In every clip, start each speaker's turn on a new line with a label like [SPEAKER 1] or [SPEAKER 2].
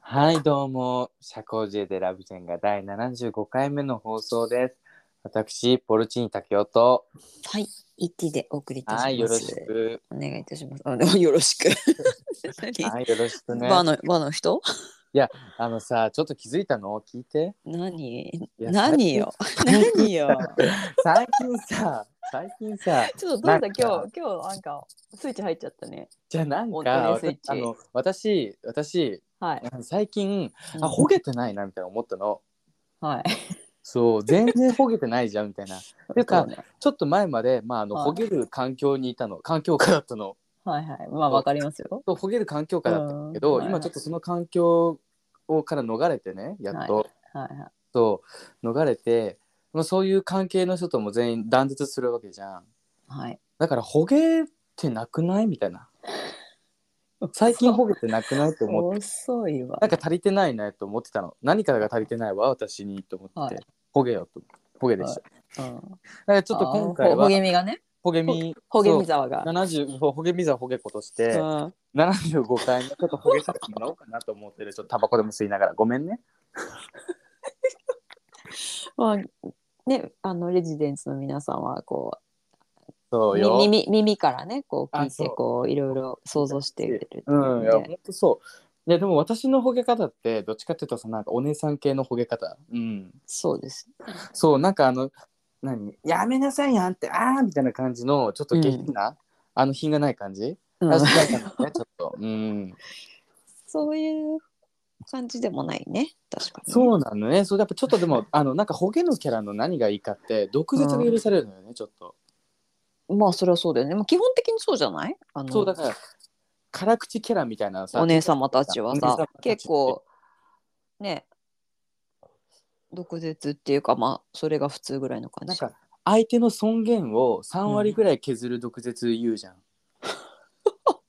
[SPEAKER 1] はい、どうも、社交辞恵でラブジェンが第75回目の放送です。私、ポルチーニ竹雄と、
[SPEAKER 2] はい、イッティでお送りいたします。
[SPEAKER 1] はい、よろしく。
[SPEAKER 2] お願いいたします。あのよろし く。
[SPEAKER 1] はい、よろしく
[SPEAKER 2] 何
[SPEAKER 1] ね。
[SPEAKER 2] バーのバーの人？
[SPEAKER 1] あのさ、ちょっと気づいたの聞いて。
[SPEAKER 2] 何？
[SPEAKER 1] いや
[SPEAKER 2] 何よ？何よ？
[SPEAKER 1] 最近さ、最近さ、
[SPEAKER 2] ちょっとどうした
[SPEAKER 1] なんか
[SPEAKER 2] 今日今日なんかスイッチ入っちゃったね。
[SPEAKER 1] じゃあなん
[SPEAKER 2] 本
[SPEAKER 1] か、
[SPEAKER 2] 当
[SPEAKER 1] わ
[SPEAKER 2] にスイ
[SPEAKER 1] た
[SPEAKER 2] ッチ
[SPEAKER 1] あの私、私、
[SPEAKER 2] はい。
[SPEAKER 1] 最近、
[SPEAKER 2] うん
[SPEAKER 1] あ、ほげてないな、みたいな思ったの。
[SPEAKER 2] はい。
[SPEAKER 1] そう、全然ほげてないじゃん、みたいな。ていうか
[SPEAKER 2] そうね
[SPEAKER 1] ちょっと前まで、まあ、あの、
[SPEAKER 2] はい
[SPEAKER 1] ほげる環境にいたの。環境下だったの。
[SPEAKER 2] はいはい。まあわかりますよ。
[SPEAKER 1] そうほげる環境下だったんだけど、
[SPEAKER 2] うん
[SPEAKER 1] 今ちょっとその環境をから逃れてねやっと、
[SPEAKER 2] はいはい。
[SPEAKER 1] そう逃れて、まあ、そういう関係の人とも全員断絶するわけじゃん
[SPEAKER 2] はい。
[SPEAKER 1] だからほげてなくないみたいな最近ほげてなくないと思って
[SPEAKER 2] 遅いわ。
[SPEAKER 1] なんか足りてないなと思ってたの何かが足りてないわ私にと思って、
[SPEAKER 2] はい
[SPEAKER 1] ほげよとほげでした、
[SPEAKER 2] うん、
[SPEAKER 1] だからちょっと今
[SPEAKER 2] あ
[SPEAKER 1] 回
[SPEAKER 2] ーほほ
[SPEAKER 1] は
[SPEAKER 2] げみがね。
[SPEAKER 1] ほげみ
[SPEAKER 2] ほげみ沢が。
[SPEAKER 1] 70ほげみざほげことして、
[SPEAKER 2] うん
[SPEAKER 1] 75回目ちょっとほげさせてもらおうかなと思ってるちょっとタバコでも吸いながらごめんね
[SPEAKER 2] まあねあのレジデンスの皆さんはこう
[SPEAKER 1] そう
[SPEAKER 2] み
[SPEAKER 1] よ。
[SPEAKER 2] 耳耳からねこう
[SPEAKER 1] あ
[SPEAKER 2] 聞いて
[SPEAKER 1] そう
[SPEAKER 2] こういろいろ想像してくれる
[SPEAKER 1] うん、いや、
[SPEAKER 2] で
[SPEAKER 1] 本当そう。いや、でも私のほげ方って、どっちかっていうとさ、なんかお姉さん系のほげ方。うん。
[SPEAKER 2] そうです
[SPEAKER 1] そう、なんかあの、何やめなさいやんって、あーみたいな感じの、ちょっと下品な、あの品がない感じ。
[SPEAKER 2] うん
[SPEAKER 1] あそうなんだね、ちょっと。うん。
[SPEAKER 2] そういう感じでもないね確か に
[SPEAKER 1] そうなのね。そう、やっぱちょっとでも、あの、なんかほげのキャラの何がいいかって、毒舌が許されるのよね、ちょっと。
[SPEAKER 2] まあそれはそうだよね、まあ、基本的にそうじゃないあの
[SPEAKER 1] そう、だから、辛口キャラみたいなさ。
[SPEAKER 2] お姉様たちは
[SPEAKER 1] お姉様た
[SPEAKER 2] さ
[SPEAKER 1] ちって
[SPEAKER 2] 結構ね毒舌っていうかまあそれが普通ぐらいの感
[SPEAKER 1] なん
[SPEAKER 2] じ
[SPEAKER 1] か、相手の尊厳を3割ぐらい削る毒舌言うじゃん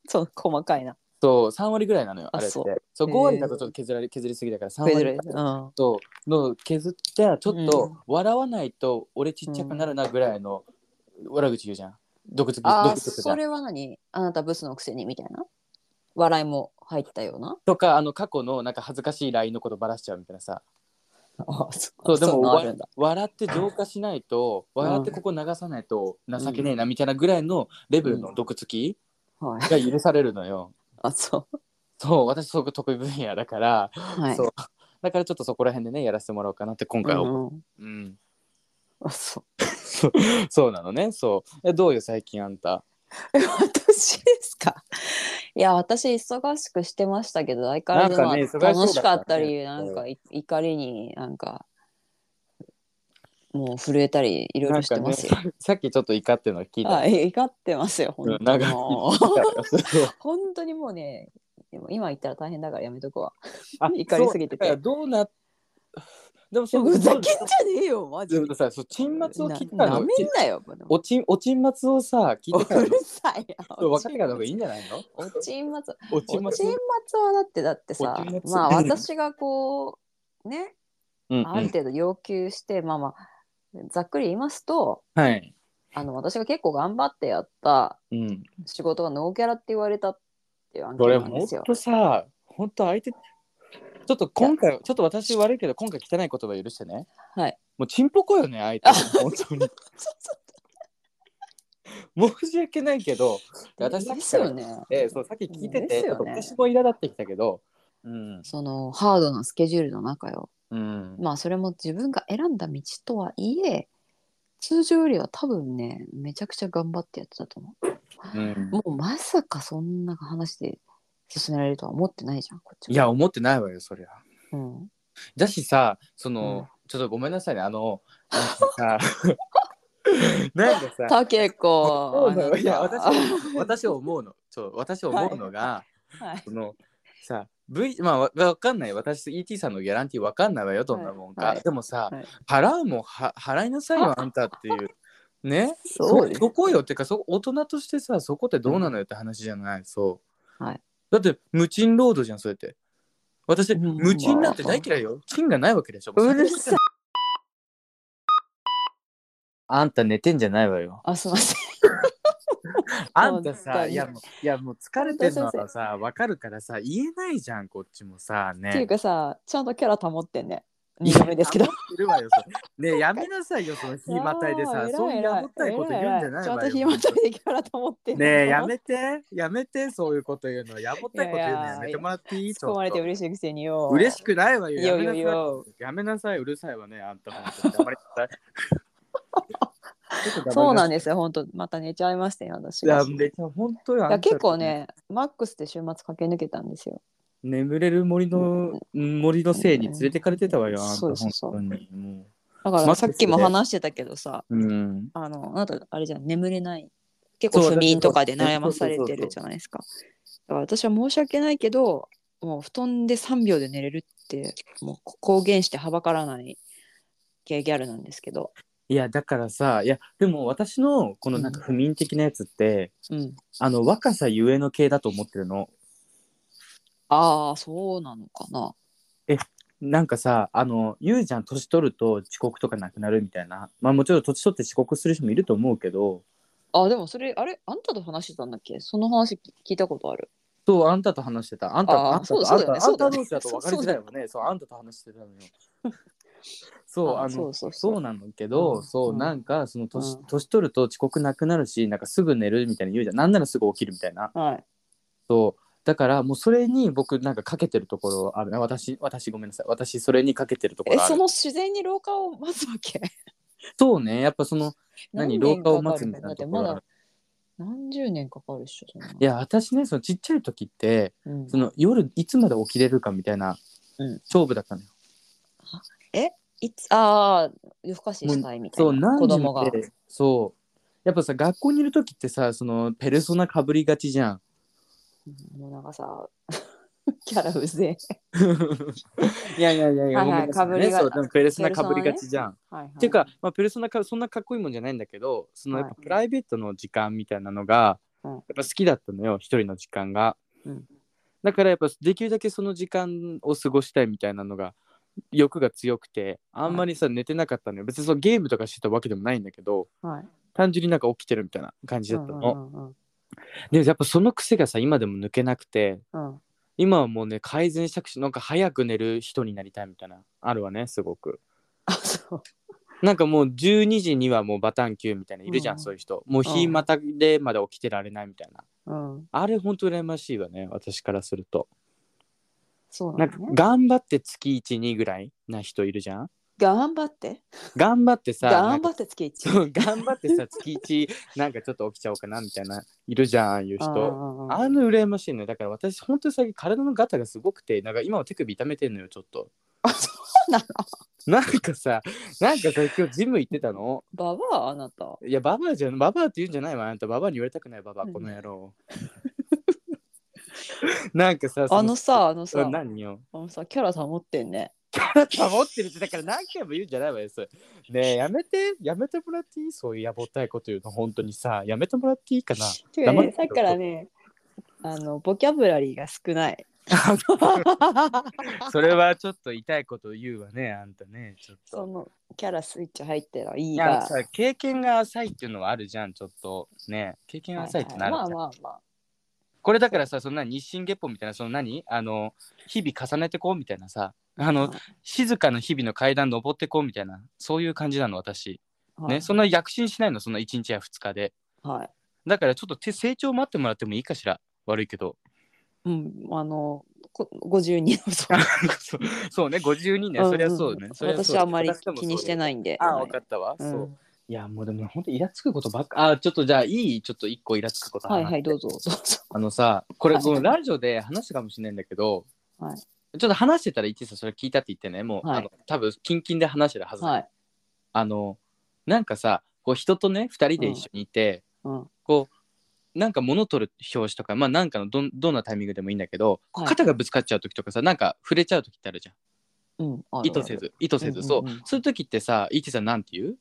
[SPEAKER 2] そう細かいな
[SPEAKER 1] そう3割ぐらいなのよ
[SPEAKER 2] あ
[SPEAKER 1] あれってそ
[SPEAKER 2] そうう
[SPEAKER 1] 5割だとちょっと削られ削りすぎだから3割
[SPEAKER 2] フェデレうん
[SPEAKER 1] との削ってちょっ
[SPEAKER 2] う
[SPEAKER 1] と
[SPEAKER 2] ん
[SPEAKER 1] 笑わないと俺ちっちゃくなるなぐらいの悪口言うじゃん毒舌
[SPEAKER 2] あ
[SPEAKER 1] 毒
[SPEAKER 2] あ
[SPEAKER 1] 舌じゃ
[SPEAKER 2] そ
[SPEAKER 1] ん
[SPEAKER 2] れは何あなたブスのくせにみたいな笑いも入ったような
[SPEAKER 1] とかあの過去のなんか恥ずかしい LINE のことばらしちゃうみたいなさ
[SPEAKER 2] あそ
[SPEAKER 1] そうでも
[SPEAKER 2] んなある
[SPEAKER 1] わ
[SPEAKER 2] んだ
[SPEAKER 1] 笑って浄化しないと笑ってここ流さないと情けねえなみたいなぐらいのレベルの毒つき
[SPEAKER 2] はい
[SPEAKER 1] が許されるのよ。
[SPEAKER 2] あそう
[SPEAKER 1] そう私そこ得意分野だから、
[SPEAKER 2] はい。
[SPEAKER 1] そうだからちょっとそこら辺でねやらせてもらおうかなって今回は思う、
[SPEAKER 2] うんうん
[SPEAKER 1] うん、
[SPEAKER 2] あそう
[SPEAKER 1] そうそうなのねそうえどうよ最近あんた
[SPEAKER 2] え私ですか。いや私忙しくしてましたけど相変わらず、
[SPEAKER 1] なんかね忙しそうだったね
[SPEAKER 2] 楽しかったり
[SPEAKER 1] うん
[SPEAKER 2] なんかい怒りになんかもう震えたりいろいろしてますよ。
[SPEAKER 1] さっきちょっと怒ってるの聞いた、
[SPEAKER 2] あえ怒ってますよ
[SPEAKER 1] う
[SPEAKER 2] 本
[SPEAKER 1] ん
[SPEAKER 2] 当
[SPEAKER 1] なん
[SPEAKER 2] に
[SPEAKER 1] か
[SPEAKER 2] もう
[SPEAKER 1] そう
[SPEAKER 2] 本当にもうねでも今言ったら大変だからやめとこわ。
[SPEAKER 1] あ
[SPEAKER 2] 怒りすぎてて
[SPEAKER 1] そうだからどうなでも
[SPEAKER 2] いや
[SPEAKER 1] そう
[SPEAKER 2] ふざけんじ
[SPEAKER 1] で
[SPEAKER 2] ゃねえよマジで。
[SPEAKER 1] もさそう沈末を聞いてか
[SPEAKER 2] な
[SPEAKER 1] ら
[SPEAKER 2] な
[SPEAKER 1] の
[SPEAKER 2] めんなよ。この
[SPEAKER 1] おちんお沈末をさ聞いてか
[SPEAKER 2] う
[SPEAKER 1] ら
[SPEAKER 2] る
[SPEAKER 1] の
[SPEAKER 2] さいな。
[SPEAKER 1] そう分かってからの方がいいんじゃないの
[SPEAKER 2] おちんまつ。
[SPEAKER 1] お
[SPEAKER 2] お
[SPEAKER 1] 沈
[SPEAKER 2] ちんまつ
[SPEAKER 1] 末
[SPEAKER 2] はだってだってさ
[SPEAKER 1] おちんまつ
[SPEAKER 2] まあ私がこうね
[SPEAKER 1] うんう
[SPEAKER 2] ある
[SPEAKER 1] ん
[SPEAKER 2] 程度要求して、まあまあざっくり言いますと
[SPEAKER 1] はい
[SPEAKER 2] あの私が結構頑張ってやった
[SPEAKER 1] うん
[SPEAKER 2] 仕事がノーキャラって言われたっていう案
[SPEAKER 1] これ
[SPEAKER 2] 件なん
[SPEAKER 1] ほ
[SPEAKER 2] で
[SPEAKER 1] ん
[SPEAKER 2] すよ。
[SPEAKER 1] とさほんと相手ちょっと今回ちょっと私悪いけど今回汚い言葉許してね
[SPEAKER 2] はい
[SPEAKER 1] もうチンポコよね相
[SPEAKER 2] あ
[SPEAKER 1] 手本当に申し訳ないけど私さっ
[SPEAKER 2] で
[SPEAKER 1] き
[SPEAKER 2] す
[SPEAKER 1] から
[SPEAKER 2] よね。
[SPEAKER 1] ええそうさっき聞いて
[SPEAKER 2] で
[SPEAKER 1] て、
[SPEAKER 2] す
[SPEAKER 1] ちょっ
[SPEAKER 2] よ
[SPEAKER 1] と
[SPEAKER 2] ね
[SPEAKER 1] 私も苛立ってきたけど、うん、
[SPEAKER 2] そのハードなスケジュールの中よ。
[SPEAKER 1] うん、
[SPEAKER 2] まあそれも自分が選んだ道とはいえ通常よりは多分ねめちゃくちゃ頑張ってやってたと思う。
[SPEAKER 1] うん
[SPEAKER 2] もうまさかそんな話で進められるとは思ってないじゃんこっちも
[SPEAKER 1] いや、思ってないわよ、そりゃ。
[SPEAKER 2] うん、
[SPEAKER 1] だしさ、そ
[SPEAKER 2] うん
[SPEAKER 1] の、ちょっとごめんなさいね、あ の、なんかさ、なんかさ、
[SPEAKER 2] たけこ
[SPEAKER 1] そうなのいや、私
[SPEAKER 2] は、
[SPEAKER 1] 私思うの、ちょ私思うのが、
[SPEAKER 2] はい、
[SPEAKER 1] その、さ、V、まあわ、わかんない、私、ET さんのギャランティーわかんないわよ、どんなもんか。
[SPEAKER 2] はいはい
[SPEAKER 1] でもさ、
[SPEAKER 2] はい
[SPEAKER 1] 払うもんは払いなさいよ、あんたっていう。ね
[SPEAKER 2] そうです
[SPEAKER 1] そこよってかそこ大人としてさそこってどうなのよって話じゃない、そう、
[SPEAKER 2] はい
[SPEAKER 1] だって無賃労働じゃんそうやって私、
[SPEAKER 2] うん
[SPEAKER 1] 無賃なんて大嫌いよ賃がないわけでしょ
[SPEAKER 2] うるさい
[SPEAKER 1] あんた寝てんじゃないわよ
[SPEAKER 2] あすいません
[SPEAKER 1] あんたさ、
[SPEAKER 2] 本当に
[SPEAKER 1] いやもう、いやもう疲れてるのはさ、わかるからさ、言えないじゃん、こっちもさ、ね。
[SPEAKER 2] っていうかさちゃんとキャラ保ってんね2度目ですけど
[SPEAKER 1] いや。思ってるわよそれねえやめなさいよ、その日またいでさ、そういうやもったいこと言うんじゃない
[SPEAKER 2] ちゃん
[SPEAKER 1] わ
[SPEAKER 2] と
[SPEAKER 1] よ。
[SPEAKER 2] ひまたいでキャラ保 ってん
[SPEAKER 1] ねえ、やめて、やめて、そういうこと言うの。やもったいこと言うのやめてもらっていい
[SPEAKER 2] 突っ込まれて嬉しいくせによ
[SPEAKER 1] 嬉しくないわよ。
[SPEAKER 2] いや
[SPEAKER 1] や
[SPEAKER 2] い
[SPEAKER 1] めな
[SPEAKER 2] や
[SPEAKER 1] いさい
[SPEAKER 2] や
[SPEAKER 1] やめなさい、うるさいわね、あんた本 当に黙りなさいちょっと黙りなさい。
[SPEAKER 2] そうなんですよ本当また寝ちゃいましたよ私
[SPEAKER 1] い
[SPEAKER 2] が
[SPEAKER 1] や。
[SPEAKER 2] い
[SPEAKER 1] めちゃ本当よ。あん
[SPEAKER 2] や
[SPEAKER 1] た
[SPEAKER 2] 結構。ねマックスで週末駆け抜けたんですよ
[SPEAKER 1] 眠れる森の、森のせいに連れてかれてたわよ。
[SPEAKER 2] うん
[SPEAKER 1] あんた
[SPEAKER 2] そうそうそう
[SPEAKER 1] 本当にも
[SPEAKER 2] だか
[SPEAKER 1] マッ
[SPEAKER 2] ら
[SPEAKER 1] クス
[SPEAKER 2] さ
[SPEAKER 1] で
[SPEAKER 2] っきも話してたけどさ
[SPEAKER 1] ううん。
[SPEAKER 2] あのあなたあれじゃん眠れない結構
[SPEAKER 1] そう
[SPEAKER 2] 不眠とかで
[SPEAKER 1] そうそう
[SPEAKER 2] 悩まされてるじゃないですかだから私は申し訳ないけどもう布団で3秒で寝れるってもう公言してはばからない系ギャルなんですけど
[SPEAKER 1] いやだからさいやでも私のこのなんか不眠的なやつって、
[SPEAKER 2] うん
[SPEAKER 1] あの若さゆえの系だと思ってるの
[SPEAKER 2] ああそうなのかな
[SPEAKER 1] なんかさあの言うじゃん年取ると遅刻とかなくなるみたいなまあもちろん年取って遅刻する人もいると思うけど
[SPEAKER 2] あでもそれあれあんたと話してたんだっけその話き聞いたことある
[SPEAKER 1] そうあんたと話してたあんた
[SPEAKER 2] あー
[SPEAKER 1] あんた
[SPEAKER 2] そう
[SPEAKER 1] と
[SPEAKER 2] そ
[SPEAKER 1] あ
[SPEAKER 2] うん
[SPEAKER 1] た
[SPEAKER 2] だよね
[SPEAKER 1] あん
[SPEAKER 2] そ
[SPEAKER 1] た
[SPEAKER 2] うだよね
[SPEAKER 1] 同士だと分かりづらいもんねそうあんたと話してたのよ そうあの
[SPEAKER 2] そ
[SPEAKER 1] そうう
[SPEAKER 2] そう
[SPEAKER 1] なのけど、
[SPEAKER 2] うん
[SPEAKER 1] そううんなんかその年,、
[SPEAKER 2] うん
[SPEAKER 1] 年取ると遅刻なくなるしなんかすぐ寝るみたいな言うじゃんなんならすぐ起きるみたいな
[SPEAKER 2] はい
[SPEAKER 1] そうだからもうそれに僕なんかかけてるところあるな私私ごめんなさい私それにかけてるとこ
[SPEAKER 2] え
[SPEAKER 1] ろある
[SPEAKER 2] その自然に老化を待つわけ
[SPEAKER 1] そうねやっぱその何
[SPEAKER 2] 年
[SPEAKER 1] 老化を
[SPEAKER 2] か
[SPEAKER 1] 待
[SPEAKER 2] か
[SPEAKER 1] つ
[SPEAKER 2] る
[SPEAKER 1] み
[SPEAKER 2] の
[SPEAKER 1] たいな
[SPEAKER 2] だって
[SPEAKER 1] とこ
[SPEAKER 2] ま
[SPEAKER 1] ろある
[SPEAKER 2] だ何十年かかるっしょそんない
[SPEAKER 1] や私ねそのちっちゃい時って
[SPEAKER 2] うん
[SPEAKER 1] その夜いつまで起きれるかみたいな
[SPEAKER 2] うん
[SPEAKER 1] 勝負だったのよ、
[SPEAKER 2] いつああ夜更かししたいみたい
[SPEAKER 1] そう
[SPEAKER 2] な
[SPEAKER 1] 何
[SPEAKER 2] 子
[SPEAKER 1] 時
[SPEAKER 2] 供
[SPEAKER 1] ま
[SPEAKER 2] が
[SPEAKER 1] でそうやっぱさ学校にいる時ってさそのペルソナかぶりがちじゃん
[SPEAKER 2] もうなんかさ キャラうぜ
[SPEAKER 1] いやいやい やいや
[SPEAKER 2] はいは
[SPEAKER 1] ご
[SPEAKER 2] い
[SPEAKER 1] めんなさ
[SPEAKER 2] 被
[SPEAKER 1] い
[SPEAKER 2] り
[SPEAKER 1] ね
[SPEAKER 2] が
[SPEAKER 1] そうでもペルソナかぶりがちじゃん、
[SPEAKER 2] え、はいはい、
[SPEAKER 1] っていうか、まあ、ペルソナかそんなかっこいいもんじゃないんだけどそのやっぱ
[SPEAKER 2] はい
[SPEAKER 1] プライベートの時間みたいなのが、
[SPEAKER 2] うん
[SPEAKER 1] やっぱ好きだったのよ一人の時間が、
[SPEAKER 2] うん
[SPEAKER 1] だからやっぱできるだけその時間を過ごしたいみたいなのが欲が強くてあんまりさ、寝てなかったのよ別にそのゲームとかしてたわけでもないんだけど
[SPEAKER 2] はい、
[SPEAKER 1] 単純になんか起きてるみたいな感じだったの、
[SPEAKER 2] うんうん
[SPEAKER 1] でやっぱその癖がさ今でも抜けなくて
[SPEAKER 2] うんうん
[SPEAKER 1] 今はもうね改善したくしなんか早く寝る人になりたいみたいなあるわねすごく
[SPEAKER 2] あそう
[SPEAKER 1] なんかもう12時にはもうバタンキューみたいないるじゃん、
[SPEAKER 2] うん
[SPEAKER 1] そういう人もう日またでまで起きてられないみたいな、
[SPEAKER 2] うん
[SPEAKER 1] あれほんと羨ましいわね私からすると
[SPEAKER 2] そう
[SPEAKER 1] な
[SPEAKER 2] なんん
[SPEAKER 1] か
[SPEAKER 2] だね
[SPEAKER 1] 頑張って月12ぐらいな人いるじゃん
[SPEAKER 2] 頑張って
[SPEAKER 1] 頑張ってさ
[SPEAKER 2] 頑張
[SPEAKER 1] っ
[SPEAKER 2] って月一
[SPEAKER 1] てそう頑張ってさ月1なんかちょっと起きちゃおうかなみたいないるじゃんああいう人
[SPEAKER 2] あ
[SPEAKER 1] あの羨ましいねだから私ほんと最近体のガタがすごくてなんか今は手首痛めてんのよちょっと
[SPEAKER 2] あそうなの
[SPEAKER 1] なんかさなんかさ今日ジム行ってたの
[SPEAKER 2] ババアあなた
[SPEAKER 1] いや、ババアじゃん、ババアって言うんじゃないわ、あんた、ババアに言われたくない、ババア、
[SPEAKER 2] うん
[SPEAKER 1] この野郎。 なんかさ、そ
[SPEAKER 2] あの、さあのさ
[SPEAKER 1] うん何よ。
[SPEAKER 2] あのさキャラ保ってんね
[SPEAKER 1] キャラ保ってるって、だから何回も言うんじゃないわよ、それ。ねえ、やめて、やめてもらっていいそういうやぼったいこと言うの、本当にさ、やめてもらっていい かな。
[SPEAKER 2] てか
[SPEAKER 1] 黙っ
[SPEAKER 2] ね
[SPEAKER 1] て
[SPEAKER 2] さっきからねあのボキャブラリーが少ない
[SPEAKER 1] それはちょっと痛いこと言うわね、あんたね、ちょっ
[SPEAKER 2] そ
[SPEAKER 1] と。
[SPEAKER 2] のキャラスイッチ入ってるいい
[SPEAKER 1] い
[SPEAKER 2] が
[SPEAKER 1] やさ経験が浅いっていうのはあるじゃんちょっとね経験浅いってなるじゃん、
[SPEAKER 2] まあまあまあ
[SPEAKER 1] これだからさそんな日進月歩みたいなその何あの日々重ねてこうみたいなさあの、
[SPEAKER 2] はい
[SPEAKER 1] 静かな日々の階段登ってこうみたいなそういう感じなの私、
[SPEAKER 2] はい
[SPEAKER 1] ねそんな躍進しないのその1日や2日で
[SPEAKER 2] はい
[SPEAKER 1] だからちょっと手成長待ってもらってもいいかしら悪いけど
[SPEAKER 2] うんあのこ52の
[SPEAKER 1] そ
[SPEAKER 2] そう
[SPEAKER 1] うそうね52ねそりゃそうね、
[SPEAKER 2] んん
[SPEAKER 1] そりゃそう
[SPEAKER 2] 私はあんまり
[SPEAKER 1] 私でもそう
[SPEAKER 2] 気にしてないんで
[SPEAKER 1] あ
[SPEAKER 2] はい
[SPEAKER 1] 分かったわ、
[SPEAKER 2] うん
[SPEAKER 1] そういやもうでも本当イラつくことばっかあちょっとじゃあいいちょっと1個イラつくこと話
[SPEAKER 2] はいはいどうぞどうぞ
[SPEAKER 1] あのさこれ、
[SPEAKER 2] はい
[SPEAKER 1] このラジオで話すかもしれないんだけど、
[SPEAKER 2] はい
[SPEAKER 1] ちょっと話してたら一さんそれ聞いたって言ってねもう、
[SPEAKER 2] はい
[SPEAKER 1] あの多分キンキンで話してるはず、
[SPEAKER 2] はい
[SPEAKER 1] あのなんかさこう人とね2人で一緒にいて、
[SPEAKER 2] うん
[SPEAKER 1] こうなんか物取る表紙とかまあなんかのどんどんなタイミングでもいいんだけど、こう
[SPEAKER 2] はい
[SPEAKER 1] 肩がぶつかっちゃう時とかさなんか触れちゃう時ってあるじゃん
[SPEAKER 2] うんあるある
[SPEAKER 1] 意図せず意図せず、
[SPEAKER 2] うんうんうん
[SPEAKER 1] そうそういう時ってさ一さんなんて言う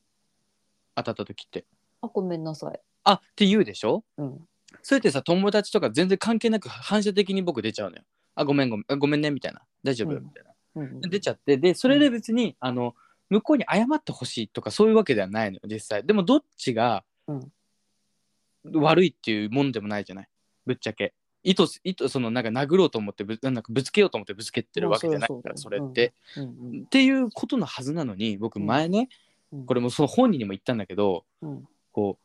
[SPEAKER 1] 当たった時って
[SPEAKER 2] あごめんなさい
[SPEAKER 1] あって言うでしょ
[SPEAKER 2] うん
[SPEAKER 1] それってさ友達とか全然関係なく反射的に僕出ちゃうのよ。あごめんごめんあごめんねみたいな大丈夫、
[SPEAKER 2] うん
[SPEAKER 1] みたいな。
[SPEAKER 2] うん
[SPEAKER 1] で出ちゃってでそれで別に、あの向こうに謝ってほしいとかそういうわけではないのよ実際。でもどっちが、
[SPEAKER 2] うん
[SPEAKER 1] 悪いっていうもんでもないじゃないぶっちゃけ意図す意図そのなんか殴ろうと思ってぶなんかぶつけようと思ってぶつけてるわけじゃないからそ
[SPEAKER 2] まあそう
[SPEAKER 1] れ
[SPEAKER 2] だよ
[SPEAKER 1] って、
[SPEAKER 2] うんうん
[SPEAKER 1] っていうことのはずなのに僕前ね、
[SPEAKER 2] うん
[SPEAKER 1] これもその本人にも言ったんだけど
[SPEAKER 2] うん
[SPEAKER 1] こ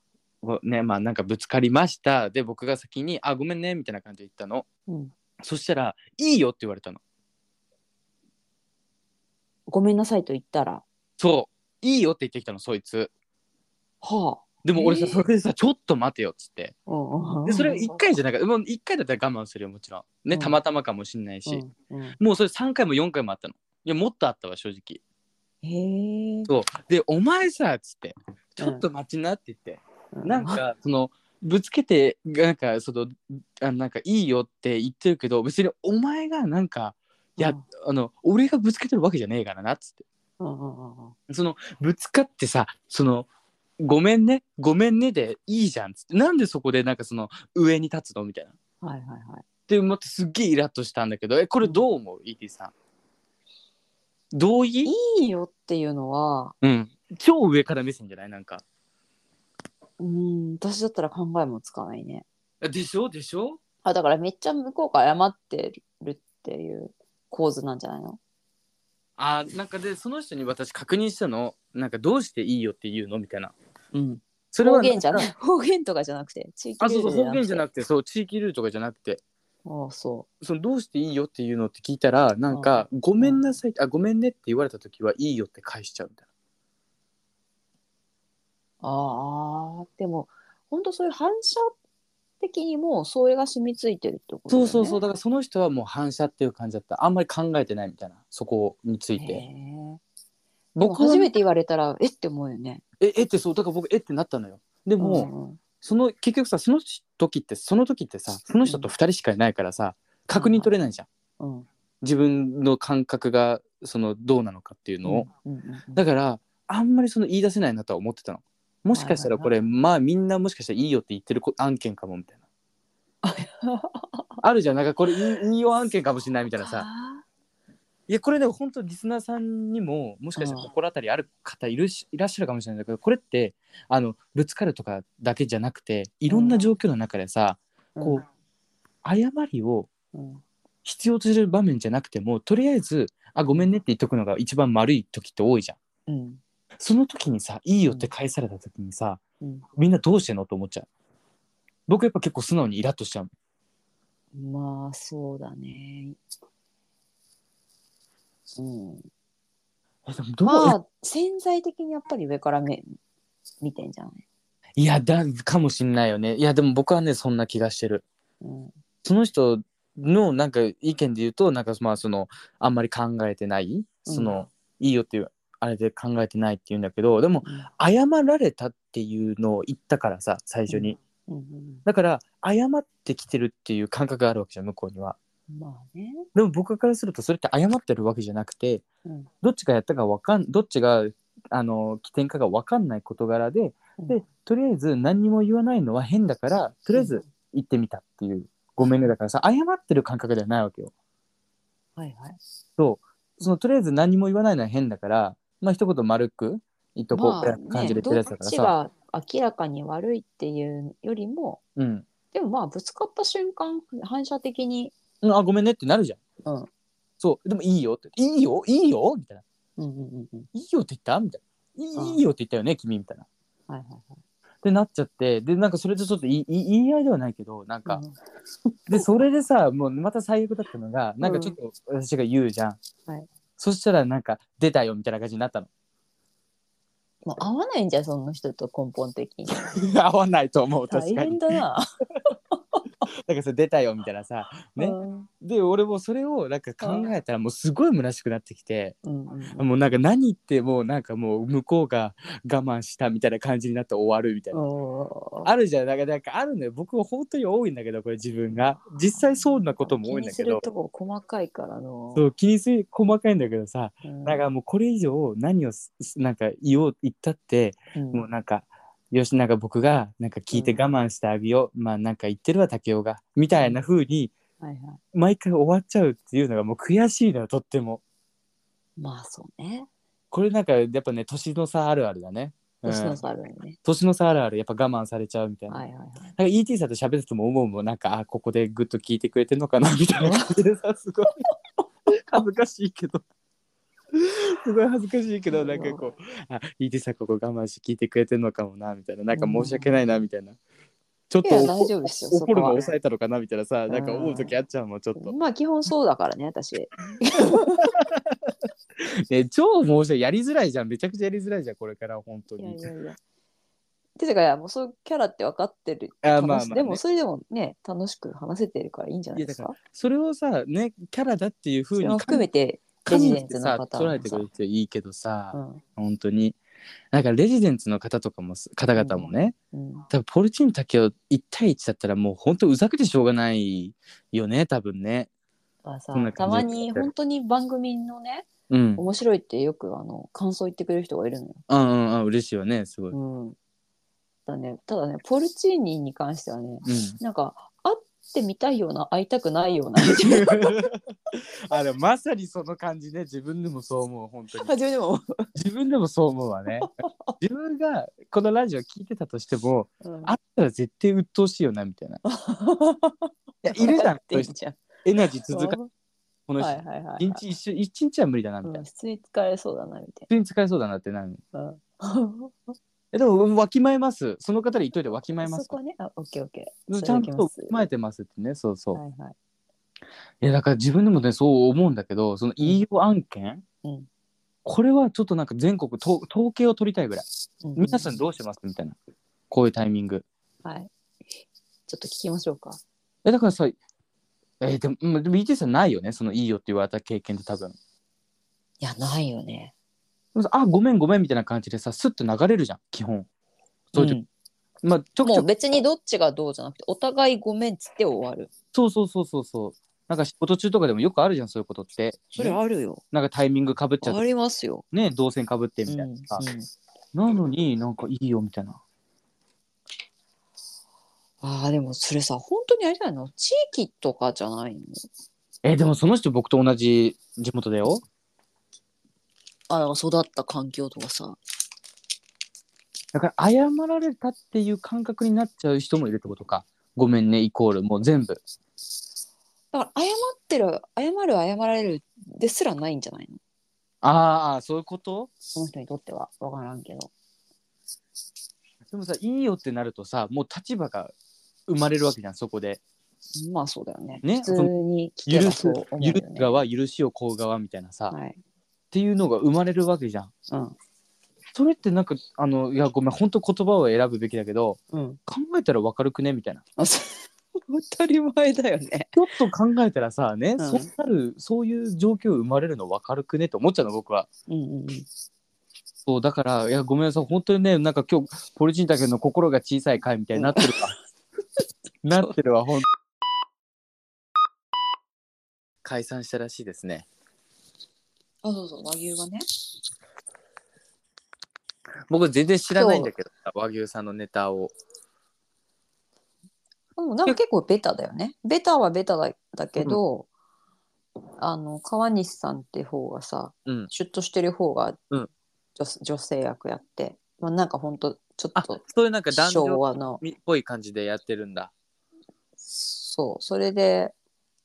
[SPEAKER 1] うこうねまあなんかぶつかりましたで僕が先に「あごめんね」みたいな感じで言ったの
[SPEAKER 2] うん
[SPEAKER 1] そしたら「いいよ」って言われたの
[SPEAKER 2] ごめんなさいと言ったら
[SPEAKER 1] そう「いいよ」って言ってきたのそいつ
[SPEAKER 2] は
[SPEAKER 1] でも俺さ、
[SPEAKER 2] えー
[SPEAKER 1] それでさちょっと待てよっつって
[SPEAKER 2] あうんうん
[SPEAKER 1] でそれ1回じゃないからもう1回だったら我慢するよもちろんね
[SPEAKER 2] うん
[SPEAKER 1] たまたまかもしんないし、
[SPEAKER 2] うんうん
[SPEAKER 1] もうそれ3回も4回もあったのいやもっとあったわ正直
[SPEAKER 2] へえ
[SPEAKER 1] そうで「お前さ」っつって「ちょっと待ちな」って言って、なんかそのぶつけてなんかそのあなんかいいよって言ってるけど別にお前がなんかいや
[SPEAKER 2] うん
[SPEAKER 1] あの俺がぶつけてるわけじゃねえからなっつって
[SPEAKER 2] うんうんうんうん
[SPEAKER 1] そのぶつかってさそのごめんねごめんねでいいじゃんっつってなんでそこでなんかその上に立つのみたいなっ
[SPEAKER 2] はいはいはい
[SPEAKER 1] て思ってすっげえイラッとしたんだけどえこれどう思う ET さん同意
[SPEAKER 2] いいよっていうのは
[SPEAKER 1] うん超上から目線じゃないなんか
[SPEAKER 2] うん私だったら考えもつかないね
[SPEAKER 1] でしょでしょ
[SPEAKER 2] あだからめっちゃ向こうから謝ってるっていう構図なんじゃないの
[SPEAKER 1] あーなんかでその人に私確認したのなんかどうしていいよって言うのみたいな
[SPEAKER 2] うん
[SPEAKER 1] そ
[SPEAKER 2] 方言じゃな
[SPEAKER 1] く
[SPEAKER 2] い
[SPEAKER 1] て
[SPEAKER 2] 方言とかじゃなくて地域
[SPEAKER 1] あそうそう方言じゃな
[SPEAKER 2] くて
[SPEAKER 1] くてそう地域ルールとかじゃなくて
[SPEAKER 2] ああそ
[SPEAKER 1] そのどうしていいよっていうのって聞いたらなんか、ごめんなさいあごめんねって言われた時はいいよって返しちゃうみたいう
[SPEAKER 2] ああでも本当そういう反射的にもうそれが染みついてるってこ
[SPEAKER 1] な
[SPEAKER 2] とだ
[SPEAKER 1] そ
[SPEAKER 2] よ
[SPEAKER 1] う
[SPEAKER 2] ね
[SPEAKER 1] そうそうだからその人はもう反射っていう感じだったあんまり考えてないみたいなそこについ
[SPEAKER 2] へ
[SPEAKER 1] て
[SPEAKER 2] え
[SPEAKER 1] 僕は
[SPEAKER 2] 初めて言われたらえって思うよね
[SPEAKER 1] ええってそうだから僕えってなったのよでも、
[SPEAKER 2] うん
[SPEAKER 1] その結局さその時ってその時ってさその人と2人しかいないからさ、確認取れないじゃん
[SPEAKER 2] うんうん
[SPEAKER 1] 自分の感覚がそのどうなのかっていうのを、
[SPEAKER 2] うんうんうん
[SPEAKER 1] だからあんまりその言い出せないなとは思ってたのもしかしたらこれまあみんなもしかしたらいいよって言ってるこ案件かもみたいなあるじゃんなんかこれいいいいよ案件かもしれないみたいなさいやこれでも本当リスナーさんにももしかしたら
[SPEAKER 2] うん
[SPEAKER 1] 心当たりある方いるしいらっしゃるかもしれないんだけどこれってあのぶつかるとかだけじゃなくていろんな状況の中でさ、こう誤りを
[SPEAKER 2] うん
[SPEAKER 1] 必要とする場面じゃなくてもとりあえず「あごめんね」って言っとくのが一番悪い時って多いじゃん。
[SPEAKER 2] うん
[SPEAKER 1] その時にさ「いいよ」って返された時にさ、
[SPEAKER 2] うん
[SPEAKER 1] みんなどうしてんのと思っちゃう。僕やっぱ結構素直にイラッとしちゃう。
[SPEAKER 2] まあそうだね。うん、
[SPEAKER 1] えでもどう
[SPEAKER 2] まあ潜在的にやっぱり上から目見てんじゃない、
[SPEAKER 1] いやだかもしんないよね。いやでも僕はねそんな気がしてる。
[SPEAKER 2] うん、
[SPEAKER 1] その人のなんか意見で言うとなんかまあそのあんまり考えてないその、いいよっていうあれで考えてないって言うんだけどでも謝られたっていうのを言ったからさ最初に。
[SPEAKER 2] うんうん
[SPEAKER 1] だから謝ってきてるっていう感覚があるわけじゃん向こうには
[SPEAKER 2] まあね。
[SPEAKER 1] でも僕からするとそれって謝ってるわけじゃなくて
[SPEAKER 2] うん
[SPEAKER 1] どっちがやったかわかんどっちがあの起点かが分かんない事柄で
[SPEAKER 2] う
[SPEAKER 1] で
[SPEAKER 2] ん
[SPEAKER 1] とりあえず何にも言わないのは変だからとりあえず行ってみたっていうごめんねだからさ謝ってる感覚ではないわけよ
[SPEAKER 2] はいはい。
[SPEAKER 1] そうそのとりあえず何も言わないのは変だからまあ一言丸く言っとこう
[SPEAKER 2] ま
[SPEAKER 1] みたい
[SPEAKER 2] あ
[SPEAKER 1] な感じで言
[SPEAKER 2] ね、
[SPEAKER 1] って
[SPEAKER 2] ど
[SPEAKER 1] る
[SPEAKER 2] っ
[SPEAKER 1] やつだから
[SPEAKER 2] ち
[SPEAKER 1] さ、
[SPEAKER 2] が明らかに悪いっていうよりも
[SPEAKER 1] うん
[SPEAKER 2] でもまあぶつかった瞬間反射的に、
[SPEAKER 1] うんあごめんねってなるじゃん
[SPEAKER 2] うん
[SPEAKER 1] そうでもいいよっていいよいいよみたいな
[SPEAKER 2] うんうんうんうん、
[SPEAKER 1] いいよって言ったみたいな。
[SPEAKER 2] ああ
[SPEAKER 1] いいいいよって言ったよね、君みたいな。
[SPEAKER 2] はいはい
[SPEAKER 1] でなっちゃってでなんかそれでちょっといいい言い合いではないけどなんか、
[SPEAKER 2] はい。
[SPEAKER 1] でそれでさもうまた最悪だったのがなんかちょっと私が言うじゃん、
[SPEAKER 2] はい
[SPEAKER 1] そしたらなんか出たよみたいな感じにな ったの
[SPEAKER 2] もう合わないんじゃんその人と根本的 に。
[SPEAKER 1] 合わないと思う
[SPEAKER 2] 大
[SPEAKER 1] 確か
[SPEAKER 2] 変
[SPEAKER 1] に
[SPEAKER 2] だな。
[SPEAKER 1] なんかそれ出たよみたいなさ ね
[SPEAKER 2] うん
[SPEAKER 1] で俺もそれをなんか考えたらもうすごい虚しくなってきて
[SPEAKER 2] うんうんうん
[SPEAKER 1] もうなんか何言ってもうなんかもう向こうが我慢したみたいな感じになって終わるみたいな
[SPEAKER 2] おー
[SPEAKER 1] あるじゃん、なんかなんかあるのよ。僕は本当に多いんだけど、これ自分が。実際そうなことも多いんだけ
[SPEAKER 2] 気に
[SPEAKER 1] ど
[SPEAKER 2] する。とこ細かいからの。
[SPEAKER 1] そう気にする細かいんだけどさ、
[SPEAKER 2] うん
[SPEAKER 1] なんかもうこれ以上何をすなんか言おう言ったって、
[SPEAKER 2] うん
[SPEAKER 1] もうなんかよしなんか僕がなんか聞いて
[SPEAKER 2] うん
[SPEAKER 1] 我慢してあげよう、まあなんか言ってるわ竹雄がみたいな風に
[SPEAKER 2] はいは
[SPEAKER 1] 毎回終わっちゃうっていうのがもう悔しいのよとっても
[SPEAKER 2] い。まあそうね。
[SPEAKER 1] これなんかやっぱね年の差あるあるだね
[SPEAKER 2] 年の差あるよね。
[SPEAKER 1] 年の差あるあるやっぱ我慢されちゃうみたいな,、
[SPEAKER 2] はいはいはい。
[SPEAKER 1] なんか ET さんと喋ってても思うもんなんかあここでグッと聞いてくれてんのか なみたいな感じでさすごい恥ずかしいけどすごい恥ずかしいけどなんかこうあ ET さんここ我慢して聞いてくれてんのかもなみたいななんか申し訳ないなみたいな、ちょっと
[SPEAKER 2] いや
[SPEAKER 1] 怒
[SPEAKER 2] 大丈夫ですよそ
[SPEAKER 1] 怒
[SPEAKER 2] こは
[SPEAKER 1] るの抑えたのかなみたいなさ
[SPEAKER 2] ん
[SPEAKER 1] なんか思う時あっちゃうもんちょっと、
[SPEAKER 2] まあ基本そうだからね、私。
[SPEAKER 1] ね、超申し訳やりづらいじゃんめちゃくちゃやりづらいじゃんこれから本当
[SPEAKER 2] い
[SPEAKER 1] に
[SPEAKER 2] やいやいや。ていうか、もうそういうキャラって分かってる。
[SPEAKER 1] あ
[SPEAKER 2] 楽し
[SPEAKER 1] まあまあね
[SPEAKER 2] でもそれでもね、楽しく話せてるからいいんじゃないです
[SPEAKER 1] い
[SPEAKER 2] か。
[SPEAKER 1] それをさねキャラだっていうふ
[SPEAKER 2] そうれ
[SPEAKER 1] に
[SPEAKER 2] も含めて、
[SPEAKER 1] 加味
[SPEAKER 2] レジデンツの方
[SPEAKER 1] してさ捉えてくれていいけどさ、
[SPEAKER 2] うん
[SPEAKER 1] 本当になんかレジデンツの方とかもす方々もね、
[SPEAKER 2] うん、
[SPEAKER 1] 多分ポルチーノ竹雄1対1だったらもう本当うざくてしょうがないよね多分ね
[SPEAKER 2] まあさ
[SPEAKER 1] そんな
[SPEAKER 2] た
[SPEAKER 1] 感じ
[SPEAKER 2] まに本当に番組のね、
[SPEAKER 1] うん
[SPEAKER 2] 面白いってよくあの感想言ってくれる人がいるのよ。
[SPEAKER 1] うんうんうん嬉しいよねすごい、うん
[SPEAKER 2] うん、だねただね、ポルチーニに関してはね、なんか会ってみたいような、会いたくないような。
[SPEAKER 1] あでもまさにその感じね自分でもそう思う本当に
[SPEAKER 2] 初めでも、
[SPEAKER 1] 自分でもそう思うわね自分がこのラジオ聞いてたとしても
[SPEAKER 2] うん
[SPEAKER 1] あったら絶対鬱陶しいよなみたいない やいるじゃん
[SPEAKER 2] 会っていいじゃん。
[SPEAKER 1] エナジー続かないこの人、
[SPEAKER 2] はいはいはい、はい
[SPEAKER 1] 一。日一緒一日は無理だなみたいな、
[SPEAKER 2] うん、普通に疲れそうだなみたい
[SPEAKER 1] 普通に使えそうだなってなる
[SPEAKER 2] な。
[SPEAKER 1] えでもわきまえますその方に言っといてわきまえ
[SPEAKER 2] うん、
[SPEAKER 1] ま
[SPEAKER 2] そ
[SPEAKER 1] す
[SPEAKER 2] こね、あ、オッケーオッケ
[SPEAKER 1] う
[SPEAKER 2] ー。
[SPEAKER 1] んちゃんと
[SPEAKER 2] そ
[SPEAKER 1] 踏
[SPEAKER 2] れでいきま
[SPEAKER 1] まえてますってねそう
[SPEAKER 2] す
[SPEAKER 1] そう、
[SPEAKER 2] はいはい。
[SPEAKER 1] い、やだから自分でもねそう思うんだけどその言いよう案件、
[SPEAKER 2] うん
[SPEAKER 1] これはちょっとなんか全国統統計を取りたいぐらい皆さん
[SPEAKER 2] う
[SPEAKER 1] どうしてますみたいなこういうタイミング
[SPEAKER 2] う、はい。ちょっと聞きましょうか。
[SPEAKER 1] えだからさえーでもうんでも ET さんないよねそのいいよって言われた経験って多分で
[SPEAKER 2] いや、ないよね。
[SPEAKER 1] もさあごめんごめんみたいな感じでさスッと流れるじゃん基本そういう時
[SPEAKER 2] ん、
[SPEAKER 1] まあちょくち
[SPEAKER 2] も
[SPEAKER 1] ょ
[SPEAKER 2] う
[SPEAKER 1] く
[SPEAKER 2] 別にどっちがどうじゃなくて、お互いごめんっつって終わる。
[SPEAKER 1] そうそうそうそうそうなんか仕事中とかでもよくあるじゃんそういうことって
[SPEAKER 2] あるよ。
[SPEAKER 1] なんかタイミングかぶっちゃって
[SPEAKER 2] ありますよ。
[SPEAKER 1] ね動線かぶってみたいなさ、なのになんかいいよみたいな
[SPEAKER 2] ああ、でもそれさ、本当にあれじゃないの地域とかじゃないの
[SPEAKER 1] えでもその人僕と同じ地元だよ
[SPEAKER 2] あの育った環境とかさ。
[SPEAKER 1] だから謝られたっていう感覚になっちゃう人もいるってことかごめんねイコールもう全部
[SPEAKER 2] だから謝ってる、謝る、謝られるですらないんじゃないの
[SPEAKER 1] あーあーそういうこと
[SPEAKER 2] その人にとっては分からんけど。
[SPEAKER 1] でもさいいよってなるとさもう立場が生まれるわけじゃんそこで
[SPEAKER 2] まあそうだよね。
[SPEAKER 1] ね
[SPEAKER 2] 普通に聞け
[SPEAKER 1] 許
[SPEAKER 2] ば
[SPEAKER 1] す
[SPEAKER 2] そう思うよ
[SPEAKER 1] 許す
[SPEAKER 2] ね。
[SPEAKER 1] 側許しをこう側みたいなさ、っ
[SPEAKER 2] はい。
[SPEAKER 1] ていうのが生まれるわけじゃん
[SPEAKER 2] うん。
[SPEAKER 1] それってなんかあのいやごめん本当言葉を選ぶべきだけど
[SPEAKER 2] うん。
[SPEAKER 1] 考えたらわかるくねみたいな
[SPEAKER 2] あ、そう 当たり前だよね。
[SPEAKER 1] ちょっと考えたらさね、
[SPEAKER 2] ん
[SPEAKER 1] そうなるそういう状況生まれるの分かるくねって思っちゃうの僕は
[SPEAKER 2] うんうんうん。
[SPEAKER 1] そうだからいやごめんなさい本当にねなんか今日ポルチンタケの心が小さい回みたいになってる わなってるわほん解散したらしいですね
[SPEAKER 2] あ、そうそう、和牛がね。
[SPEAKER 1] 僕全然知らないんだけど和牛さんのネタを
[SPEAKER 2] でもなんか結構ベタだよね。ベタはベタだだけど、あの、川西さんって方がさ、
[SPEAKER 1] うん
[SPEAKER 2] シュッとしてる方が
[SPEAKER 1] うん
[SPEAKER 2] 女,、女性役やって、まあ、なんかほんと、ちょ
[SPEAKER 1] あ
[SPEAKER 2] っと
[SPEAKER 1] そういうなんか男
[SPEAKER 2] 昭
[SPEAKER 1] 女
[SPEAKER 2] 和の、
[SPEAKER 1] っぽい感じでやってるんだ
[SPEAKER 2] そう、それで、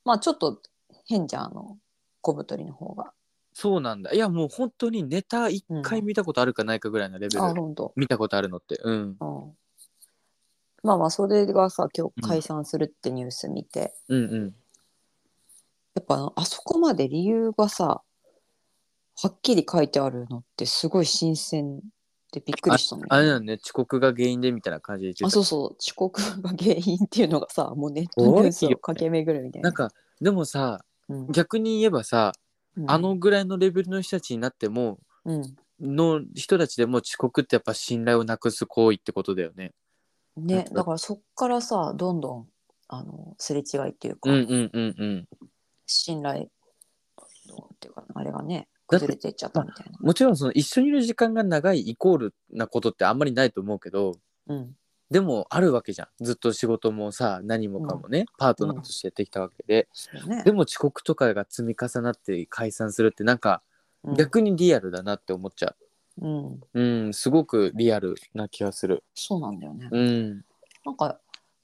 [SPEAKER 2] まあちょっと変じゃん、あの、小太りの方が。
[SPEAKER 1] そうなんだいやもう本当にネタ一回見たことあるかないかぐらいのレベル、
[SPEAKER 2] あ、ほんと。
[SPEAKER 1] 見たことあるのってうん
[SPEAKER 2] うんまあまあそれがさ今日解散するってニュース見て、
[SPEAKER 1] うんうん
[SPEAKER 2] やっぱあのあそこまで理由がさはっきり書いてあるのってすごい新鮮でびっくりしたのよ
[SPEAKER 1] あれなのね遅刻が原因でみたいな感じで言ってた
[SPEAKER 2] あそうそう遅刻が原因っていうのがさもうネット
[SPEAKER 1] 多いよ
[SPEAKER 2] ニュ
[SPEAKER 1] ね
[SPEAKER 2] ースを駆け巡るみたい
[SPEAKER 1] な
[SPEAKER 2] なん
[SPEAKER 1] かでもさ
[SPEAKER 2] うん
[SPEAKER 1] 逆に言えばさ、
[SPEAKER 2] うん
[SPEAKER 1] あのぐらいのレベルの人たちになっても
[SPEAKER 2] うん
[SPEAKER 1] の人たちでも遅刻ってやっぱ信頼をなくす行為ってことだよね。
[SPEAKER 2] ねだからそっからさどんどんあのすれ違いっていうか、
[SPEAKER 1] うんうんうんうん。
[SPEAKER 2] 信頼っていうかあれがね
[SPEAKER 1] だって
[SPEAKER 2] 崩れていっちゃったみたい
[SPEAKER 1] もちろんその一緒にいる時間が長いイコールなことってあんまりないと思うけど
[SPEAKER 2] な、うん、
[SPEAKER 1] でもあるわけじゃんずっと仕事もさ何もかもね、パートナーとしてやってきたわけで、
[SPEAKER 2] そうね
[SPEAKER 1] でも遅刻とかが積み重なって解散するってなんか
[SPEAKER 2] うん
[SPEAKER 1] 逆にリアルだなって思っちゃう。
[SPEAKER 2] うん、
[SPEAKER 1] うん、すごくリアルな気がする。
[SPEAKER 2] そうなんだよね。
[SPEAKER 1] うん、
[SPEAKER 2] なんか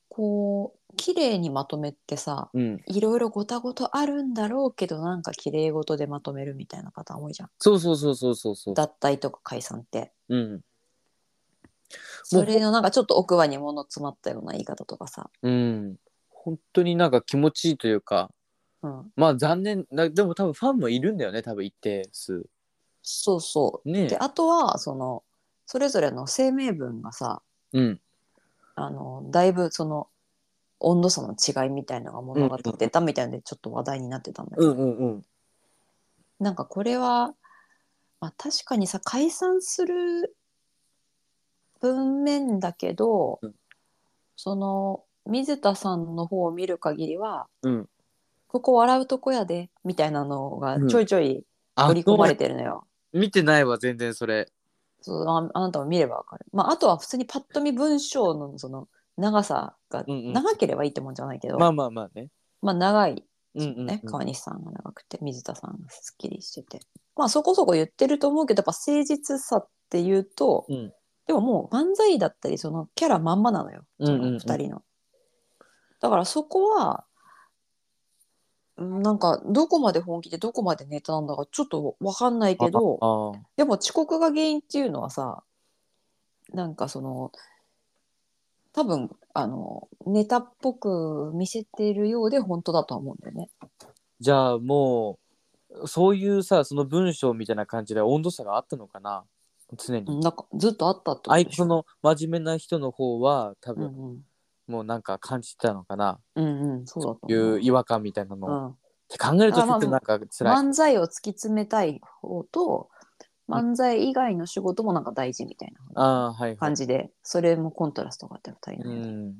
[SPEAKER 2] こう綺麗にまとめてさ
[SPEAKER 1] うん、
[SPEAKER 2] いろいろごたごたあるんだろうけどなんか綺麗事でまとめるみたいな方多いじゃん
[SPEAKER 1] そうそうそうそうそうそう。
[SPEAKER 2] 脱退とか解散って
[SPEAKER 1] うん、
[SPEAKER 2] それのなんかちょっと奥歯に物詰まったような言い方とかさ、
[SPEAKER 1] うん、本当になんか気持ちいいというか、
[SPEAKER 2] うん、
[SPEAKER 1] まあ残念だ、でも多分ファンもいるんだよね、多分一定数。
[SPEAKER 2] そうそう
[SPEAKER 1] ね
[SPEAKER 2] であとはそのそれぞれの声明文がさ
[SPEAKER 1] うん、
[SPEAKER 2] あのだいぶその温度差の違いみたいのが物語ってたみたいのでちょっと話題になってたんだけ
[SPEAKER 1] う
[SPEAKER 2] ど、
[SPEAKER 1] ん、うん、うん、
[SPEAKER 2] なんかこれは、まあ、確かにさ解散する文面だけど、
[SPEAKER 1] うん
[SPEAKER 2] その水田さんの方を見る限りは
[SPEAKER 1] うん。
[SPEAKER 2] ここ笑うとこやでみたいなのがちょいちょい
[SPEAKER 1] あ
[SPEAKER 2] 織り込まれ
[SPEAKER 1] ど
[SPEAKER 2] てるのよ。
[SPEAKER 1] う見てないわ、全然それ。
[SPEAKER 2] そうああなたも見ればわかる。まあ、あとは普通にパッと見文章のその長さが
[SPEAKER 1] うんうん
[SPEAKER 2] 長ければいいってもんじゃないけど、
[SPEAKER 1] まあまあまあね。
[SPEAKER 2] まあ長い、
[SPEAKER 1] うんうんうん
[SPEAKER 2] ね川西さんが長くて水田さんがすっきりしててまあそこそこ言ってると思うけどやっぱ誠実さっていうと、
[SPEAKER 1] うん
[SPEAKER 2] でももう漫才だったりそのキャラまんまなのよ
[SPEAKER 1] うん
[SPEAKER 2] そ
[SPEAKER 1] うん
[SPEAKER 2] の
[SPEAKER 1] うん
[SPEAKER 2] 2人の。だからそこはうんなんかどこまで本気でどこまでネタなんだかちょっとわかんないけど。
[SPEAKER 1] ああ
[SPEAKER 2] でも遅刻が原因っていうのはさなんかその多分あのネタっぽく見せてるようで本当だとは思うんだよね。
[SPEAKER 1] じゃあもうそういうさその文章みたいな感じで温度差があったのかな常に、
[SPEAKER 2] なんかずっとあったってこ
[SPEAKER 1] あ
[SPEAKER 2] と
[SPEAKER 1] い
[SPEAKER 2] でし
[SPEAKER 1] そ
[SPEAKER 2] ょ。
[SPEAKER 1] の真面目な人の方は多
[SPEAKER 2] う
[SPEAKER 1] 分、
[SPEAKER 2] ん
[SPEAKER 1] もうなんか感じてたのかな、
[SPEAKER 2] うんうんうんそうだと思
[SPEAKER 1] いう
[SPEAKER 2] う。
[SPEAKER 1] 違和感みたいなの、
[SPEAKER 2] う
[SPEAKER 1] っ
[SPEAKER 2] ん、
[SPEAKER 1] て考えるとちょっとなんか辛い、
[SPEAKER 2] 漫才を突き詰めたい方と
[SPEAKER 1] うん
[SPEAKER 2] 漫才以外の仕事もなんか大事みたい
[SPEAKER 1] あ
[SPEAKER 2] な
[SPEAKER 1] あはいはい
[SPEAKER 2] 感じでそれもコントラストがあって2人
[SPEAKER 1] う
[SPEAKER 2] の間で
[SPEAKER 1] ん
[SPEAKER 2] だか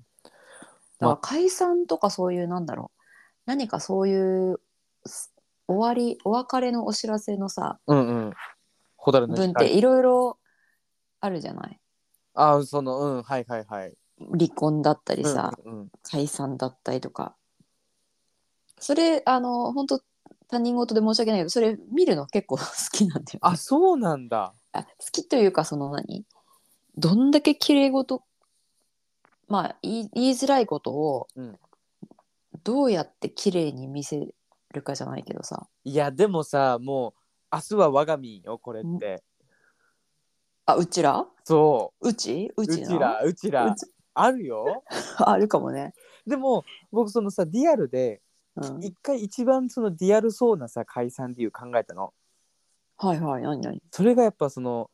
[SPEAKER 2] ら解散とかそういうなんだろう何かそういうす終わりお別れのお知らせのさ
[SPEAKER 1] うんうん蛍の
[SPEAKER 2] 文っ
[SPEAKER 1] 光
[SPEAKER 2] ていろいろあるじゃない
[SPEAKER 1] ああそのうんはいはいはい
[SPEAKER 2] 離婚だったりさ、
[SPEAKER 1] うんうん
[SPEAKER 2] 解散だったりとかそれあの本当他人事で申し訳ないけどそれ見るの結構好きなんだよ
[SPEAKER 1] あそうなんだ
[SPEAKER 2] あ好きというかその何どんだけ綺麗事まあ言い言いづらいことを
[SPEAKER 1] うん
[SPEAKER 2] どうやって綺麗に見せるかじゃないけどさ、
[SPEAKER 1] いやでもさもう明日は我が身よこれって、
[SPEAKER 2] あ、うちら
[SPEAKER 1] そう
[SPEAKER 2] ちう
[SPEAKER 1] うう
[SPEAKER 2] ち
[SPEAKER 1] ち
[SPEAKER 2] な
[SPEAKER 1] らうちら
[SPEAKER 2] うち
[SPEAKER 1] あるよ
[SPEAKER 2] あるかもね。
[SPEAKER 1] でも僕そのさリアルで
[SPEAKER 2] うん、
[SPEAKER 1] 一回一番そのリアルそうなさ解散理由考えたの
[SPEAKER 2] はいはい、何何
[SPEAKER 1] それがやっぱその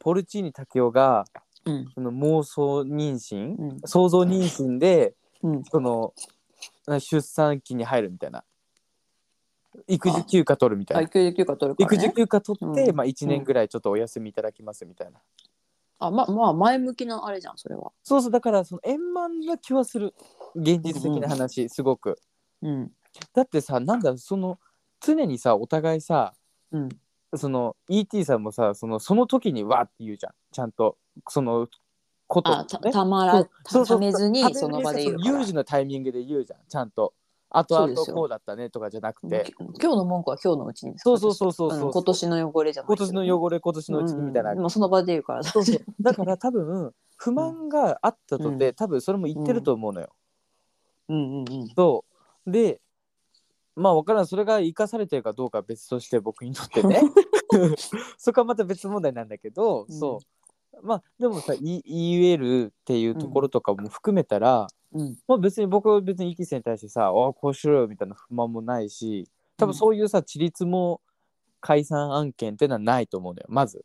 [SPEAKER 1] ポルチーニ竹雄が
[SPEAKER 2] うん。
[SPEAKER 1] その妄想妊娠
[SPEAKER 2] うん。
[SPEAKER 1] 想像妊娠で
[SPEAKER 2] うん。
[SPEAKER 1] その出産期に入るみたいな育児休暇取るみたい
[SPEAKER 2] あ、
[SPEAKER 1] な、
[SPEAKER 2] 育児休暇取るから、
[SPEAKER 1] 育
[SPEAKER 2] ね。
[SPEAKER 1] 児休暇取って、
[SPEAKER 2] うん
[SPEAKER 1] まあ、1年ぐらいちょっとお休みいただきますみたいな、
[SPEAKER 2] あ、ま、まあ、前向きなあれじゃん、それは。
[SPEAKER 1] そうそうだからその円満な気はする現実的な話、すごく
[SPEAKER 2] うん。
[SPEAKER 1] だってさなんだその常にさお互いさ
[SPEAKER 2] うん。
[SPEAKER 1] その ET さんもさそのその時にわーって言うじゃんちゃんとそのこと
[SPEAKER 2] あ、た
[SPEAKER 1] ね
[SPEAKER 2] たまら、
[SPEAKER 1] そ
[SPEAKER 2] た
[SPEAKER 1] うそ
[SPEAKER 2] た
[SPEAKER 1] う
[SPEAKER 2] めず
[SPEAKER 1] た
[SPEAKER 2] に、その場で言うから。
[SPEAKER 1] 有事のタイミングで言うじゃんちゃんとあと
[SPEAKER 2] そ
[SPEAKER 1] あ
[SPEAKER 2] うで
[SPEAKER 1] と
[SPEAKER 2] すよ
[SPEAKER 1] こうだったねとかじゃなく
[SPEAKER 2] うん
[SPEAKER 1] て
[SPEAKER 2] 今日の文句は今日のうちに。
[SPEAKER 1] そうそうそうそうそう、
[SPEAKER 2] ん今年の汚れじゃな
[SPEAKER 1] 今
[SPEAKER 2] い
[SPEAKER 1] 年の汚れ今年のうちにみたいな、
[SPEAKER 2] うん、もうその場で言うから。
[SPEAKER 1] そうそうだから多分不満があったとて、
[SPEAKER 2] う
[SPEAKER 1] 多分それも言ってると思うのよ、
[SPEAKER 2] うんうんうん。
[SPEAKER 1] そうでまあ分からんそれが生かされてるかどうかは別として僕にとって ねそこはまた別問題なんだけど、
[SPEAKER 2] うん
[SPEAKER 1] そうまあでもさい言えるっていうところとかも含めたら、
[SPEAKER 2] うん。
[SPEAKER 1] まあ、別に僕は別にイキセに対してさ「ああこうしろよ」みたいな不満もないし多分そういうさ地立も解散案件ってのはないと思うのよまず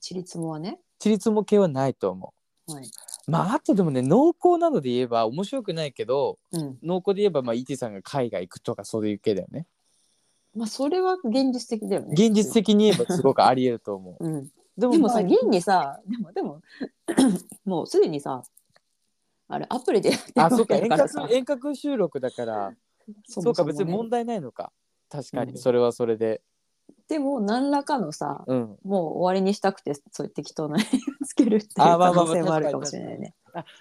[SPEAKER 2] ちりつもはね。
[SPEAKER 1] 地立も系はないと思
[SPEAKER 2] はい。
[SPEAKER 1] う。まああとでもね濃厚などで言えば面白くないけど
[SPEAKER 2] うん。
[SPEAKER 1] 濃厚で言えばまあ ET さんが海外行くとかそういう系だよね。
[SPEAKER 2] まあ、それは現実的だよね。
[SPEAKER 1] 現実。的に言えばすごくありえると思 う。
[SPEAKER 2] うん。
[SPEAKER 1] で
[SPEAKER 2] でもさ、
[SPEAKER 1] ま
[SPEAKER 2] 現にさ、でも、でも、 もうすでにさ、あれ、アプリでやってる
[SPEAKER 1] あ、
[SPEAKER 2] わ
[SPEAKER 1] あそうか
[SPEAKER 2] けだ
[SPEAKER 1] 遠
[SPEAKER 2] か
[SPEAKER 1] 隔
[SPEAKER 2] らさ、
[SPEAKER 1] 遠隔収録だからそ
[SPEAKER 2] そ
[SPEAKER 1] う
[SPEAKER 2] も
[SPEAKER 1] か
[SPEAKER 2] そもね
[SPEAKER 1] 別に問題ないのか確か
[SPEAKER 2] う
[SPEAKER 1] に
[SPEAKER 2] ん
[SPEAKER 1] それはそれで
[SPEAKER 2] でも、何らかのさ、
[SPEAKER 1] うん
[SPEAKER 2] もう終わりにしたくて、そういう適当な理由つけるっていう
[SPEAKER 1] あまあま
[SPEAKER 2] 可
[SPEAKER 1] あ
[SPEAKER 2] 能性もあるかもしれないね。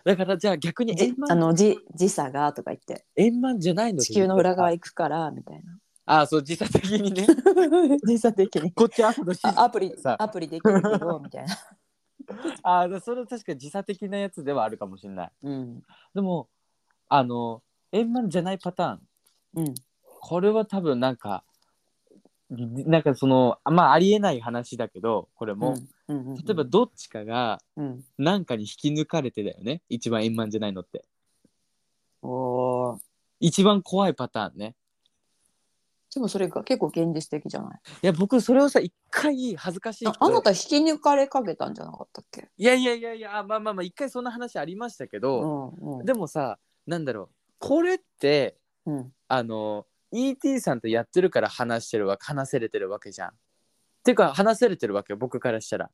[SPEAKER 1] だからじゃあ逆に
[SPEAKER 2] じ
[SPEAKER 1] 円
[SPEAKER 2] あ
[SPEAKER 1] 満
[SPEAKER 2] のじ時差がとか言って
[SPEAKER 1] 円満じゃないの
[SPEAKER 2] 地球の裏側
[SPEAKER 1] 行
[SPEAKER 2] 行くからみたいな
[SPEAKER 1] ああそう時差的に ね
[SPEAKER 2] 時差的に
[SPEAKER 1] こっち朝の7時
[SPEAKER 2] あアプリ
[SPEAKER 1] さ
[SPEAKER 2] アプリできるけどみた いな、
[SPEAKER 1] ああそれは確かに時差的なやつではあるかもしれない
[SPEAKER 2] うん
[SPEAKER 1] でもあの円満じゃないパターン
[SPEAKER 2] うん、
[SPEAKER 1] これは多分なんかなんかそのまあありえない話だけどこれも、
[SPEAKER 2] うんうんうん、
[SPEAKER 1] 例えばどっちかが
[SPEAKER 2] うん、
[SPEAKER 1] なんかに引き抜かれてだよね一番円満じゃないのって
[SPEAKER 2] おー
[SPEAKER 1] 一番怖いパターンね
[SPEAKER 2] でもそれが結構現実的じゃない
[SPEAKER 1] いや僕それをさ一回恥ずかしいけ
[SPEAKER 2] あ
[SPEAKER 1] ど
[SPEAKER 2] あなた引き抜かれかけたんじゃなかったっけ
[SPEAKER 1] いやいやいやいやあまあまあまあ一回そんな話ありましたけ
[SPEAKER 2] う
[SPEAKER 1] ど、
[SPEAKER 2] んうん
[SPEAKER 1] でもさなんだろうこれって
[SPEAKER 2] うん
[SPEAKER 1] あの ET さんとやってるから話してるわ話せれてるわけじゃん。っていうか話せれてるわけよ僕からしたら。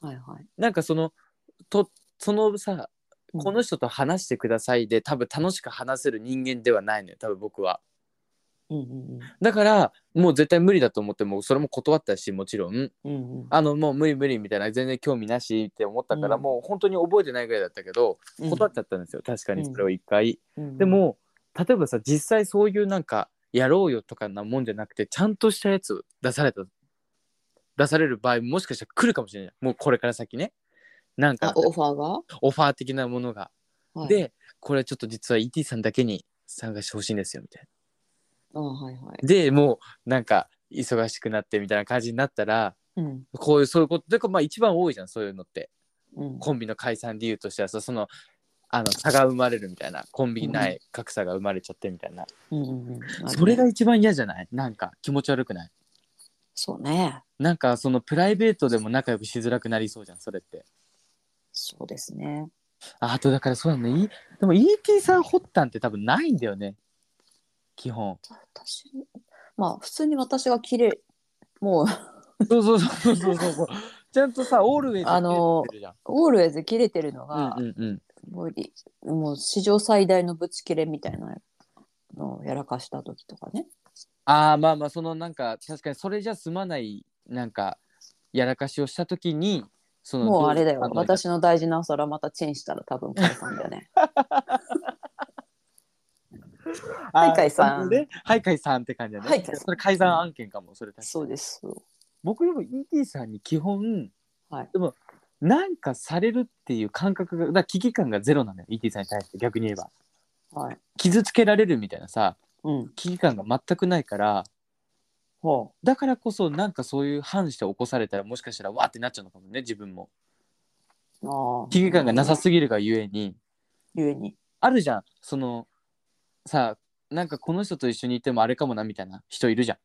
[SPEAKER 2] はいはい
[SPEAKER 1] なんかそのとそのさ
[SPEAKER 2] うん
[SPEAKER 1] この人と話してくださいで多分楽しく話せる人間ではないのよ多分僕は。
[SPEAKER 2] うんうん
[SPEAKER 1] だからもう絶対無理だと思ってもうそれも断ったしもちろん
[SPEAKER 2] うんうん
[SPEAKER 1] あのもう無理無理みたいな全然興味なしって思ったから、
[SPEAKER 2] うん
[SPEAKER 1] もう本当に覚えてないぐらいだったけど
[SPEAKER 2] うん
[SPEAKER 1] 断っちゃったんですよ、確かに
[SPEAKER 2] うん
[SPEAKER 1] それを一回。
[SPEAKER 2] うん
[SPEAKER 1] でも例えばさ実際そういうなんかやろうよとかなもんじゃなくてちゃんとしたやつを出された出される場合もしかしたら来るかもしれないもうこれから先ねなんか
[SPEAKER 2] あオファーが、
[SPEAKER 1] オファー的なものが、
[SPEAKER 2] はい、
[SPEAKER 1] でこれちょっと実は ET さんだけに参加してほしいんですよみたい
[SPEAKER 2] あはいはい
[SPEAKER 1] なでもうなんか忙しくなってみたいな感じになったら
[SPEAKER 2] うん
[SPEAKER 1] こういうそういうことでまあ一番多いじゃんそういうのって
[SPEAKER 2] うん
[SPEAKER 1] コンビの解散理由としてはさそのあの差が生まれるみたいなコンビ内格差が生まれちゃってみたいな、
[SPEAKER 2] うんうんうん
[SPEAKER 1] それが一番嫌じゃないなんか気持ち悪くない
[SPEAKER 2] そうね
[SPEAKER 1] なんかそのプライベートでも仲良くしづらくなりそうじゃんそれって
[SPEAKER 2] そうですね
[SPEAKER 1] ああとだからそうだねいでも ET さん発端って多分ないんだよね基本
[SPEAKER 2] 私まあ普通に私が綺麗もう
[SPEAKER 1] そうそうそうそうそうそうちゃんとさオールウェイズ
[SPEAKER 2] あのー
[SPEAKER 1] 切れてるじゃん
[SPEAKER 2] オールウェイズ切れてるのが、
[SPEAKER 1] うんうんうん
[SPEAKER 2] もうりもう史上最大のブチ切れみたいなのをやらかした時とかね
[SPEAKER 1] ああまあまあそのなんか確かにそれじゃ済まないなんかやらかしをした時にその
[SPEAKER 2] もうあれだよ
[SPEAKER 1] の
[SPEAKER 2] 私の大事なお皿またチンしたら多分 解散だよねはい解散
[SPEAKER 1] あーねはい解散って感じだね。
[SPEAKER 2] はい解散
[SPEAKER 1] それ改ざん案件かも、それ確かに
[SPEAKER 2] そうです
[SPEAKER 1] 僕でも ET さんに基本、
[SPEAKER 2] はい
[SPEAKER 1] でもなんかされるっていう感覚がだから危機感がゼロなんだよ ET さんに対して逆に言えば
[SPEAKER 2] はい
[SPEAKER 1] 傷つけられるみたいなさ
[SPEAKER 2] うん
[SPEAKER 1] 危機感が全くないから
[SPEAKER 2] ほ
[SPEAKER 1] だからこそなんかそういう反して起こされたらもしかしたらわーってなっちゃうのかもね自分も
[SPEAKER 2] うあー
[SPEAKER 1] 危機感がなさすぎるがゆえに
[SPEAKER 2] ゆえに
[SPEAKER 1] あるじゃんそのさなんかこの人と一緒にいてもあれかもなみたいな人いるじゃ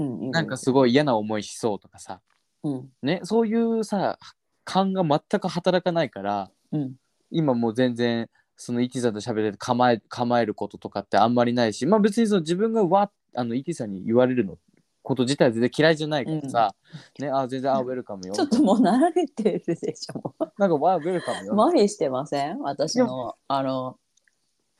[SPEAKER 1] ん
[SPEAKER 2] うん
[SPEAKER 1] なんかすごい嫌な思いしそうとかさ
[SPEAKER 2] うん
[SPEAKER 1] ねそういうさ感が全く働かないから
[SPEAKER 2] うん
[SPEAKER 1] 今もう全然その ET さんと喋れて構え構えることとかってあんまりないしまあ別にその自分がわあの ET さんに言われるのこと自体は全然嫌いじゃないからさ、ねあ全然あウェルカムよ
[SPEAKER 2] ちょっともう慣れてるでしょ
[SPEAKER 1] なんかわウェルカムよ、
[SPEAKER 2] 麻痺してません私のあの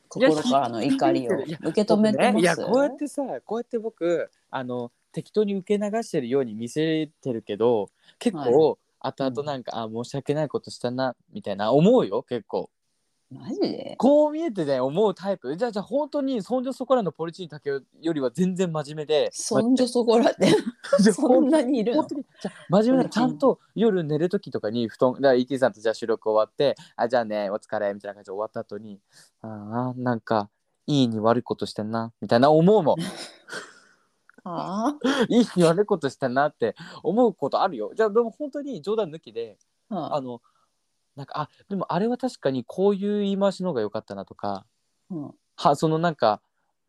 [SPEAKER 2] 心からの怒りを
[SPEAKER 1] いや
[SPEAKER 2] 受け止めてます
[SPEAKER 1] いやこうやってさこうやって僕あの適当に受け流してるように見せてるけど結構、後々なんか、あ申し訳ないことしたなみたいな思うよ結構
[SPEAKER 2] マジで
[SPEAKER 1] こう見えてね思うタイプじゃあじゃあ本当にそんじょそこらのポリチン竹雄よりは全然真面目で
[SPEAKER 2] そんじょそこらで
[SPEAKER 1] じゃあ
[SPEAKER 2] そんなにいる
[SPEAKER 1] 本
[SPEAKER 2] の
[SPEAKER 1] 当にじゃあ真面目
[SPEAKER 2] う
[SPEAKER 1] なんちゃんと夜寝る時とかに布団だから ET さんとじゃあ収録終わって「あじゃあねお疲れ」みたいな感じで終わった後に「あーなんかいいに悪いことしてんな」みたいな思う もん
[SPEAKER 2] あ
[SPEAKER 1] いいに悪いことしてんなって思うことあるよじゃあでも本当に冗談抜きで
[SPEAKER 2] あ、
[SPEAKER 1] あのなんかあでもあれは確かにこういう言い回しの方が良かったなとか
[SPEAKER 2] うん、あ
[SPEAKER 1] はそのなんか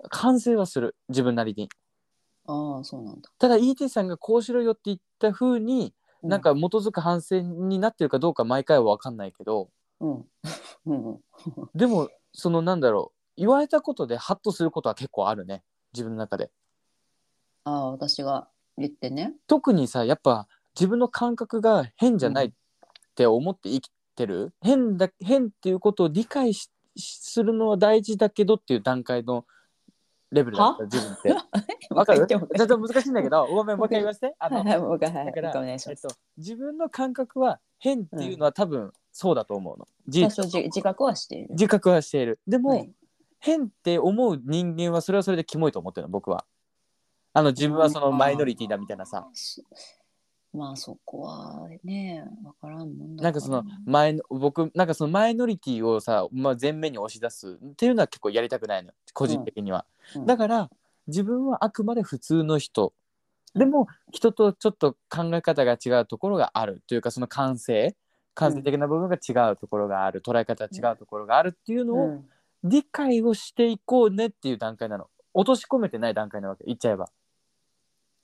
[SPEAKER 1] 反省はする自分なりに
[SPEAKER 2] あそうなんだ
[SPEAKER 1] ただ ET さんがこうしろよって言った風に
[SPEAKER 2] う
[SPEAKER 1] なんか基づく反省になってるかどうか毎回は分かんないけど
[SPEAKER 2] うんうんうん
[SPEAKER 1] でもそのなんだろう言われたことでハッとすることは結構あるね自分の中で
[SPEAKER 2] ああ私が言ってね
[SPEAKER 1] 特にさやっぱ自分の感覚が変じゃないって思って生きてる、変だ変っていうことを理解ししするのは大事だけどっていう段階のレベルだった自分ってわか る
[SPEAKER 2] 言っても
[SPEAKER 1] ちょっと難しいんだけどごめんもう一回言わせてあ
[SPEAKER 2] は
[SPEAKER 1] の
[SPEAKER 2] いはいもう一回はい
[SPEAKER 1] だから
[SPEAKER 2] もう一回お願いし
[SPEAKER 1] え
[SPEAKER 2] ま
[SPEAKER 1] っ
[SPEAKER 2] す
[SPEAKER 1] と、自分の感覚は変っていうのは多分そうだと思うの、
[SPEAKER 2] 多
[SPEAKER 1] じ
[SPEAKER 2] 少自自覚はしている
[SPEAKER 1] 自覚はしているでも、
[SPEAKER 2] はい
[SPEAKER 1] 変って思う人間はそれはそれでキモいと思ってるの僕はあの自分はそのマイノリティだみたいなさ
[SPEAKER 2] そまあそこはねわからんもんだ
[SPEAKER 1] なんかその前の僕なんかそのマイノリティをさ、まあ、前面に押し出すっていうのは結構やりたくないの個人的には、だ
[SPEAKER 2] ら
[SPEAKER 1] から自分はあくまで普通の人でも人とちょっと考え方が違うところがあるというかその感性感性的な部分が違うところがある、捉え方違うところがあるっていうの
[SPEAKER 2] う
[SPEAKER 1] を
[SPEAKER 2] ん
[SPEAKER 1] 理解をしていこうねっていう段階なの落とし込めてない段階なわけ言っちゃえば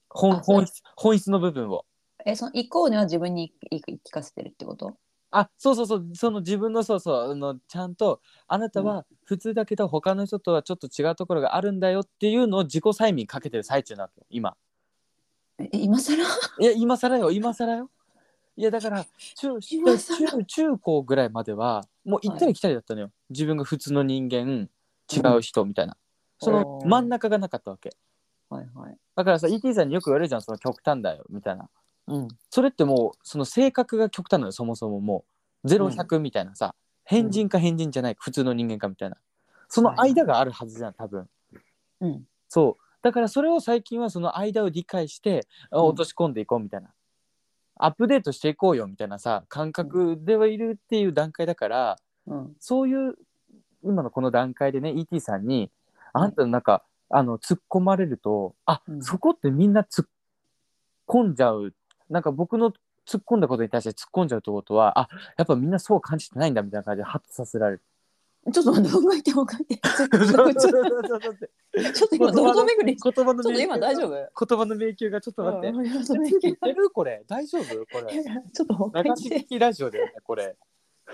[SPEAKER 1] 本
[SPEAKER 2] あそう
[SPEAKER 1] 本質本質の部分を
[SPEAKER 2] えその行こうねは自分に言い聞かせてるってこと
[SPEAKER 1] あそうそうそうその自分のそうそうあのちゃんとあなたは普通だけど他の人とはちょっと違うところがあるんだよっていうのを自己催眠かけてる最中なわけよ今
[SPEAKER 2] え今更
[SPEAKER 1] いや今更よ今更よいやだから中
[SPEAKER 2] 今
[SPEAKER 1] 中
[SPEAKER 2] 更
[SPEAKER 1] 中高ぐらいまではもう行ったり来たりだったのよ、自分が普通の人間違う人みたいな、その
[SPEAKER 2] おー
[SPEAKER 1] 真ん中がなかったわけ
[SPEAKER 2] はいはい
[SPEAKER 1] だからさ ET さんによく言われるじゃんその極端だよみたいな
[SPEAKER 2] うん
[SPEAKER 1] それってもうその性格が極端なのよそもそももう0100みたいなさ、変人か変人じゃない普通の人間かみたいなその間があるはずじゃん多分
[SPEAKER 2] うん
[SPEAKER 1] そうだからそれを最近はその間を理解して、あ
[SPEAKER 2] うん
[SPEAKER 1] 落とし込んでいこうみたいなアップデートしていこうよみたいなさ感覚ではいるっていう段階だから
[SPEAKER 2] うん
[SPEAKER 1] そういう今のこの段階でね ET さんにあんたのなんか、あの突っ込まれるとあ、
[SPEAKER 2] うん
[SPEAKER 1] そこってみんな突っ込んじゃうなんか僕の突っ込んだことに対して突っ込んじゃうってことはあやっぱみんなそう感じてないんだみたいな感じでハッとさせら れる。
[SPEAKER 2] ちょっと待って考えて考 えてちょっとちょっとちょっとちょっと今堂々巡りちょ
[SPEAKER 1] 言葉の
[SPEAKER 2] っと今大丈夫
[SPEAKER 1] 夫言葉の迷宮がちょっと待って。
[SPEAKER 2] うんちょっと
[SPEAKER 1] つ
[SPEAKER 2] 待
[SPEAKER 1] いて
[SPEAKER 2] っ
[SPEAKER 1] いけるこれ大丈夫こ
[SPEAKER 2] て
[SPEAKER 1] れ
[SPEAKER 2] ちょっと他
[SPEAKER 1] 流
[SPEAKER 2] に
[SPEAKER 1] し
[SPEAKER 2] して
[SPEAKER 1] 聞きラジオだよねこれ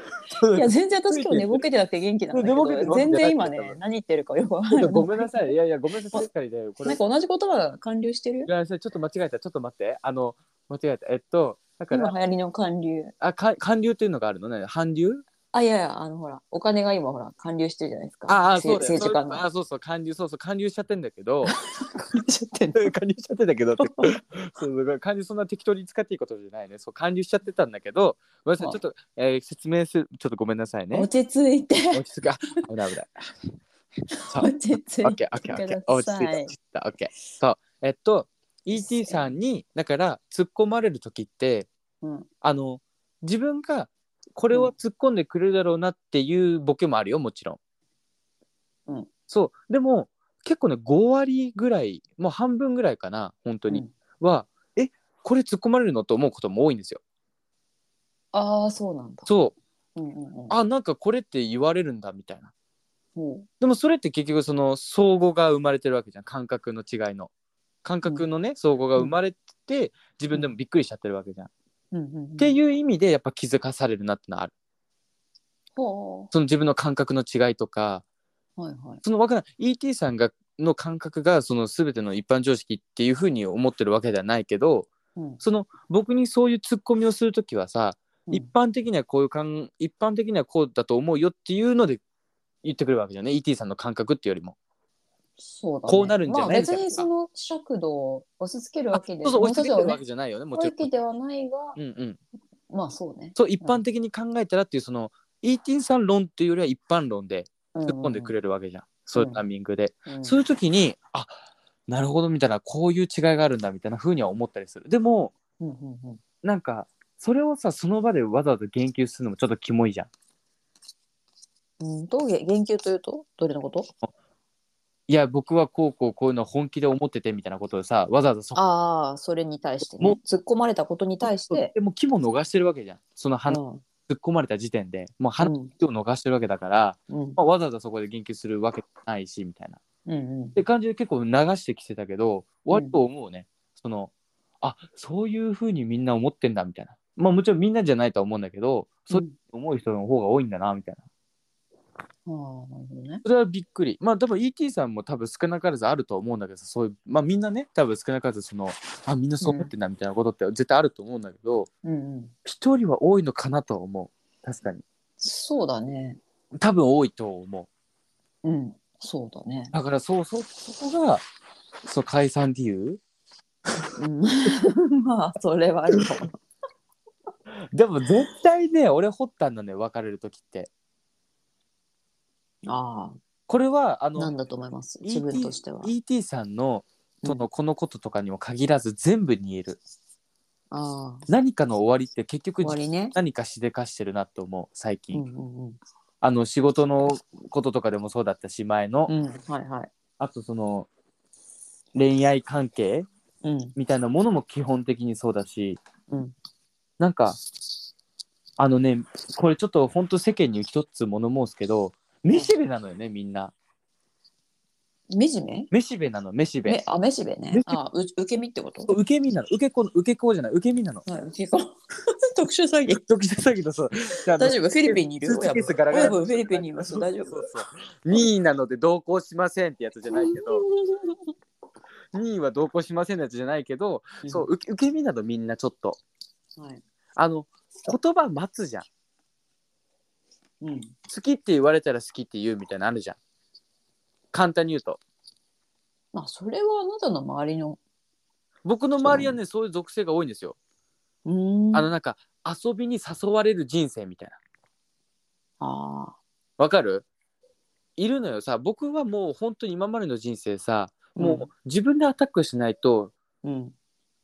[SPEAKER 2] いや全然私今日寝ぼけてなくて元気なんだけ
[SPEAKER 1] 寝ぼけてる
[SPEAKER 2] ど
[SPEAKER 1] わけじゃ
[SPEAKER 2] 全
[SPEAKER 1] ない
[SPEAKER 2] 然今ね何言ってるかよくわか
[SPEAKER 1] ちょ
[SPEAKER 2] ん
[SPEAKER 1] っ
[SPEAKER 2] な
[SPEAKER 1] と
[SPEAKER 2] い
[SPEAKER 1] ごめんなさいいやいやごめんなさい確かにだよこれ
[SPEAKER 2] なんか同じ言葉が完流してる
[SPEAKER 1] いやそれちょっと間違えたちょっと待ってあの間違えたえっとだか
[SPEAKER 2] 今
[SPEAKER 1] ら
[SPEAKER 2] 流行りの韓流
[SPEAKER 1] あか韓流っていうのがあるのね韓流
[SPEAKER 2] あいやいやあのほらお金が今ほら韓流してるじゃないですか
[SPEAKER 1] ああ
[SPEAKER 2] せ
[SPEAKER 1] そうだよ
[SPEAKER 2] 政治家の
[SPEAKER 1] そうあそうそう韓流そうそう韓流しちゃってんだけど
[SPEAKER 2] 韓流しちゃってんの
[SPEAKER 1] 韓流しちゃってんだけどってそうそう韓流そんな適当に使っていいことじゃないねそう韓流しちゃってたんだけどごめんなさいちょっと、えー説明するちょっとごめんなさいね
[SPEAKER 2] 落ち着いて
[SPEAKER 1] 落ち着くあ危ない危 ないそう
[SPEAKER 2] 落ち 着い
[SPEAKER 1] オッ
[SPEAKER 2] て
[SPEAKER 1] ケーオッケーオッケー
[SPEAKER 2] くだ
[SPEAKER 1] 落ち着
[SPEAKER 2] さ
[SPEAKER 1] いた落ち
[SPEAKER 2] い
[SPEAKER 1] 着いたオッケーそうえっと ET さんにだから突っ込まれる時って
[SPEAKER 2] うん
[SPEAKER 1] あの自分がこれを突っ込んでくれるだろうなっていうボケもあるよもちろん、
[SPEAKER 2] うん
[SPEAKER 1] そうでも結構ね5割ぐらいもう半分ぐらいかな本当に、
[SPEAKER 2] うん
[SPEAKER 1] はえこれ突っ込まれるのと思うことも多いんですよ
[SPEAKER 2] ああそうなんだ
[SPEAKER 1] そう
[SPEAKER 2] うんうんうん
[SPEAKER 1] あなんかこれって言われるんだみたいな
[SPEAKER 2] ほ
[SPEAKER 1] でもそれって結局その相互が生まれてるわけじゃん感覚の違いの感覚のね、相互が生まれてて自分でもびっくりしちゃってるわけじゃん、
[SPEAKER 2] ううんうんうん
[SPEAKER 1] っていう意味でやっぱ気づかされるなってのはある
[SPEAKER 2] ほ
[SPEAKER 1] その自分の感覚の違いとか
[SPEAKER 2] うはいはい
[SPEAKER 1] そのわからない ET さんがの感覚がその全ての一般常識っていうふうに思ってるわけではないけど
[SPEAKER 2] うん
[SPEAKER 1] その僕にそういうツッコミをする時はさ、
[SPEAKER 2] うん
[SPEAKER 1] 一般的にはこういう感一般的にはこうだと思うよっていうので言ってくるわけじゃんね ET さんの感覚っていうよりも。
[SPEAKER 2] そうだね
[SPEAKER 1] こうなるんじゃない
[SPEAKER 2] ま
[SPEAKER 1] み
[SPEAKER 2] あ別
[SPEAKER 1] たいな
[SPEAKER 2] にその尺度を押し付けるわけで
[SPEAKER 1] そうそう、
[SPEAKER 2] も
[SPEAKER 1] 押
[SPEAKER 2] う
[SPEAKER 1] し付けてるわ
[SPEAKER 2] ちょっと
[SPEAKER 1] けじゃないよね、
[SPEAKER 2] ね
[SPEAKER 1] も
[SPEAKER 2] わ
[SPEAKER 1] ちろ
[SPEAKER 2] け
[SPEAKER 1] ん。
[SPEAKER 2] ではないが
[SPEAKER 1] うんうん。
[SPEAKER 2] まあそうね
[SPEAKER 1] そう、一般的に考えたらっていう、その、ET さん論っていうよりは一般論で突っ込んでくれるわけじゃん。そういうタイミングで。
[SPEAKER 2] うんうんうん
[SPEAKER 1] そういう時に、あなるほどみたいな、こういう違いがあるんだみたいな風には思ったりする。でも、
[SPEAKER 2] うんうんうん
[SPEAKER 1] なんか、それをさ、その場でわざわざ言及するのもちょっとキモいじゃん。
[SPEAKER 2] うんと言及というとどれのこと
[SPEAKER 1] いや、僕はこうこうこういうの本気で思っててみたいなことをさ、わざわざそこ
[SPEAKER 2] ああそれに対して、
[SPEAKER 1] も
[SPEAKER 2] ね、突っ込まれたことに対して、
[SPEAKER 1] でも、キモ逃してるわけじゃん。その
[SPEAKER 2] う
[SPEAKER 1] 話、
[SPEAKER 2] ん
[SPEAKER 1] 突っ込まれた時点で、もう話
[SPEAKER 2] うん
[SPEAKER 1] を逃してるわけだから、
[SPEAKER 2] うん
[SPEAKER 1] まあ、わざわざそこで言及するわけないし、みたいな。
[SPEAKER 2] うんうん
[SPEAKER 1] って感じで結構流してきてたけど割と思うね、そのあそういうふうにみんな思ってんだみたいなまあもちろんみんなじゃないとは思うんだけどそういうふうに思う人の方が多いんだなみたいな
[SPEAKER 2] ああなるほどね
[SPEAKER 1] それはびっくりまあ多分 ET さんも多分少なからずあると思うんだけどさそういうまあみんなね多分少なからずそのあみんなそう思ってんだみたいなことって絶対あると思うんだけど
[SPEAKER 2] うんうん
[SPEAKER 1] 一、人は多いのかなとは思う確かに
[SPEAKER 2] そうだね
[SPEAKER 1] 多分多いと思
[SPEAKER 2] うんそうだね
[SPEAKER 1] うだからそうそうそこがそう解散理由
[SPEAKER 2] うん まあそれはあるかも
[SPEAKER 1] でも絶対ね俺掘ったんだね別れる時って
[SPEAKER 2] あ
[SPEAKER 1] これはあ
[SPEAKER 2] あな
[SPEAKER 1] の
[SPEAKER 2] んだと思います
[SPEAKER 1] ET
[SPEAKER 2] 自分としては
[SPEAKER 1] ET さんのとのこのこととかにも限らず全部に言える、
[SPEAKER 2] ああ
[SPEAKER 1] 何かの終わりって結局
[SPEAKER 2] 終わりね。
[SPEAKER 1] 何かしでかしてるなと思う最
[SPEAKER 2] うん
[SPEAKER 1] 近、
[SPEAKER 2] うんうん。
[SPEAKER 1] あの仕事のこととかでもそうだったし前の、
[SPEAKER 2] うんはいはい。
[SPEAKER 1] あとその恋愛関係
[SPEAKER 2] うん
[SPEAKER 1] みたいなものも基本的にそうだし
[SPEAKER 2] うん
[SPEAKER 1] なんかあのねこれちょっと本当世間に一つ物申すけどめしべなのよねみんな
[SPEAKER 2] 目じめ？
[SPEAKER 1] めしべなのめし
[SPEAKER 2] め
[SPEAKER 1] べ
[SPEAKER 2] あ目じべ
[SPEAKER 1] 目地。
[SPEAKER 2] ねあう受け身ってこと？
[SPEAKER 1] 受け身なの受け子の受け子じゃない受け身なの
[SPEAKER 2] はい 受け子。特殊詐欺。
[SPEAKER 1] ドキドキだけどそうであの
[SPEAKER 2] 大丈夫フィリピンにいる
[SPEAKER 1] スーツケースガラガラ
[SPEAKER 2] 親分フィリピンにいます大丈夫
[SPEAKER 1] そうそうそう任意なので同行しませんってやつじゃないけど任意は同行しませんのやつじゃないけど、そう受け受け身などみんなちょっと
[SPEAKER 2] うんはい
[SPEAKER 1] あの言葉待つじゃん
[SPEAKER 2] うん
[SPEAKER 1] 好きって言われたら好きって言うみたいなのあるじゃん簡単に言うと
[SPEAKER 2] まあそれはあなたの周りの
[SPEAKER 1] 僕の周りはねそういう属性が多いんですよ、
[SPEAKER 2] うーん
[SPEAKER 1] あのなんか遊びに誘われる人生みたいな
[SPEAKER 2] あ
[SPEAKER 1] わかるいるのよさ僕はもう本当に今までの人生さ
[SPEAKER 2] うん
[SPEAKER 1] もう自分でアタックしないと、
[SPEAKER 2] ーうん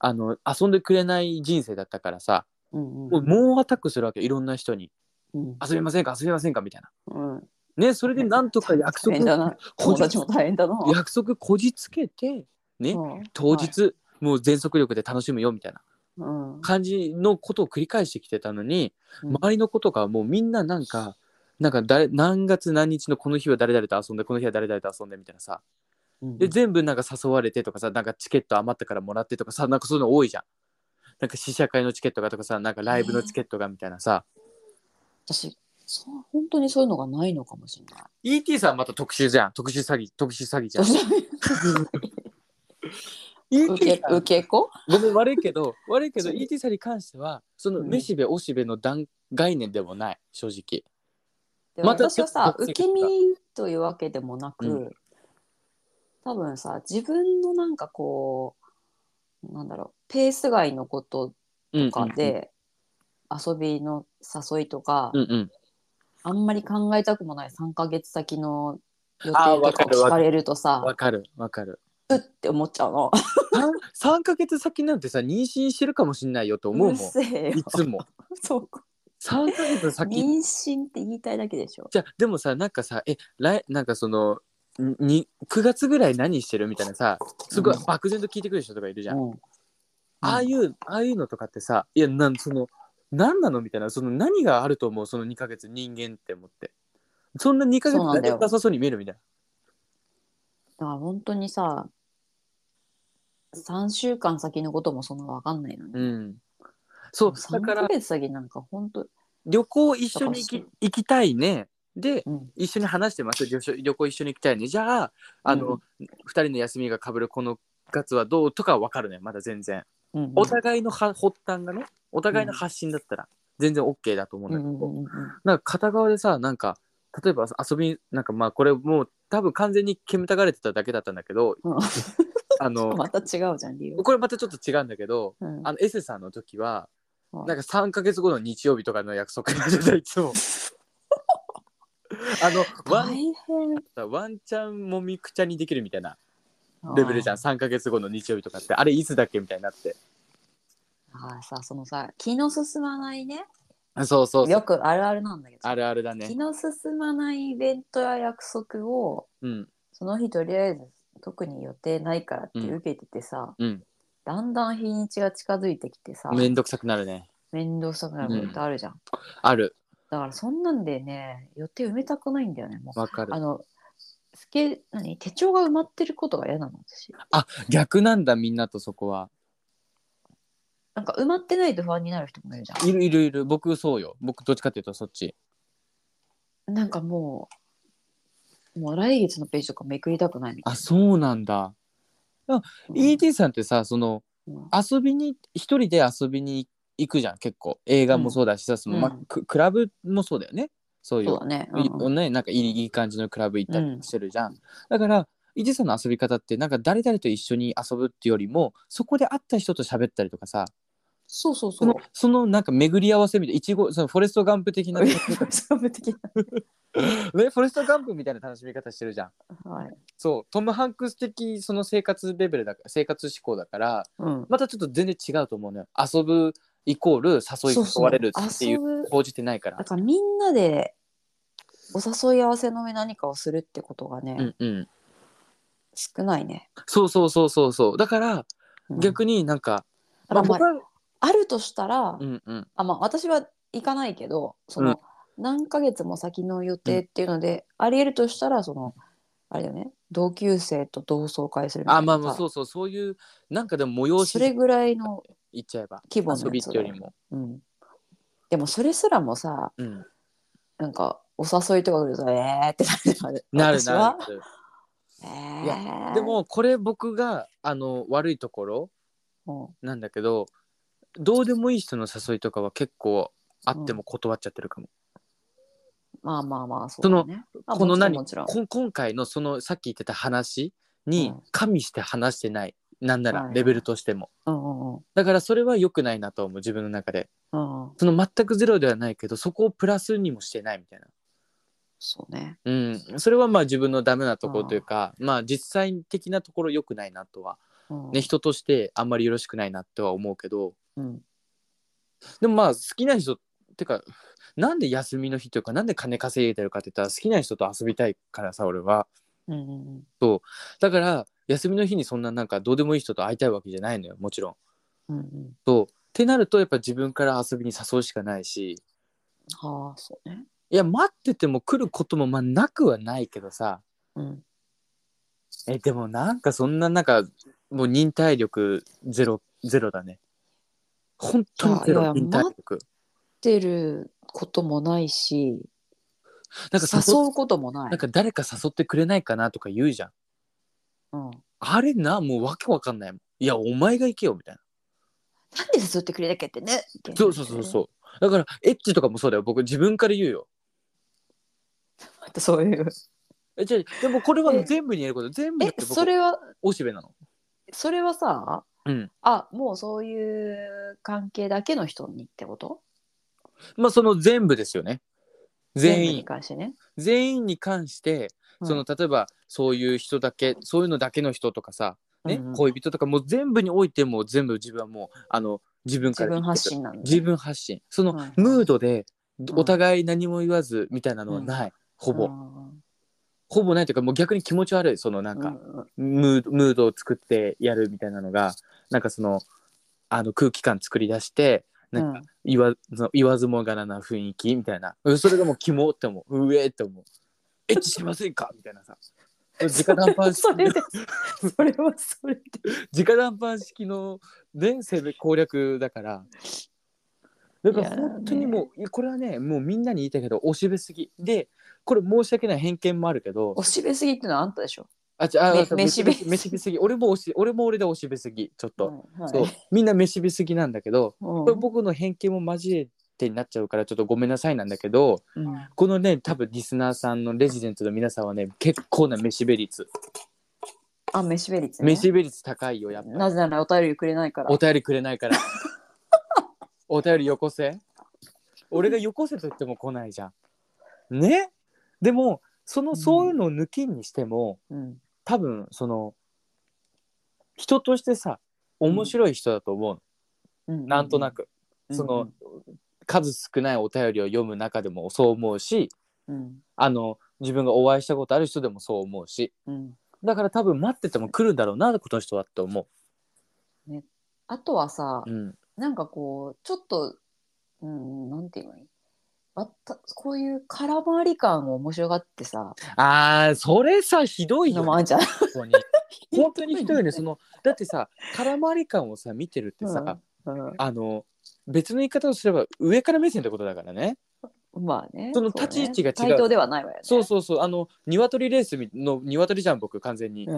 [SPEAKER 1] あの遊んでくれない人生だったからさ
[SPEAKER 2] うん
[SPEAKER 1] もう猛アタックするわけいろんな人に
[SPEAKER 2] うん
[SPEAKER 1] 遊びませんか遊びませんかみたいな
[SPEAKER 2] うん
[SPEAKER 1] ねそれでなんとか約
[SPEAKER 2] 大変だ
[SPEAKER 1] 束
[SPEAKER 2] な友達も大変だな
[SPEAKER 1] 約束こじつけてね
[SPEAKER 2] うん
[SPEAKER 1] 当日、もう全速力で楽しむよみたいな
[SPEAKER 2] うん
[SPEAKER 1] 感じのことを繰り返してきてたのに、
[SPEAKER 2] うん
[SPEAKER 1] 周りの子とかはもうみんななんかなんか誰何月何日のこの日は誰々と遊んでこの日は誰々と遊んでみたいなさ
[SPEAKER 2] うん
[SPEAKER 1] で全部なんか誘われてとかさなんかチケット余ったからもらってとかさなんかそういうの多いじゃんなんか試写会のチケットがとかさなんかライブのチケットがみたいなさ、
[SPEAKER 2] 私そう本当にそういうのがないのかもしれない
[SPEAKER 1] ET さんまた特殊じゃん特殊詐欺特殊詐欺じゃん
[SPEAKER 2] 受け
[SPEAKER 1] ET さ
[SPEAKER 2] 受
[SPEAKER 1] ん
[SPEAKER 2] け子
[SPEAKER 1] ごめん悪いけど悪いけど
[SPEAKER 2] そう
[SPEAKER 1] ET さんに関してはその
[SPEAKER 2] うん
[SPEAKER 1] めしべおしべの段概念でもない正直
[SPEAKER 2] で
[SPEAKER 1] また
[SPEAKER 2] 私はさ
[SPEAKER 1] ちょっと
[SPEAKER 2] 受け身というわけでもなく、
[SPEAKER 1] う
[SPEAKER 2] 多分さ自分のなんかこうなんだろうペース外のこと
[SPEAKER 1] うん
[SPEAKER 2] とかで、遊びの誘いとか、
[SPEAKER 1] うんうん
[SPEAKER 2] あんまり考えたくもない3ヶ月先の予
[SPEAKER 1] あー
[SPEAKER 2] 定
[SPEAKER 1] わ
[SPEAKER 2] と
[SPEAKER 1] か
[SPEAKER 2] か
[SPEAKER 1] る
[SPEAKER 2] を聞かれるとさ
[SPEAKER 1] わかるわかる
[SPEAKER 2] うって思っちゃうの。
[SPEAKER 1] 3ヶ月先なんてさ妊娠してるかもしんないよと思う
[SPEAKER 2] る
[SPEAKER 1] も
[SPEAKER 2] せえ
[SPEAKER 1] んい
[SPEAKER 2] よ。
[SPEAKER 1] つも
[SPEAKER 2] そうか
[SPEAKER 1] 3ヶ月先
[SPEAKER 2] 妊娠って言いたいだけでしょ。
[SPEAKER 1] じゃあでもさなんかさえ来なんかそのに9月ぐらい何してるみたいなさすごい
[SPEAKER 2] うん
[SPEAKER 1] 漠然と聞いてくる人とかいるじゃん、
[SPEAKER 2] うん
[SPEAKER 1] ああいうああいうのとかってさいやなんその何なのみたいなその何があると思うその2ヶ月人間って思ってそんな2ヶ月
[SPEAKER 2] そうなんだよ
[SPEAKER 1] 何もなさそうに見えるみたいな
[SPEAKER 2] だから本当にさ3週間先のこともそんな分かんないのに、
[SPEAKER 1] うんそうだ
[SPEAKER 2] 3
[SPEAKER 1] か
[SPEAKER 2] ヶ
[SPEAKER 1] ら
[SPEAKER 2] 月先なんか本当、
[SPEAKER 1] 旅行一緒に行き行きたいねで
[SPEAKER 2] うん、
[SPEAKER 1] 一緒に話してます旅行旅行一緒に行きたいねじゃああの、二2人の休みがかぶるこの月はどうとかは分かるねまだ全然
[SPEAKER 2] うん
[SPEAKER 1] お互いのは発端がねお互いの発信だったら全然 OK だと思うん
[SPEAKER 2] う
[SPEAKER 1] だ
[SPEAKER 2] ん
[SPEAKER 1] け
[SPEAKER 2] う
[SPEAKER 1] ど、
[SPEAKER 2] んうんうん
[SPEAKER 1] なんか片側でさなんか例えば遊びなんかまあこれもう多分完全に煙たがれてただけだったんだけど
[SPEAKER 2] うん
[SPEAKER 1] あの
[SPEAKER 2] また違うじゃん理由。
[SPEAKER 1] これまたちょっと違うんだけど
[SPEAKER 2] うん
[SPEAKER 1] あのエセさんの時は
[SPEAKER 2] うん
[SPEAKER 1] なんか3か月後の日曜日とかの約束が出ていつも。 あのワ
[SPEAKER 2] 大
[SPEAKER 1] ン
[SPEAKER 2] 変
[SPEAKER 1] ワンチャンもみくちゃにできるみたいなレベルじゃん
[SPEAKER 2] ん。
[SPEAKER 1] 3か月後の日曜日とかってあれいつだっけみたいになって
[SPEAKER 2] ああさそのさ気の進まないね
[SPEAKER 1] あそうそうそう
[SPEAKER 2] よくあるあるなんだけど
[SPEAKER 1] あるあるだ
[SPEAKER 2] 気
[SPEAKER 1] ね
[SPEAKER 2] の進まないイベントや約束を
[SPEAKER 1] うん
[SPEAKER 2] その日とりあえず特に予定ないからって受けててさ、
[SPEAKER 1] うん
[SPEAKER 2] だんだん日にちが近づいてきてさ
[SPEAKER 1] めんどくさくなるね
[SPEAKER 2] 面倒くさくなることってあるじゃん、
[SPEAKER 1] ある
[SPEAKER 2] だからそんなんでね予定埋めたくないんだよねもう
[SPEAKER 1] わかる
[SPEAKER 2] あのスケ何手帳が埋まってることが嫌なの私
[SPEAKER 1] 逆なんだみんなとそこは
[SPEAKER 2] なんか埋まってないと不安になる人もいるじゃ
[SPEAKER 1] いるいるいる僕そうよ僕どっちかっていうとそっち
[SPEAKER 2] んなんかもうもう来月のページとかめくりたくないみたい
[SPEAKER 1] あそうなんだ、ET さんってさその
[SPEAKER 2] な、うん
[SPEAKER 1] 遊びに一人で遊びに行くじゃん結構映画もそうだしさ、そのまあ
[SPEAKER 2] うん
[SPEAKER 1] ククラブもそうだよねそうい
[SPEAKER 2] そう
[SPEAKER 1] う
[SPEAKER 2] だね、
[SPEAKER 1] い
[SPEAKER 2] うん
[SPEAKER 1] ねなんかいいいい感じのクラブ行ったりしてるじゃん、だから ET さんの遊び方ってなんか誰々と一緒に遊ぶってよりもそこで会った人と喋ったりとかさ
[SPEAKER 2] そうそう
[SPEAKER 1] そ
[SPEAKER 2] そう
[SPEAKER 1] の。そのなんか巡り合わせみたいな、いちご、そのフォレストガンプ的な、ね、
[SPEAKER 2] サブ的
[SPEAKER 1] フォレストガンプみたいな楽しみ方してるじゃん。
[SPEAKER 2] な。はい。
[SPEAKER 1] そう、トム・ハンクス的その生活レベルだから、生活思考だから、
[SPEAKER 2] うん。
[SPEAKER 1] またちょっと全然違うと思うのよ。遊ぶイコール誘い
[SPEAKER 2] そう
[SPEAKER 1] 誘
[SPEAKER 2] そう
[SPEAKER 1] われるってい
[SPEAKER 2] 遊
[SPEAKER 1] う、
[SPEAKER 2] ぶ
[SPEAKER 1] 報じてないから
[SPEAKER 2] だ。からみんなでお誘い合わせの上何かをするってことがね、
[SPEAKER 1] うんうん。
[SPEAKER 2] 少ないね。
[SPEAKER 1] そうそうそうそうそう。だから、
[SPEAKER 2] うん
[SPEAKER 1] 逆になんか、
[SPEAKER 2] だからまあ
[SPEAKER 1] 僕は、
[SPEAKER 2] あるとしたら、
[SPEAKER 1] うんうん。
[SPEAKER 2] あまあ私は行かないけどその、
[SPEAKER 1] うん
[SPEAKER 2] 何ヶ月も先の予定っていうので、ありえるとしたらそのあれだよね同級生と同窓会するみたい
[SPEAKER 1] あ、
[SPEAKER 2] な
[SPEAKER 1] まあまあ
[SPEAKER 2] さ
[SPEAKER 1] そうそう、そういう、なんかでも催
[SPEAKER 2] そ
[SPEAKER 1] し
[SPEAKER 2] れぐらいの
[SPEAKER 1] 行っちゃえば、
[SPEAKER 2] 規模の
[SPEAKER 1] 遊びっ
[SPEAKER 2] やつ
[SPEAKER 1] て
[SPEAKER 2] だ
[SPEAKER 1] よ
[SPEAKER 2] よ
[SPEAKER 1] りも。
[SPEAKER 2] うん、でもそれすらもさ
[SPEAKER 1] うん。
[SPEAKER 2] なんかお誘いとか来るとえーってなる
[SPEAKER 1] なる
[SPEAKER 2] 私
[SPEAKER 1] な
[SPEAKER 2] は
[SPEAKER 1] る。
[SPEAKER 2] え
[SPEAKER 1] い
[SPEAKER 2] ー、
[SPEAKER 1] でもこれ僕があの悪いところ
[SPEAKER 2] うん、
[SPEAKER 1] なんだけどどうでもいい人の誘いとかは結構あっても断っちゃってるかも、
[SPEAKER 2] まあまあまあそうだ、ね、あ
[SPEAKER 1] この何
[SPEAKER 2] もちろんもち
[SPEAKER 1] こん今回のそのさっき言ってた話に
[SPEAKER 2] うん
[SPEAKER 1] 加味して話してない、なんな
[SPEAKER 2] はい
[SPEAKER 1] ら
[SPEAKER 2] はい
[SPEAKER 1] レベルとしても、
[SPEAKER 2] ろんうんうん
[SPEAKER 1] だからそれは良くないなと思う自分の中で
[SPEAKER 2] うんうん
[SPEAKER 1] その全くゼロではないけどそこをプラスにもしてないみたいな
[SPEAKER 2] そうね
[SPEAKER 1] うんそれはまあ自分のダメなところというかまあ実際的なところ良くないなとは
[SPEAKER 2] うん
[SPEAKER 1] ね人としてあんまりよろしくないなとは思うけど、
[SPEAKER 2] うん
[SPEAKER 1] でもまあ好きな人ってかなんで休みの日というかなんで金稼いでるかって言ったら好きな人と遊びたいからさ俺は
[SPEAKER 2] うんうん
[SPEAKER 1] だから休みの日にそんななんかどうでもいい人と会いたいわけじゃないのよもちろん。
[SPEAKER 2] うんうん
[SPEAKER 1] そうってなるとやっぱ自分から遊びに誘うしかないし
[SPEAKER 2] はあそうね
[SPEAKER 1] いや待ってても来ることもまあなくはないけどさ
[SPEAKER 2] うん
[SPEAKER 1] えでもなんかそんななんかもう忍耐力ゼロゼロだね。本当にゼ
[SPEAKER 2] い
[SPEAKER 1] ロ
[SPEAKER 2] やいや
[SPEAKER 1] 忍耐力。
[SPEAKER 2] ってることもないし
[SPEAKER 1] なんか誘
[SPEAKER 2] 誘うこともない
[SPEAKER 1] なんか誰か誘ってくれないかなとか言うじゃん。
[SPEAKER 2] うん、
[SPEAKER 1] あれな、もうわけわかんないもん。いや、お前が行けよ、みたい
[SPEAKER 2] なんで誘ってくれなきゃってね
[SPEAKER 1] な。そうそうそうそうう。だから、エッチとかもそうだよ。僕、自分から言うよ。
[SPEAKER 2] またそういう
[SPEAKER 1] え、違う違うでもこれは
[SPEAKER 2] え
[SPEAKER 1] 全部に言えること。全部に
[SPEAKER 2] え
[SPEAKER 1] って僕
[SPEAKER 2] それは
[SPEAKER 1] おしべなの。
[SPEAKER 2] それはさ
[SPEAKER 1] うん。
[SPEAKER 2] あもうそういう関係だけの人にってこと
[SPEAKER 1] まあ、その全部ですよね。全
[SPEAKER 2] 部
[SPEAKER 1] 員
[SPEAKER 2] に。関してね、
[SPEAKER 1] 全員に関して、
[SPEAKER 2] うん
[SPEAKER 1] その、例えば、そういう人だけ、そういうのだけの人とかさ、ね、
[SPEAKER 2] うんうん
[SPEAKER 1] 恋人とか、もう全部においてもう全部自分はもう、あの、自分か
[SPEAKER 2] 自
[SPEAKER 1] ら言っ
[SPEAKER 2] 分
[SPEAKER 1] てくる
[SPEAKER 2] 発信なんで
[SPEAKER 1] 自分発信。その、
[SPEAKER 2] はい
[SPEAKER 1] ムードで、
[SPEAKER 2] ん
[SPEAKER 1] お互い何も言わずみたいなのはない。ほぼ、
[SPEAKER 2] うん
[SPEAKER 1] ほぼないというかもう逆に気持ち悪いそのなんか、
[SPEAKER 2] うん
[SPEAKER 1] ムードムードを作ってやるみたいなのがなんかそのあの空気感作り出してなんか言わ,、その言わずもがらな雰囲気みたいなうんそれがもうキモって思ううえって思うエッチしませんかみたいなさ直談判式
[SPEAKER 2] それでそれはそれで
[SPEAKER 1] 直談判式のね攻め攻略だからだから
[SPEAKER 2] いやーね
[SPEAKER 1] 本当にもういやこれはねもうみんなに言いたいけどおしべすぎでこれ申し訳ない偏見もあるけど
[SPEAKER 2] おしべすぎってのはあんたでしょ
[SPEAKER 1] あ、ちょ、あ、
[SPEAKER 2] め
[SPEAKER 1] あそう
[SPEAKER 2] めしべ
[SPEAKER 1] めめしべすぎ。俺もおし、俺も俺でおしべすぎ、ちょっと。
[SPEAKER 2] はいはい
[SPEAKER 1] そう、みんなめしべすぎなんだけど、
[SPEAKER 2] うん
[SPEAKER 1] これ僕の偏見も交えてになっちゃうから、ちょっとごめんなさいなんだけど。
[SPEAKER 2] うん
[SPEAKER 1] このね、多分リスナーさんのレジデントの皆さんはね、結構なめしべ率。
[SPEAKER 2] あめしべ率ね
[SPEAKER 1] めしべ率高いよ、やっぱ
[SPEAKER 2] なぜならお便りくれないから
[SPEAKER 1] お便りくれない から。お便りよこせ。俺がよこせと言っても来ないじゃん。ね。でも、その、そういうのを抜きにしても。
[SPEAKER 2] うん
[SPEAKER 1] 多分その人としてさ面白い人だと思うの、
[SPEAKER 2] うん
[SPEAKER 1] なんとなく、
[SPEAKER 2] うん
[SPEAKER 1] その、数少ないお便りを読む中でもそう思うし
[SPEAKER 2] うん
[SPEAKER 1] あの自分がお会いしたことある人でもそう思うし
[SPEAKER 2] うん、
[SPEAKER 1] だから多分待ってても来るんだろうなこの人はって思
[SPEAKER 2] あとはさ
[SPEAKER 1] う、うん、
[SPEAKER 2] なんかこうちょっと、うん、なんて言えばいいわたこういう空回り感を面白がってさ
[SPEAKER 1] あーそれさひどい
[SPEAKER 2] の
[SPEAKER 1] よ
[SPEAKER 2] もあんじゃん。
[SPEAKER 1] 本当に本当にひどいねそのだってさ空回り感をさ見てる ってさ、
[SPEAKER 2] うん
[SPEAKER 1] あの別の言い方をすれば上から目線ってことだからね
[SPEAKER 2] まあね
[SPEAKER 1] その
[SPEAKER 2] うね
[SPEAKER 1] 立ち位置が違う
[SPEAKER 2] 対等ではないわよね。
[SPEAKER 1] そうそうそうあの鶏レースの鶏じゃん僕完全に
[SPEAKER 2] う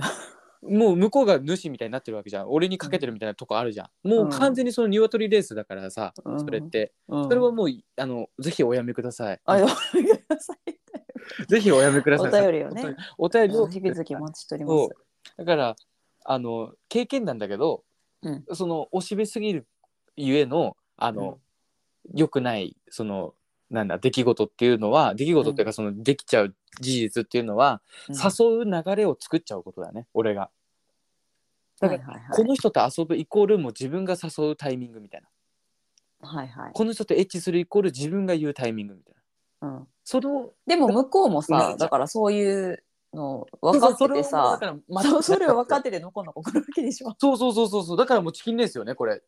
[SPEAKER 1] もう向こうが主みたいになってるわけじゃん俺にかけてるみたいなとこあるじゃんもう完全にその鶏レースだからさ、
[SPEAKER 2] うん
[SPEAKER 1] それって
[SPEAKER 2] うん、
[SPEAKER 1] それはもうあのぜひおやめください
[SPEAKER 2] あ、お便りください。
[SPEAKER 1] ぜひおやめくだ
[SPEAKER 2] お
[SPEAKER 1] さい
[SPEAKER 2] 便りをね、
[SPEAKER 1] お便りを
[SPEAKER 2] 引き続きお待ちしております
[SPEAKER 1] そ。うだからあの経験談だけど、
[SPEAKER 2] うん
[SPEAKER 1] そのおしべすぎるゆえのあの、良くないそのなんだ出来事っていうのは出来事っていうかそのできちゃう事実っていうのは、
[SPEAKER 2] うん
[SPEAKER 1] 誘う流れを作っちゃうことだね俺がだから
[SPEAKER 2] はいはいはい
[SPEAKER 1] この人と遊ぶイコールもう自分が誘うタイミングみたいな
[SPEAKER 2] はいはい
[SPEAKER 1] この人とエッチするイコール自分が言うタイミングみたいな
[SPEAKER 2] うん、
[SPEAKER 1] その
[SPEAKER 2] でも向こうも
[SPEAKER 1] う
[SPEAKER 2] さ
[SPEAKER 1] ん
[SPEAKER 2] だからそういうの分かっててさそうそれを分かっててのこのこ来るわけでしょ
[SPEAKER 1] そうそうそうそうそうだからもうチキンレースよねこれ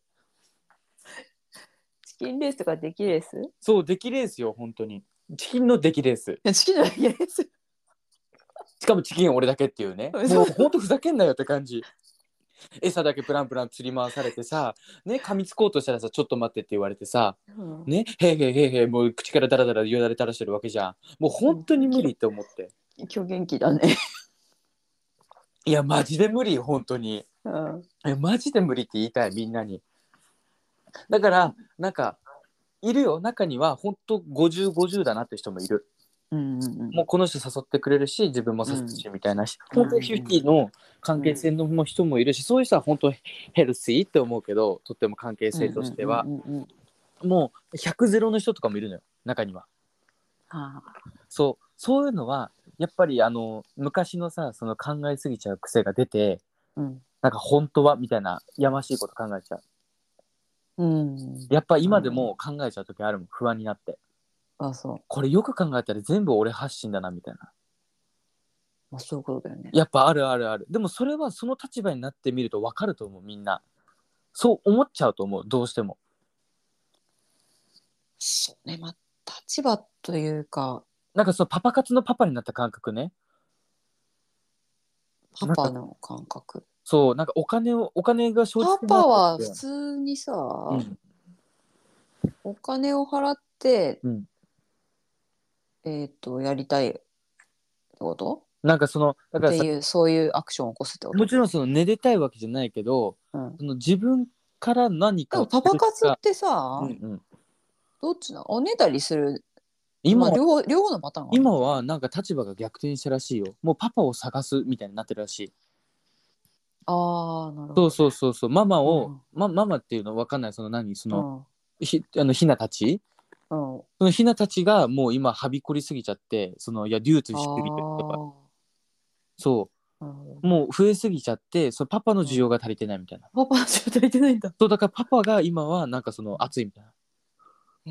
[SPEAKER 2] チキンレースとかできレース
[SPEAKER 1] そう出来レースよ本当にチキンの出来レース
[SPEAKER 2] チキンじゃないレース
[SPEAKER 1] しかもチキン俺だけっていうね
[SPEAKER 2] うん
[SPEAKER 1] もうほんとふざけんなよって感じ餌だけプランプラン釣り回されてさね噛みつこうとしたらさちょっと待ってって言われてさ
[SPEAKER 2] うん
[SPEAKER 1] ねへーへーへーへーもう口からダラダラよだれ垂らしてるわけじゃんもう本当に無理って思って
[SPEAKER 2] 今日元気だね、
[SPEAKER 1] いやマジで無理本当に
[SPEAKER 2] うん、
[SPEAKER 1] えマジで無理って言いたいみんなにだからなんかいるよ中には本当5050だなって人もいる
[SPEAKER 2] うんうんうん
[SPEAKER 1] もうこの人誘ってくれるし自分も誘うしみたいな、
[SPEAKER 2] うん
[SPEAKER 1] 本当にフィフティの関係性の人もいるし、そういう人は本当ヘルシーって思うけどとっても関係性としては、
[SPEAKER 2] うんうんうんうん
[SPEAKER 1] もう100ゼロの人とかもいるのよ中には
[SPEAKER 2] はあ
[SPEAKER 1] そうそういうのはやっぱりあの昔のさその考えすぎちゃう癖が出て
[SPEAKER 2] うん
[SPEAKER 1] なんか本当はみたいなやましいこと考えちゃう
[SPEAKER 2] うん
[SPEAKER 1] やっぱ今でも考えちゃう時あるもん不安になって
[SPEAKER 2] あそう
[SPEAKER 1] これよく考えたら全部俺発信だなみたいな
[SPEAKER 2] まあそういうことだよね
[SPEAKER 1] やっぱあるあるあるでもそれはその立場になってみると分かると思うみんなそう思っちゃうと思うどうしても
[SPEAKER 2] そうねまあ立場というか
[SPEAKER 1] なんかそのパパ活のパパになった感覚ね
[SPEAKER 2] パパの感覚
[SPEAKER 1] そうなんかお金をお金が正
[SPEAKER 2] パ
[SPEAKER 1] 直
[SPEAKER 2] パ
[SPEAKER 1] な
[SPEAKER 2] は普
[SPEAKER 1] って
[SPEAKER 2] 通にさ、
[SPEAKER 1] うん
[SPEAKER 2] お金を払って、
[SPEAKER 1] うん
[SPEAKER 2] えっ、とやりたいってこと
[SPEAKER 1] なんかそのだから
[SPEAKER 2] って
[SPEAKER 1] さ
[SPEAKER 2] いうそういうアクションを起こすってこと
[SPEAKER 1] もちろんその寝れたいわけじゃないけど
[SPEAKER 2] うん
[SPEAKER 1] その自分から何
[SPEAKER 2] で
[SPEAKER 1] かを
[SPEAKER 2] もパパ活っ
[SPEAKER 1] 作
[SPEAKER 2] てさ、
[SPEAKER 1] るかうんうん
[SPEAKER 2] どっちなのおねだりする
[SPEAKER 1] 今
[SPEAKER 2] まあ両方両方のパターンがある
[SPEAKER 1] 今はなんか立場が逆転したらしいよもうパパを探すみたいになってるらしい
[SPEAKER 2] ああなるほ
[SPEAKER 1] そ
[SPEAKER 2] ど
[SPEAKER 1] うそうそうそうママを、
[SPEAKER 2] うん
[SPEAKER 1] ま、ママっていうのわかんないその何その,、ひあのひなたち
[SPEAKER 2] うんうん
[SPEAKER 1] そのひなたちがもう今はびこりすぎちゃってそのいや流通し
[SPEAKER 2] あ
[SPEAKER 1] すぎてとか
[SPEAKER 2] ー
[SPEAKER 1] そ
[SPEAKER 2] なるほ
[SPEAKER 1] うもう増えすぎちゃってそのパパの需要が足りてないみたいな、
[SPEAKER 2] どパパじゃ足りてないんだ
[SPEAKER 1] そうだからパパが今はなんかその熱いみたいな、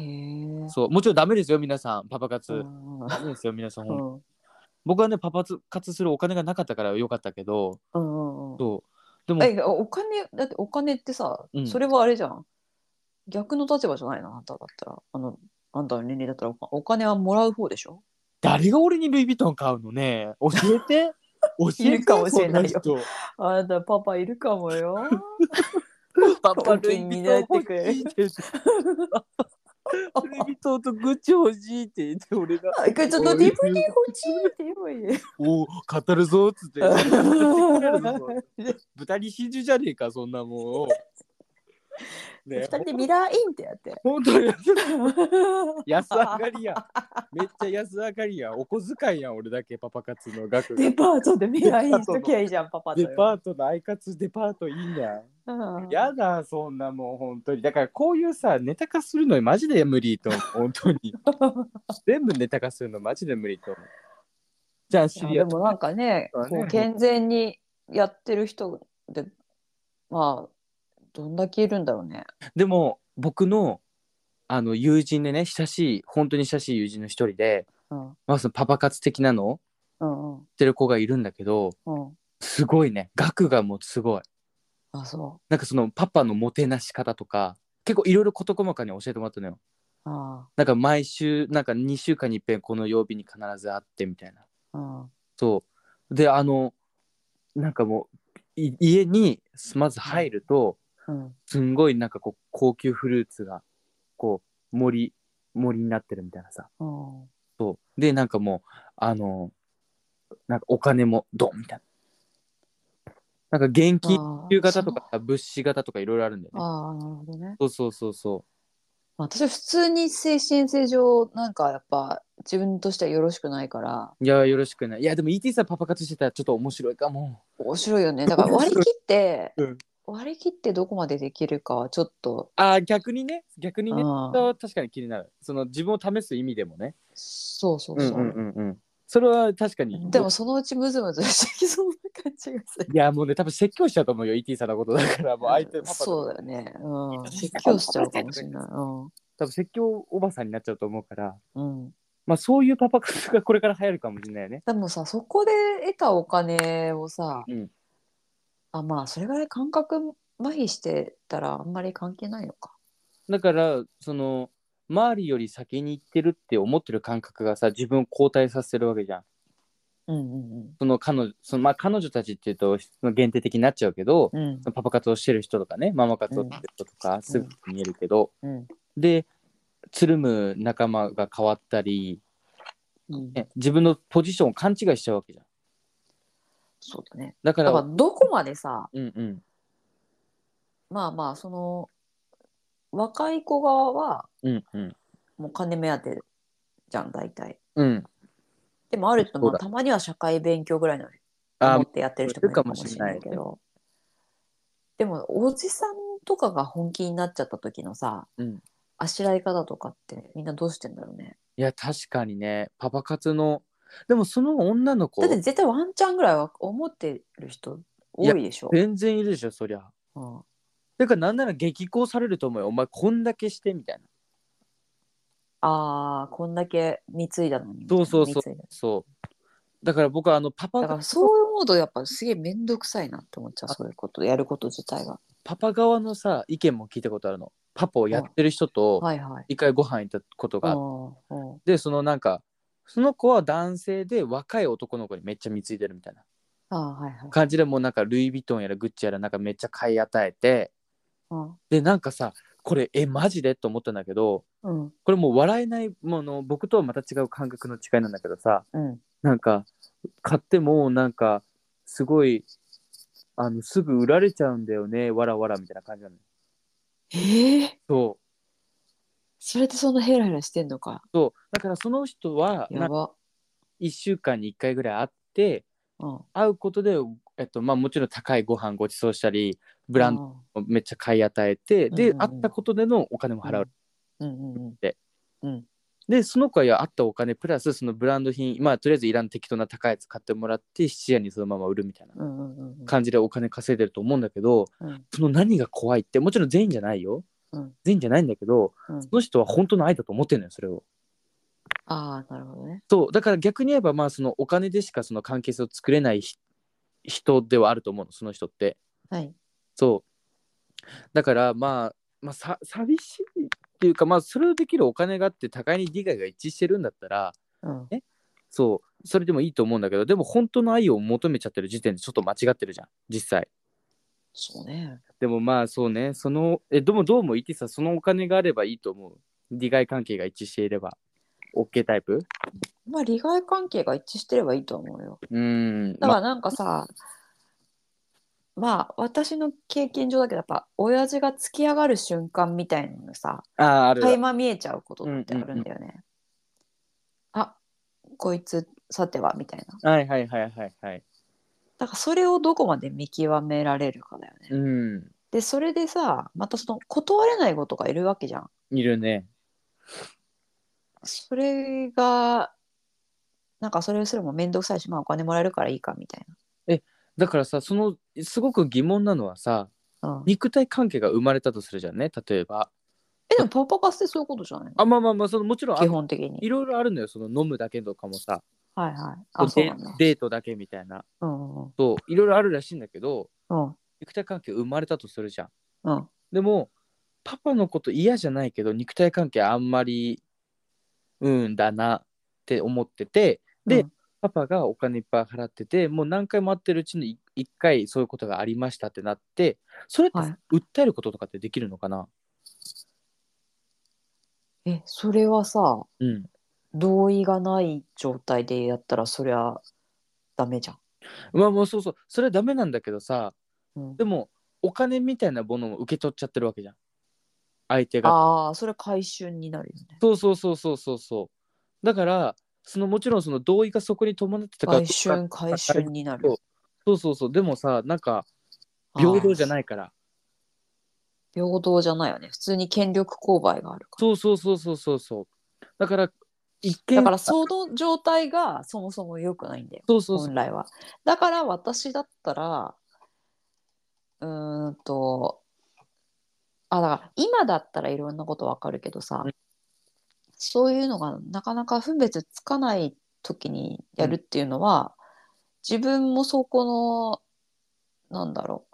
[SPEAKER 2] へえ
[SPEAKER 1] そうもちろんダメですよ皆さんパパ活、
[SPEAKER 2] うん
[SPEAKER 1] ダメですよ皆さん、ほんと
[SPEAKER 2] うん
[SPEAKER 1] 僕はねパパ活するお金がなかったからよかったけど
[SPEAKER 2] うんうん
[SPEAKER 1] そうでも
[SPEAKER 2] えお金だってお金ってさ、
[SPEAKER 1] うん
[SPEAKER 2] それはあれじゃん逆の立場じゃないのあんただったらあのあんたの年齢だったらお金お金はもらう方でしょ
[SPEAKER 1] 誰が俺にルイ・ヴィトン買うのね教え て教えて
[SPEAKER 2] いるかもしれないよ
[SPEAKER 1] そん人
[SPEAKER 2] あんたパパいるかもよ
[SPEAKER 1] パ
[SPEAKER 2] パルイヴィトン欲しい
[SPEAKER 1] って言って。ルイ・ヴィトンとグッチ欲しいって言って、俺 が、
[SPEAKER 2] あちょっと DVD 欲しいって言えばいいね
[SPEAKER 1] おお、語るぞっつ って。
[SPEAKER 2] 二
[SPEAKER 1] 豚に真珠じゃねえか、そんなもん。ね
[SPEAKER 2] 人でミラーインってやって
[SPEAKER 1] 本当に安上がり やん。めっちゃ安上がりやん。お小遣いやん、俺だけパパ活の額が
[SPEAKER 2] デ。パートでミラーインしときゃいいじゃんパパと
[SPEAKER 1] デ
[SPEAKER 2] よ
[SPEAKER 1] パートのアイカツデパートいいやん。
[SPEAKER 2] うん
[SPEAKER 1] やだ、そんなもん、本当に。だからこういうさ、ネタ化するのマジで無理と思う、本当 に。全部ネタ化するのマジで無理と思う。じゃあ、知り
[SPEAKER 2] い
[SPEAKER 1] 合
[SPEAKER 2] やで
[SPEAKER 1] い。
[SPEAKER 2] もなんかね
[SPEAKER 1] そうだね
[SPEAKER 2] こう健全にやってる人でまあどんだけいるんだろうね。
[SPEAKER 1] でも、僕の、あの、友人でね、親しい、本当に親しい友人の一人で、
[SPEAKER 2] うん
[SPEAKER 1] まあ、そのパパ活的なのを
[SPEAKER 2] うんうん
[SPEAKER 1] してる子がいるんだけど、
[SPEAKER 2] うん。
[SPEAKER 1] すごいね。額がもうすごい。
[SPEAKER 2] あそ
[SPEAKER 1] なんかそのパパのもてなし方とか、結構いろいろ事細かに教えてもらったのよ。
[SPEAKER 2] う。あ
[SPEAKER 1] なんか毎週、なんか2週間に一遍この曜日に必ず会ってみたいな。
[SPEAKER 2] あうん
[SPEAKER 1] そう。で、あの、なんかもう、い家にまず入ると、
[SPEAKER 2] うん
[SPEAKER 1] すんごいなんかこう、高級フルーツが、こう、森、森になってるみたいなさ。
[SPEAKER 2] うん。
[SPEAKER 1] そう。で、なんかもう、あの、なんかお金もドンみたいな。なんか現金
[SPEAKER 2] 中
[SPEAKER 1] 中型とかさ物資型とかいろいろあるんだよね。
[SPEAKER 2] ああなるほどね。
[SPEAKER 1] そうそうそうそ
[SPEAKER 2] まあ私は普通に精神性上なんかやっぱ自分としてはよろしくないから
[SPEAKER 1] う。いや、よろしくない。いや、でも ET さんパパ活してたらちょっと面白いかも。
[SPEAKER 2] 面白いよね。だから割り切って
[SPEAKER 1] うん
[SPEAKER 2] 割り切ってどこまでできるかはちょっと、
[SPEAKER 1] あー逆にね逆にね
[SPEAKER 2] あー
[SPEAKER 1] それは確かに気になるその自分を試す意味でもね
[SPEAKER 2] そうそうそう。
[SPEAKER 1] んうんそれは確かに
[SPEAKER 2] でもそのうちムズムズしてきそうな感じがする。
[SPEAKER 1] いやもうね多分説教しちゃうと思うよ ET さんのことだからもう相手
[SPEAKER 2] うん
[SPEAKER 1] パパ
[SPEAKER 2] そうだよね。うん。説教しちゃうかもしれない。
[SPEAKER 1] 多分説教おばさんになっちゃうと思うから
[SPEAKER 2] うん。うん。
[SPEAKER 1] まあそういうパパ活がこれから流行るかもしれないよね
[SPEAKER 2] でもさ、そこで得たお金をさ、
[SPEAKER 1] うん
[SPEAKER 2] あ、まあ、それぐらい感覚麻痺してたらあんまり関係ないのか。
[SPEAKER 1] だからその周りより先に行ってるって思ってる感覚がさ自分を後退させてるわけじゃん
[SPEAKER 2] うんうん
[SPEAKER 1] その彼女そのまあ彼女たちっていうとその限定的になっちゃうけど
[SPEAKER 2] うん。うん
[SPEAKER 1] そのパパ活をしてる人とかねママ活をしてる人とかすぐ見えるけど、
[SPEAKER 2] うん
[SPEAKER 1] でつるむ仲間が変わったり、
[SPEAKER 2] うん。
[SPEAKER 1] ね自分のポジションを勘違いしちゃうわけじゃん
[SPEAKER 2] そうだね。
[SPEAKER 1] だか
[SPEAKER 2] だ
[SPEAKER 1] ら
[SPEAKER 2] からどこまでさ、
[SPEAKER 1] うんうん
[SPEAKER 2] まあまあ、その、若い子側は
[SPEAKER 1] うんうん
[SPEAKER 2] もう金目当てじゃん、大体。
[SPEAKER 1] うん
[SPEAKER 2] でもあると、ま
[SPEAKER 1] そう
[SPEAKER 2] あ、
[SPEAKER 1] だ
[SPEAKER 2] たまには社会勉強ぐらいの
[SPEAKER 1] あ
[SPEAKER 2] 思ってやってる人もいるかもしれないけ
[SPEAKER 1] いるか
[SPEAKER 2] ど。でも、おじさんとかが本気になっちゃった時のさ、
[SPEAKER 1] うん
[SPEAKER 2] あしらい方とかってみんなどうしてんだろうね。
[SPEAKER 1] いや確かにねパパ活のでもその女の子
[SPEAKER 2] だって絶対ワンチャンぐらいは思ってる人多いでしょ。
[SPEAKER 1] 全然いるでしょそりゃ
[SPEAKER 2] うん
[SPEAKER 1] だからなんなら激高されると思うよお前こんだけしてみたいな
[SPEAKER 2] ああ、こんだけ貢いだのに。
[SPEAKER 1] そうそうそう
[SPEAKER 2] 貢いだ
[SPEAKER 1] そうだから僕はあのパパ
[SPEAKER 2] だからそう思うとやっぱすげえ面倒くさいなって思っちゃう。そういうこと、やること自体が。
[SPEAKER 1] パパ側のさ意見も聞いたことあるのパパをやってる人と
[SPEAKER 2] はいはい。
[SPEAKER 1] 一回ご飯行ったことがあって
[SPEAKER 2] うんうん
[SPEAKER 1] でそのなんかその子は男性で若い男の子にめっちゃ貢いでるみたいな
[SPEAKER 2] ああ、はいはい。
[SPEAKER 1] 感じでもうなんかルイ・ヴィトンやらグッチやらなんかめっちゃ買い与えてでなんかさこれえマジでと思ったんだけど
[SPEAKER 2] うん。うん
[SPEAKER 1] これもう笑えないもの僕とはまた違う感覚の違いなんだけどさ
[SPEAKER 2] うん。
[SPEAKER 1] なんか買ってもなんかすごいあのすぐ売られちゃうんだよねわらわらみたいな感じなの
[SPEAKER 2] ええ
[SPEAKER 1] そう
[SPEAKER 2] それでそんなヘラヘラしてんのか。
[SPEAKER 1] そうだからその人は
[SPEAKER 2] や
[SPEAKER 1] なんか
[SPEAKER 2] ば。
[SPEAKER 1] 1週間に1回ぐらい会って
[SPEAKER 2] うん。
[SPEAKER 1] 会うことで、えっとまあ、もちろん高いご飯ごちそうしたりブランド
[SPEAKER 2] ド
[SPEAKER 1] をめっちゃ買い与えて、
[SPEAKER 2] うん
[SPEAKER 1] で
[SPEAKER 2] うんうん
[SPEAKER 1] 会ったことでのお金も払う、。
[SPEAKER 2] うんうんうん。
[SPEAKER 1] で
[SPEAKER 2] うん。
[SPEAKER 1] でその子は会ったお金プラスそのブランド品まあとりあえずいらん適当な高いやつ買ってもらって質屋にそのまま売るみたいな
[SPEAKER 2] うんうんうんうん。
[SPEAKER 1] 感じでお金稼いでると思うんだけど
[SPEAKER 2] うん
[SPEAKER 1] その何が怖いってもちろん全員じゃないよ、
[SPEAKER 2] うん
[SPEAKER 1] 全員じゃないんだけど
[SPEAKER 2] うん
[SPEAKER 1] その人は本当の愛だと思ってんのよそれを。
[SPEAKER 2] ああ、なるほどね。
[SPEAKER 1] そうだから逆に言えばまあそのお金でしかその関係性を作れないひ人ではあると思うのその人って。
[SPEAKER 2] はい。
[SPEAKER 1] そう。だから、まあ、まあ、さ寂しいっていうか、まあ、それをできるお金があって、互いに利害が一致してるんだったら、
[SPEAKER 2] うん。
[SPEAKER 1] そう、それでもいいと思うんだけど、でも本当の愛を求めちゃってる時点でちょっと間違ってるじゃん、実際。
[SPEAKER 2] そうね。
[SPEAKER 1] でもまあ、そうね、その、え、でもどうも、イティさん、そのお金があればいいと思う。利害関係が一致していれば。OK タイプ
[SPEAKER 2] まあ、利害関係が一致してればいいと思うよ。
[SPEAKER 1] うーん。
[SPEAKER 2] だか
[SPEAKER 1] まあ
[SPEAKER 2] らなんかさ、まあ、私の経験上だけど、やっぱ、親父が突き上がる瞬間みたいなのがさ、
[SPEAKER 1] あー、ある。
[SPEAKER 2] 垣間見えちゃうことってあるんだよね。あ、こいつ、さては、みたいな。
[SPEAKER 1] はいはいはいはいはい。
[SPEAKER 2] だから、それをどこまで見極められるかだよね。
[SPEAKER 1] うん。
[SPEAKER 2] でそれでさまたその断れないことがいるわけじゃん。
[SPEAKER 1] いるね。
[SPEAKER 2] それがなんかそれをするのも面倒くさいしまあお金もらえるからいいかみたい
[SPEAKER 1] だからさ、その、すごく疑問なのはさ、
[SPEAKER 2] な。うん、え
[SPEAKER 1] 肉体関係が生まれたとするじゃんね例えば
[SPEAKER 2] でもパパ活ってそういうことじゃないの
[SPEAKER 1] あまあまあまあそのもちろんあ
[SPEAKER 2] 基本的に
[SPEAKER 1] い。ろいろあるのよその飲むだけとかもさ
[SPEAKER 2] はいはい。あそう
[SPEAKER 1] デ
[SPEAKER 2] なんだ。
[SPEAKER 1] デートだけみたいな
[SPEAKER 2] うんうん
[SPEAKER 1] そういろいろあるらしいんだけど
[SPEAKER 2] うん
[SPEAKER 1] 肉体関係生まれたとするじゃん
[SPEAKER 2] うん
[SPEAKER 1] でもパパのこと嫌じゃないけど肉体関係あんまりうんだなって思っててで、
[SPEAKER 2] うん
[SPEAKER 1] パパがお金いっぱい払っててもう何回も会ってるうちに1回そういうことがありましたってなってそれって
[SPEAKER 2] はい
[SPEAKER 1] 訴えることとかってできるのかな、
[SPEAKER 2] えそれはさ
[SPEAKER 1] うん
[SPEAKER 2] 同意がない状態でやったらそりゃダメじゃん。
[SPEAKER 1] まあもうそうそうそれはダメなんだけどさ
[SPEAKER 2] うん
[SPEAKER 1] でもお金みたいなものを受け取っちゃってるわけじゃん相手が
[SPEAKER 2] ああそれ回収になるよね。
[SPEAKER 1] そうそうそうそうそうそうだからそのもちろんその同意がそこに伴ってたかどう
[SPEAKER 2] 回
[SPEAKER 1] か
[SPEAKER 2] 収回収になる。
[SPEAKER 1] そうそうそうでもさなんか
[SPEAKER 2] あー
[SPEAKER 1] 平等じゃないから
[SPEAKER 2] 平等じゃないよね普通に権力勾配があるから
[SPEAKER 1] そうそうそうそうそうそうだから一見
[SPEAKER 2] だからその状態がそもそも良くないんだよ
[SPEAKER 1] そうそうそう
[SPEAKER 2] 本来はだから私だったらうーんとあだから今だったらいろんなことわかるけどさ、
[SPEAKER 1] うん
[SPEAKER 2] そういうのがなかなか分別つかない時にやるっていうのは、自分もそこのなんだろ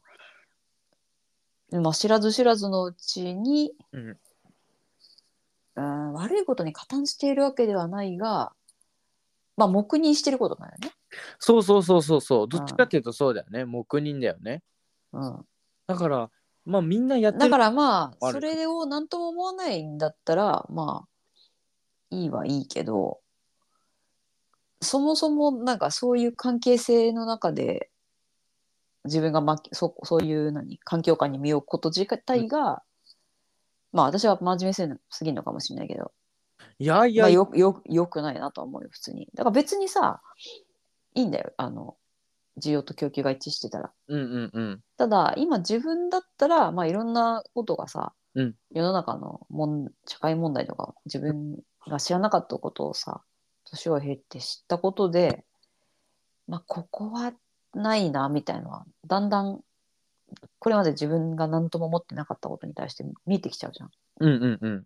[SPEAKER 2] う、まあ、知らず知らずのうちに、
[SPEAKER 1] うん
[SPEAKER 2] うん悪いことに加担しているわけではないが、まあ、黙認してることだよね。
[SPEAKER 1] そうそうそうそうそうどっちかっていうとそうだよね黙認だよね
[SPEAKER 2] うん
[SPEAKER 1] だからまあみんなやってる
[SPEAKER 2] だからまあ
[SPEAKER 1] ある
[SPEAKER 2] それを何とも思わないんだったらまあいいはいいけどそもそもなんかそういう関係性の中で自分がまそそういう何環境下に身を置くこと自体が、まあ私は真面目すぎるすぎるのかもしれないけど
[SPEAKER 1] いやいや
[SPEAKER 2] まあ、
[SPEAKER 1] いや
[SPEAKER 2] よよよくないなとは思うよ普通にだから別にさいいんだよあの需要と供給が一致してたら。
[SPEAKER 1] うんうんうん
[SPEAKER 2] ただ今自分だったら、まあ、いろんなことがさ、
[SPEAKER 1] うん
[SPEAKER 2] 世の中のもん社会問題とか自分が知らなかったことをさ年を経って知ったことで、まあ、ここはないなみたいのはだんだんこれまで自分が何とも思ってなかったことに対して見えてきちゃうじゃん。
[SPEAKER 1] うんうんうん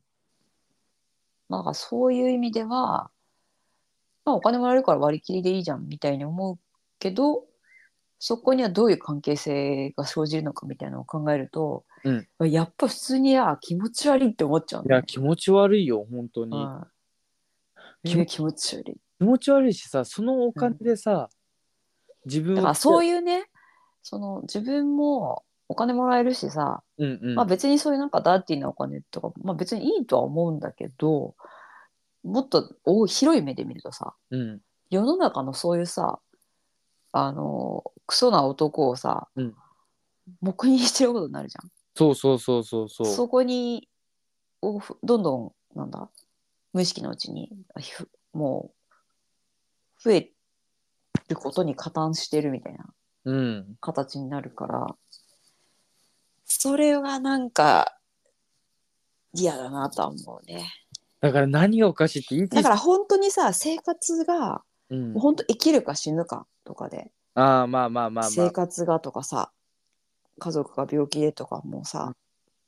[SPEAKER 2] まあ、だからそういう意味では、まあ、お金もらえるから割り切りでいいじゃんみたいに思うけどそこにはどういう関係性が生じるのかみたいなのを考えると、
[SPEAKER 1] うん
[SPEAKER 2] やっぱ普通にあ気持ち悪いって思っちゃうん
[SPEAKER 1] い
[SPEAKER 2] だ
[SPEAKER 1] や
[SPEAKER 2] よね
[SPEAKER 1] 気持ち悪いよ本当に、
[SPEAKER 2] うん
[SPEAKER 1] 気持
[SPEAKER 2] えー気持ち悪い
[SPEAKER 1] 気持ち悪いしさそのお金でさ、自分
[SPEAKER 2] だからそう
[SPEAKER 1] いう
[SPEAKER 2] いうねその自分もお金もらえるしさ、
[SPEAKER 1] うんうん、
[SPEAKER 2] まあ、別にそういうなんかダーティーなお金とか、まあ、別にいいとは思うんだけどもっと大広い目で見るとさ
[SPEAKER 1] うん
[SPEAKER 2] 世の中のそういうさあのクソな男をさ、
[SPEAKER 1] うん
[SPEAKER 2] 黙認してることになるじゃん
[SPEAKER 1] そうそうそうそうそう
[SPEAKER 2] そこにをふどんどんなんだ無意識のうちにふもう増えることに加担してるみたいな
[SPEAKER 1] うん
[SPEAKER 2] 形になるからそれはなんか嫌だなとは思うね
[SPEAKER 1] だから何がおかしいって言い
[SPEAKER 2] だからら本当にさ生活が
[SPEAKER 1] うん
[SPEAKER 2] もう、本当生きるか死ぬかとかで
[SPEAKER 1] ああまあまあまあま
[SPEAKER 2] 生
[SPEAKER 1] あ
[SPEAKER 2] 活がとかさ家族が病気でとかもうさ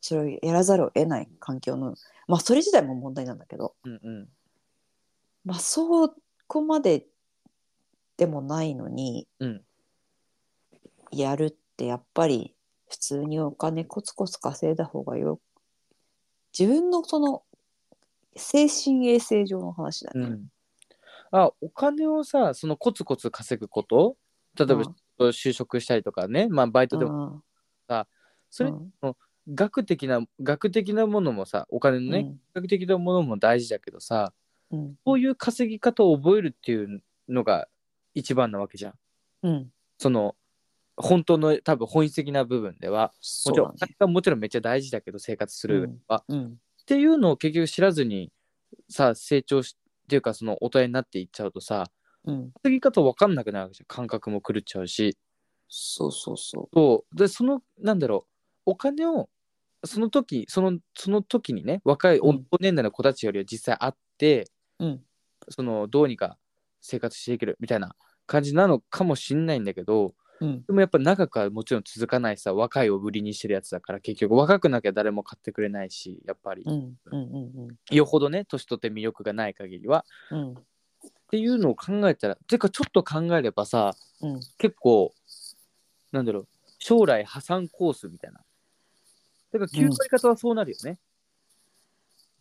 [SPEAKER 2] それをやらざるを得ない環境のまあそれ自体も問題なんだけど
[SPEAKER 1] うんうん
[SPEAKER 2] まあそこまででもないのに、
[SPEAKER 1] うん
[SPEAKER 2] やるってやっぱり普通にお金コツコツ稼いだ方がよ自分のその精神衛生上の話だ
[SPEAKER 1] う
[SPEAKER 2] ね。
[SPEAKER 1] んあお金をさそのコツコツ稼ぐこと例えば、
[SPEAKER 2] うん
[SPEAKER 1] 就職したりとかねまあバイトでも、
[SPEAKER 2] も
[SPEAKER 1] それ学的な学的なものもさお金のね、学的なものも大事だけどさ
[SPEAKER 2] うんうん
[SPEAKER 1] こういう稼ぎ方を覚えるっていうのが一番なわけじゃん
[SPEAKER 2] うん、
[SPEAKER 1] その本当の多分本質的な部分では
[SPEAKER 2] そ
[SPEAKER 1] も
[SPEAKER 2] う
[SPEAKER 1] ちろん、お
[SPEAKER 2] だね。
[SPEAKER 1] 金はもちろんめっちゃ大事だけど生活する上では、
[SPEAKER 2] うん
[SPEAKER 1] っていうのを結局知らずにさ成長しっていうかその大人になっていっちゃうとさ
[SPEAKER 2] うん、
[SPEAKER 1] 稼ぎ方分かんなくなるわけじゃん感覚も狂っちゃうし
[SPEAKER 2] そうそうそ
[SPEAKER 1] そうでそのなんだろうお金をその時そのその時にね若い
[SPEAKER 2] うん
[SPEAKER 1] 同年代の子たちよりは実際あって、
[SPEAKER 2] う。うん
[SPEAKER 1] そのどうにか生活していけるみたいな感じなのかもしんないんだけど
[SPEAKER 2] うん
[SPEAKER 1] でもやっぱ長くはもちろん続かないさ若いを売りにしてるやつだから結局若くなきゃ誰も買ってくれないしやっぱり
[SPEAKER 2] うんうんうん
[SPEAKER 1] よほどね年取って魅力がない限りは
[SPEAKER 2] うん
[SPEAKER 1] っていうのを考えたらてかちょっと考えればさ
[SPEAKER 2] うん
[SPEAKER 1] 結構なんだろう将来破産コースみたいなだから9割方はそうなるよね、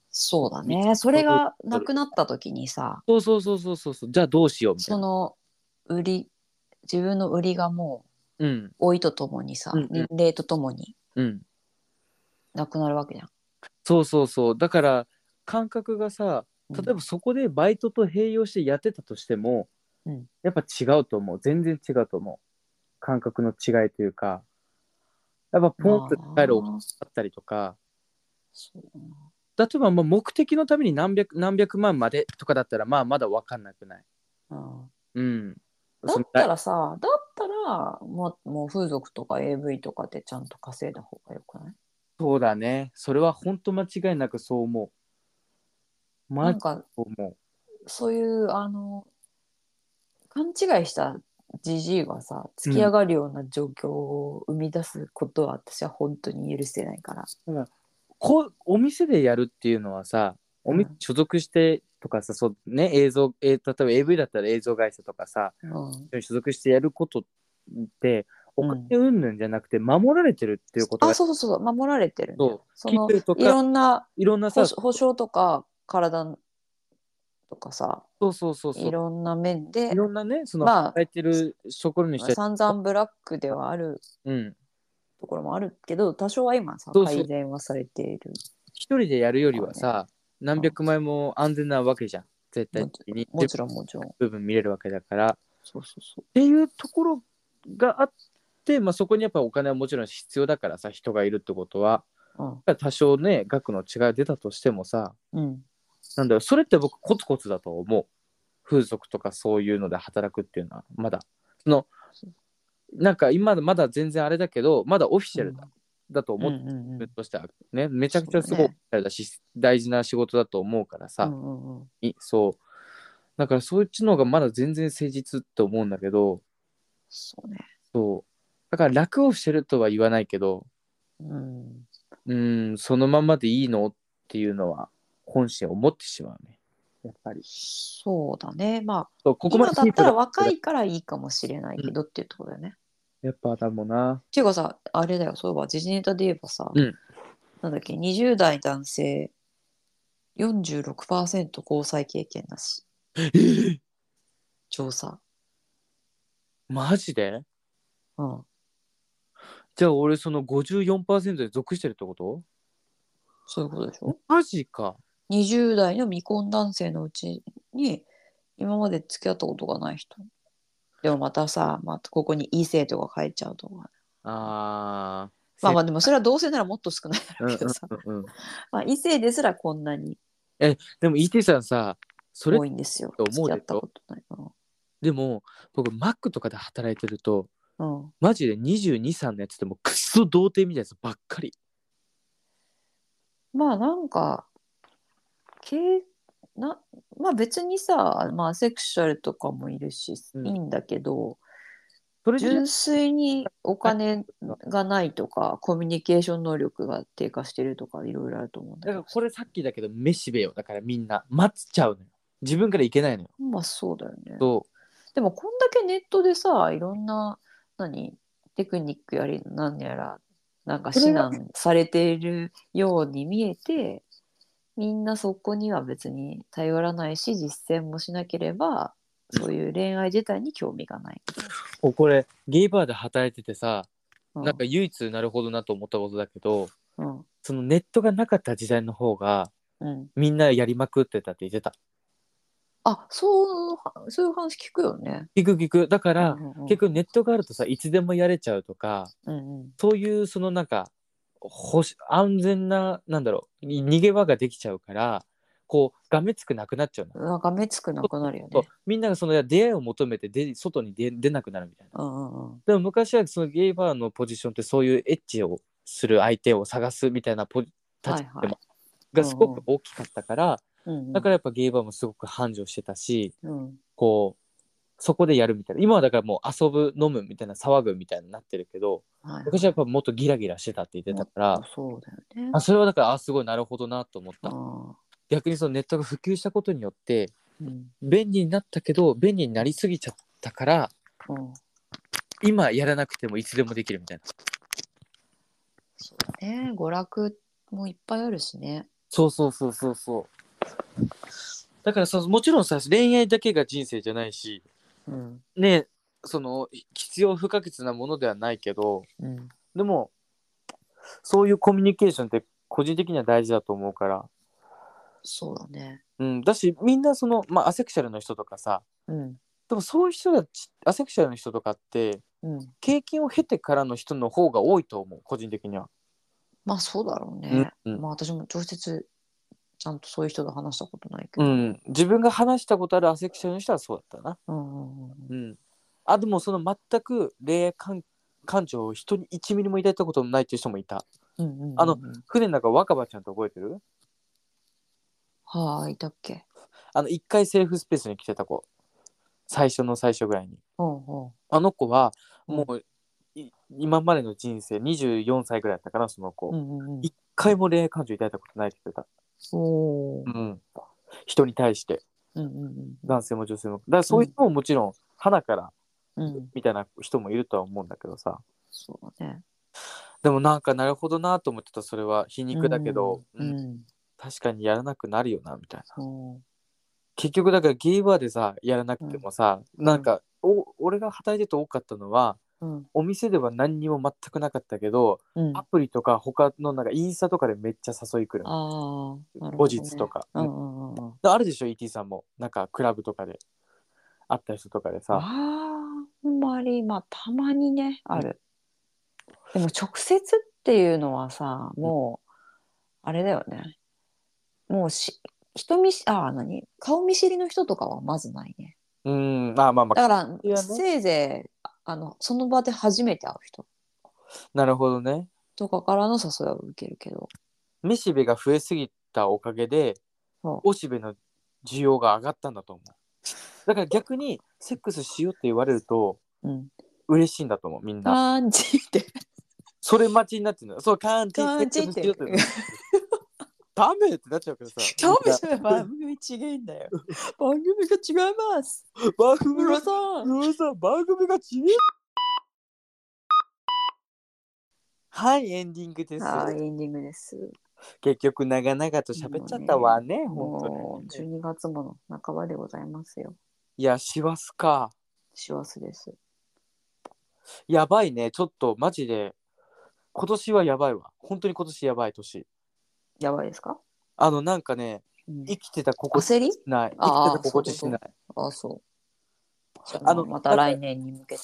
[SPEAKER 2] そうだね。それがなくなった時にさ、
[SPEAKER 1] そうそうそうそうそうそうじゃあどうしようみたい
[SPEAKER 2] そ
[SPEAKER 1] な
[SPEAKER 2] の売り自分の売りがも
[SPEAKER 1] うん
[SPEAKER 2] う老いとともにさ、
[SPEAKER 1] うんうん
[SPEAKER 2] 年齢とともに
[SPEAKER 1] うん
[SPEAKER 2] なくなるわけじゃん。
[SPEAKER 1] そうそうそうだから感覚がさ
[SPEAKER 2] うん
[SPEAKER 1] 例えばそこでバイトと併用してやってたとしても、
[SPEAKER 2] うん
[SPEAKER 1] やっぱ違うと思う全然違うと思う感覚の違いというかやっぱポンって使えるお金
[SPEAKER 2] まあ
[SPEAKER 1] だったりとか
[SPEAKER 2] そう
[SPEAKER 1] 例えばまあ目的のために何百何百万までとかだったらまあまだ分かんなくない。
[SPEAKER 2] うん
[SPEAKER 1] うん。
[SPEAKER 2] だ
[SPEAKER 1] そ
[SPEAKER 2] っ
[SPEAKER 1] の
[SPEAKER 2] たらさだったらもうもう風俗とか AV とかでちゃんと稼いだ方がよくない
[SPEAKER 1] そうだね。それは本当間違いなくそう思う。
[SPEAKER 2] な
[SPEAKER 1] マ
[SPEAKER 2] ん
[SPEAKER 1] ジ
[SPEAKER 2] か
[SPEAKER 1] そう思う。
[SPEAKER 2] そういうあの勘違いしたじじいがさ突き上がるような状況を生み出すことは私は本当に許せないから。
[SPEAKER 1] こうお店でやるっていうのはさ、お店
[SPEAKER 2] うん
[SPEAKER 1] 所属してとかさ、そうね、映像、えー例えば AV だったら映像会社とかさ、
[SPEAKER 2] うん
[SPEAKER 1] 所属してやることって、お金云々じゃなくて、守られてるっていうことが、
[SPEAKER 2] あそうそうそう守られてるんだよ
[SPEAKER 1] そう
[SPEAKER 2] その
[SPEAKER 1] 聞いてるとか
[SPEAKER 2] いろんない
[SPEAKER 1] ろんなさ、
[SPEAKER 2] 保
[SPEAKER 1] そ
[SPEAKER 2] 保証とか体とかさ
[SPEAKER 1] うそうそうそ。
[SPEAKER 2] いうろんな面で
[SPEAKER 1] いろんなね、その、
[SPEAKER 2] まあ
[SPEAKER 1] 働いてるところにして、
[SPEAKER 2] 散々ブラックではある
[SPEAKER 1] うん。
[SPEAKER 2] ところもあるけど多少は今さ
[SPEAKER 1] そうそう
[SPEAKER 2] 改善はされている
[SPEAKER 1] 一人でやるよりはさ、何百枚も安全なわけじゃん。絶対的に。
[SPEAKER 2] もちろんもちろん
[SPEAKER 1] 部分見れるわけだから。
[SPEAKER 2] そうそうそ
[SPEAKER 1] っていうところがあって、まあ、そこにやっぱお金はもちろん必要だからさ人がいるってことは
[SPEAKER 2] う
[SPEAKER 1] 多少ね額の違い出たとしてもさ
[SPEAKER 2] うんうん
[SPEAKER 1] なんだろうそれって僕コツコツだと思う風俗とかそういうので働くっていうのはまだそのなんか今まだ全然あれだけどまだオフィシャルだ,、だと思
[SPEAKER 2] う
[SPEAKER 1] っ
[SPEAKER 2] ん
[SPEAKER 1] て
[SPEAKER 2] うんうん
[SPEAKER 1] るとしてはねめちゃくちゃすごいオフィシャルだし、大事な仕事だと思うからさ、
[SPEAKER 2] うんうんうん
[SPEAKER 1] いそうだからそっちの方がまだ全然誠実って思うんだけど
[SPEAKER 2] そうね
[SPEAKER 1] そう。だから楽をしてるとは言わないけど、
[SPEAKER 2] うん
[SPEAKER 1] うん、そのままでいいのっていうのは本心思ってしまうね。やっぱり。
[SPEAKER 2] そうだねまあ
[SPEAKER 1] そうここま
[SPEAKER 2] 今
[SPEAKER 1] で
[SPEAKER 2] だったら若
[SPEAKER 1] い。
[SPEAKER 2] いからいいかもしれないけどっていうところだよね
[SPEAKER 1] やっぱだもんな。
[SPEAKER 2] っていうかさあれだよそういえば時事ネタで言えばさ、
[SPEAKER 1] うん
[SPEAKER 2] なんだっけ20代男性46%交際経験なし調査、
[SPEAKER 1] マジで
[SPEAKER 2] うん、
[SPEAKER 1] じゃあ俺その54%で属してるってこと
[SPEAKER 2] そういうことでしょ
[SPEAKER 1] マジか。
[SPEAKER 2] 20代の未婚男性のうちに今まで付き合ったことがない人でもまたさ、まあ、ここに異性とか書いちゃうとか
[SPEAKER 1] あー。
[SPEAKER 2] まあまあでもそれは同性ならもっと少ないだ
[SPEAKER 1] うん
[SPEAKER 2] ろ
[SPEAKER 1] う
[SPEAKER 2] うけどさ、
[SPEAKER 1] んうんうん、
[SPEAKER 2] まあ、異性ですらこんなに
[SPEAKER 1] でも ET さんさそれ
[SPEAKER 2] 多いんですよ
[SPEAKER 1] それ
[SPEAKER 2] 付き合ったことない
[SPEAKER 1] でも僕マックとかで働いてると
[SPEAKER 2] うん、うん、
[SPEAKER 1] マジで223のやつでもうクソ童貞みたいなやつばっかり
[SPEAKER 2] まあなんかけなまあ別にさ、まあ、セクシャルとかもいるし、
[SPEAKER 1] うん
[SPEAKER 2] いいんだけど
[SPEAKER 1] それで
[SPEAKER 2] 純粋にお金がないとかコミュニケーション能力が低下してるとかいろいろあると思うんだ
[SPEAKER 1] だ
[SPEAKER 2] け
[SPEAKER 1] から
[SPEAKER 2] ど
[SPEAKER 1] これさっきだけど飯べよだからみんな待っちゃうのよ自分から行けないのよ
[SPEAKER 2] まあそうだよね
[SPEAKER 1] そ
[SPEAKER 2] でもこんだけネットでさいろんな何テクニックやり何やらなんか
[SPEAKER 1] そ
[SPEAKER 2] 指
[SPEAKER 1] れが
[SPEAKER 2] 南されているように見えてみんなそこには別に頼らないし実践もしなければそういう恋愛自体に興味がない。
[SPEAKER 1] うおこれゲイバーで働いててさ、
[SPEAKER 2] うん
[SPEAKER 1] なんか唯一なるほどなと思ったことだけど
[SPEAKER 2] うん
[SPEAKER 1] そのネットがなかった時代の方が
[SPEAKER 2] うん、
[SPEAKER 1] みんなやりまくってたって言ってた
[SPEAKER 2] あそうそういう話聞くよね。
[SPEAKER 1] 聞く聞くだから、
[SPEAKER 2] うんうんうん
[SPEAKER 1] 結局ネットがあるとさいつでもやれちゃうとか
[SPEAKER 2] うんうん
[SPEAKER 1] そういうそのなんか保守安全ななんだろうに逃げ場ができちゃうからこうがめつくなくなっちゃうの、
[SPEAKER 2] なんか目つくなくなるよ
[SPEAKER 1] そう
[SPEAKER 2] ね。
[SPEAKER 1] みんながその出会いを求めてで外に出出なくなるみたいな
[SPEAKER 2] うんうんうん
[SPEAKER 1] でも昔はそのゲイバーのポジションってそういうエッチをする相手を探すみたいなポジ立ち
[SPEAKER 2] はいはい
[SPEAKER 1] がすごく大きかったから、
[SPEAKER 2] うんうん
[SPEAKER 1] だからやっぱゲイバーもすごく繁盛してたし
[SPEAKER 2] うん
[SPEAKER 1] こうそこでやるみたいな今はだからもう遊ぶ飲むみたいな騒ぐみたいになってるけど
[SPEAKER 2] はい
[SPEAKER 1] 昔はやっぱもっとギラギラしてたって言ってたから、
[SPEAKER 2] そうだよね。
[SPEAKER 1] あそれはだからあすごいなるほどなと思った、
[SPEAKER 2] あ
[SPEAKER 1] 逆にそのネットが普及したことによって
[SPEAKER 2] ーうん
[SPEAKER 1] 便利になったけど便利になりすぎちゃったから
[SPEAKER 2] うん
[SPEAKER 1] 今やらなくてもいつでもできるみたいな
[SPEAKER 2] そうだね娯楽もいっぱいあるしね。
[SPEAKER 1] そうそうそうそうそう。だからさ、もちろんさ、恋愛だけが人生じゃないし、
[SPEAKER 2] うん
[SPEAKER 1] ね、その、必要不可欠なものではないけど、
[SPEAKER 2] うん、
[SPEAKER 1] でも、そういうコミュニケーションって個人的には大事だと思うから、
[SPEAKER 2] そうだね。
[SPEAKER 1] うん、だし、みんなその、まあ、アセクシャルの人とかさ、
[SPEAKER 2] うん
[SPEAKER 1] でもそういう人たち、アセクシャルの人とかって、
[SPEAKER 2] うん、
[SPEAKER 1] 経験を経てからの人の方が多いと思う、個人的には。
[SPEAKER 2] まあそうだろうね。
[SPEAKER 1] うんうん
[SPEAKER 2] まあ私も直接ちゃんとそういう人と話したことないけ
[SPEAKER 1] う
[SPEAKER 2] ど。
[SPEAKER 1] ん、自分が話したことあるアセクシャルの人はそうだったな。
[SPEAKER 2] うんうんうん
[SPEAKER 1] うん、あでもその全く恋愛感感情を人に1ミリも抱いたこともないっていう人もいた
[SPEAKER 2] うんうんうん
[SPEAKER 1] あの船の中若葉ちゃんと覚えてる
[SPEAKER 2] はあいたっけ
[SPEAKER 1] あの一回セーフスペースに来てた子最初の最初ぐらいに
[SPEAKER 2] ほうほ
[SPEAKER 1] あの子はもう、い今までの人生24歳ぐらいだったかなその子、
[SPEAKER 2] ううんうんうん
[SPEAKER 1] 一回も恋愛感情抱いたことないって言ってた、
[SPEAKER 2] おー
[SPEAKER 1] うん、人に対して
[SPEAKER 2] うんうん
[SPEAKER 1] 男性も女性もだからそういう人ももちろん花から
[SPEAKER 2] うんうん
[SPEAKER 1] みたいな人もいるとは思うんだけどさ
[SPEAKER 2] そうね
[SPEAKER 1] でもなんかなるほどなと思ってたそれは皮肉だけど、
[SPEAKER 2] う
[SPEAKER 1] うん
[SPEAKER 2] ん
[SPEAKER 1] 確かにやらなくなるよなみたいな
[SPEAKER 2] うん
[SPEAKER 1] 結局だからゲイバーでさやらなくてもさ、なんかお俺が働いてて多かったのは
[SPEAKER 2] うん
[SPEAKER 1] お店では何にも全くなかったけど、
[SPEAKER 2] うん
[SPEAKER 1] アプリとか他のなんかインスタとかでめっちゃ誘い来る
[SPEAKER 2] あーなるほ
[SPEAKER 1] 後
[SPEAKER 2] どね
[SPEAKER 1] 日とか、
[SPEAKER 2] う
[SPEAKER 1] うんん
[SPEAKER 2] うんうんうん
[SPEAKER 1] あるでしょ ET さんもなんかクラブとかで会った人とかでさ、
[SPEAKER 2] ああんまりまあたまにねある、でも直接っていうのはさもうあれだよねもうし人見しあー何顔見知りの人とかはまずないね
[SPEAKER 1] うんまあまあまあ
[SPEAKER 2] だから、
[SPEAKER 1] いやね
[SPEAKER 2] せいぜいああのその場で初めて会う人
[SPEAKER 1] なるほどね
[SPEAKER 2] とかからの誘いは受けるけど
[SPEAKER 1] めしべが増えすぎたおかげで
[SPEAKER 2] そ
[SPEAKER 1] おしべの需要が上がったんだと思うだから逆にセックスしようって言われると
[SPEAKER 2] う、うん、
[SPEAKER 1] 嬉しいんだと思うみんな
[SPEAKER 2] 感じて
[SPEAKER 1] それ待ちになってるの。そう、感じて
[SPEAKER 2] 感じて
[SPEAKER 1] て。ダメってなっちゃう けどさ。
[SPEAKER 2] ダメじゃない番組違いんだよ番組が違います
[SPEAKER 1] 番組
[SPEAKER 2] ム
[SPEAKER 1] が
[SPEAKER 2] ロ、さん
[SPEAKER 1] うるさい番組が違え。はい、エンディングです。
[SPEAKER 2] はいエンディングです
[SPEAKER 1] 結局、長々と喋っちゃったわね、
[SPEAKER 2] も
[SPEAKER 1] 本
[SPEAKER 2] う
[SPEAKER 1] 当に。
[SPEAKER 2] 12月もの半ばでございますよ。
[SPEAKER 1] いや、師走か。
[SPEAKER 2] 師走です。
[SPEAKER 1] やばいね、ちょっと、マジで。今年はやばいわ。本当に今年やばい年。
[SPEAKER 2] やばいですか、
[SPEAKER 1] あの、なんかね、
[SPEAKER 2] うん
[SPEAKER 1] 生きてた心地し
[SPEAKER 2] 焦り
[SPEAKER 1] ない。生
[SPEAKER 2] あー
[SPEAKER 1] きてた心地しない。
[SPEAKER 2] あそう。じゃあ
[SPEAKER 1] あの
[SPEAKER 2] また来年に向けて。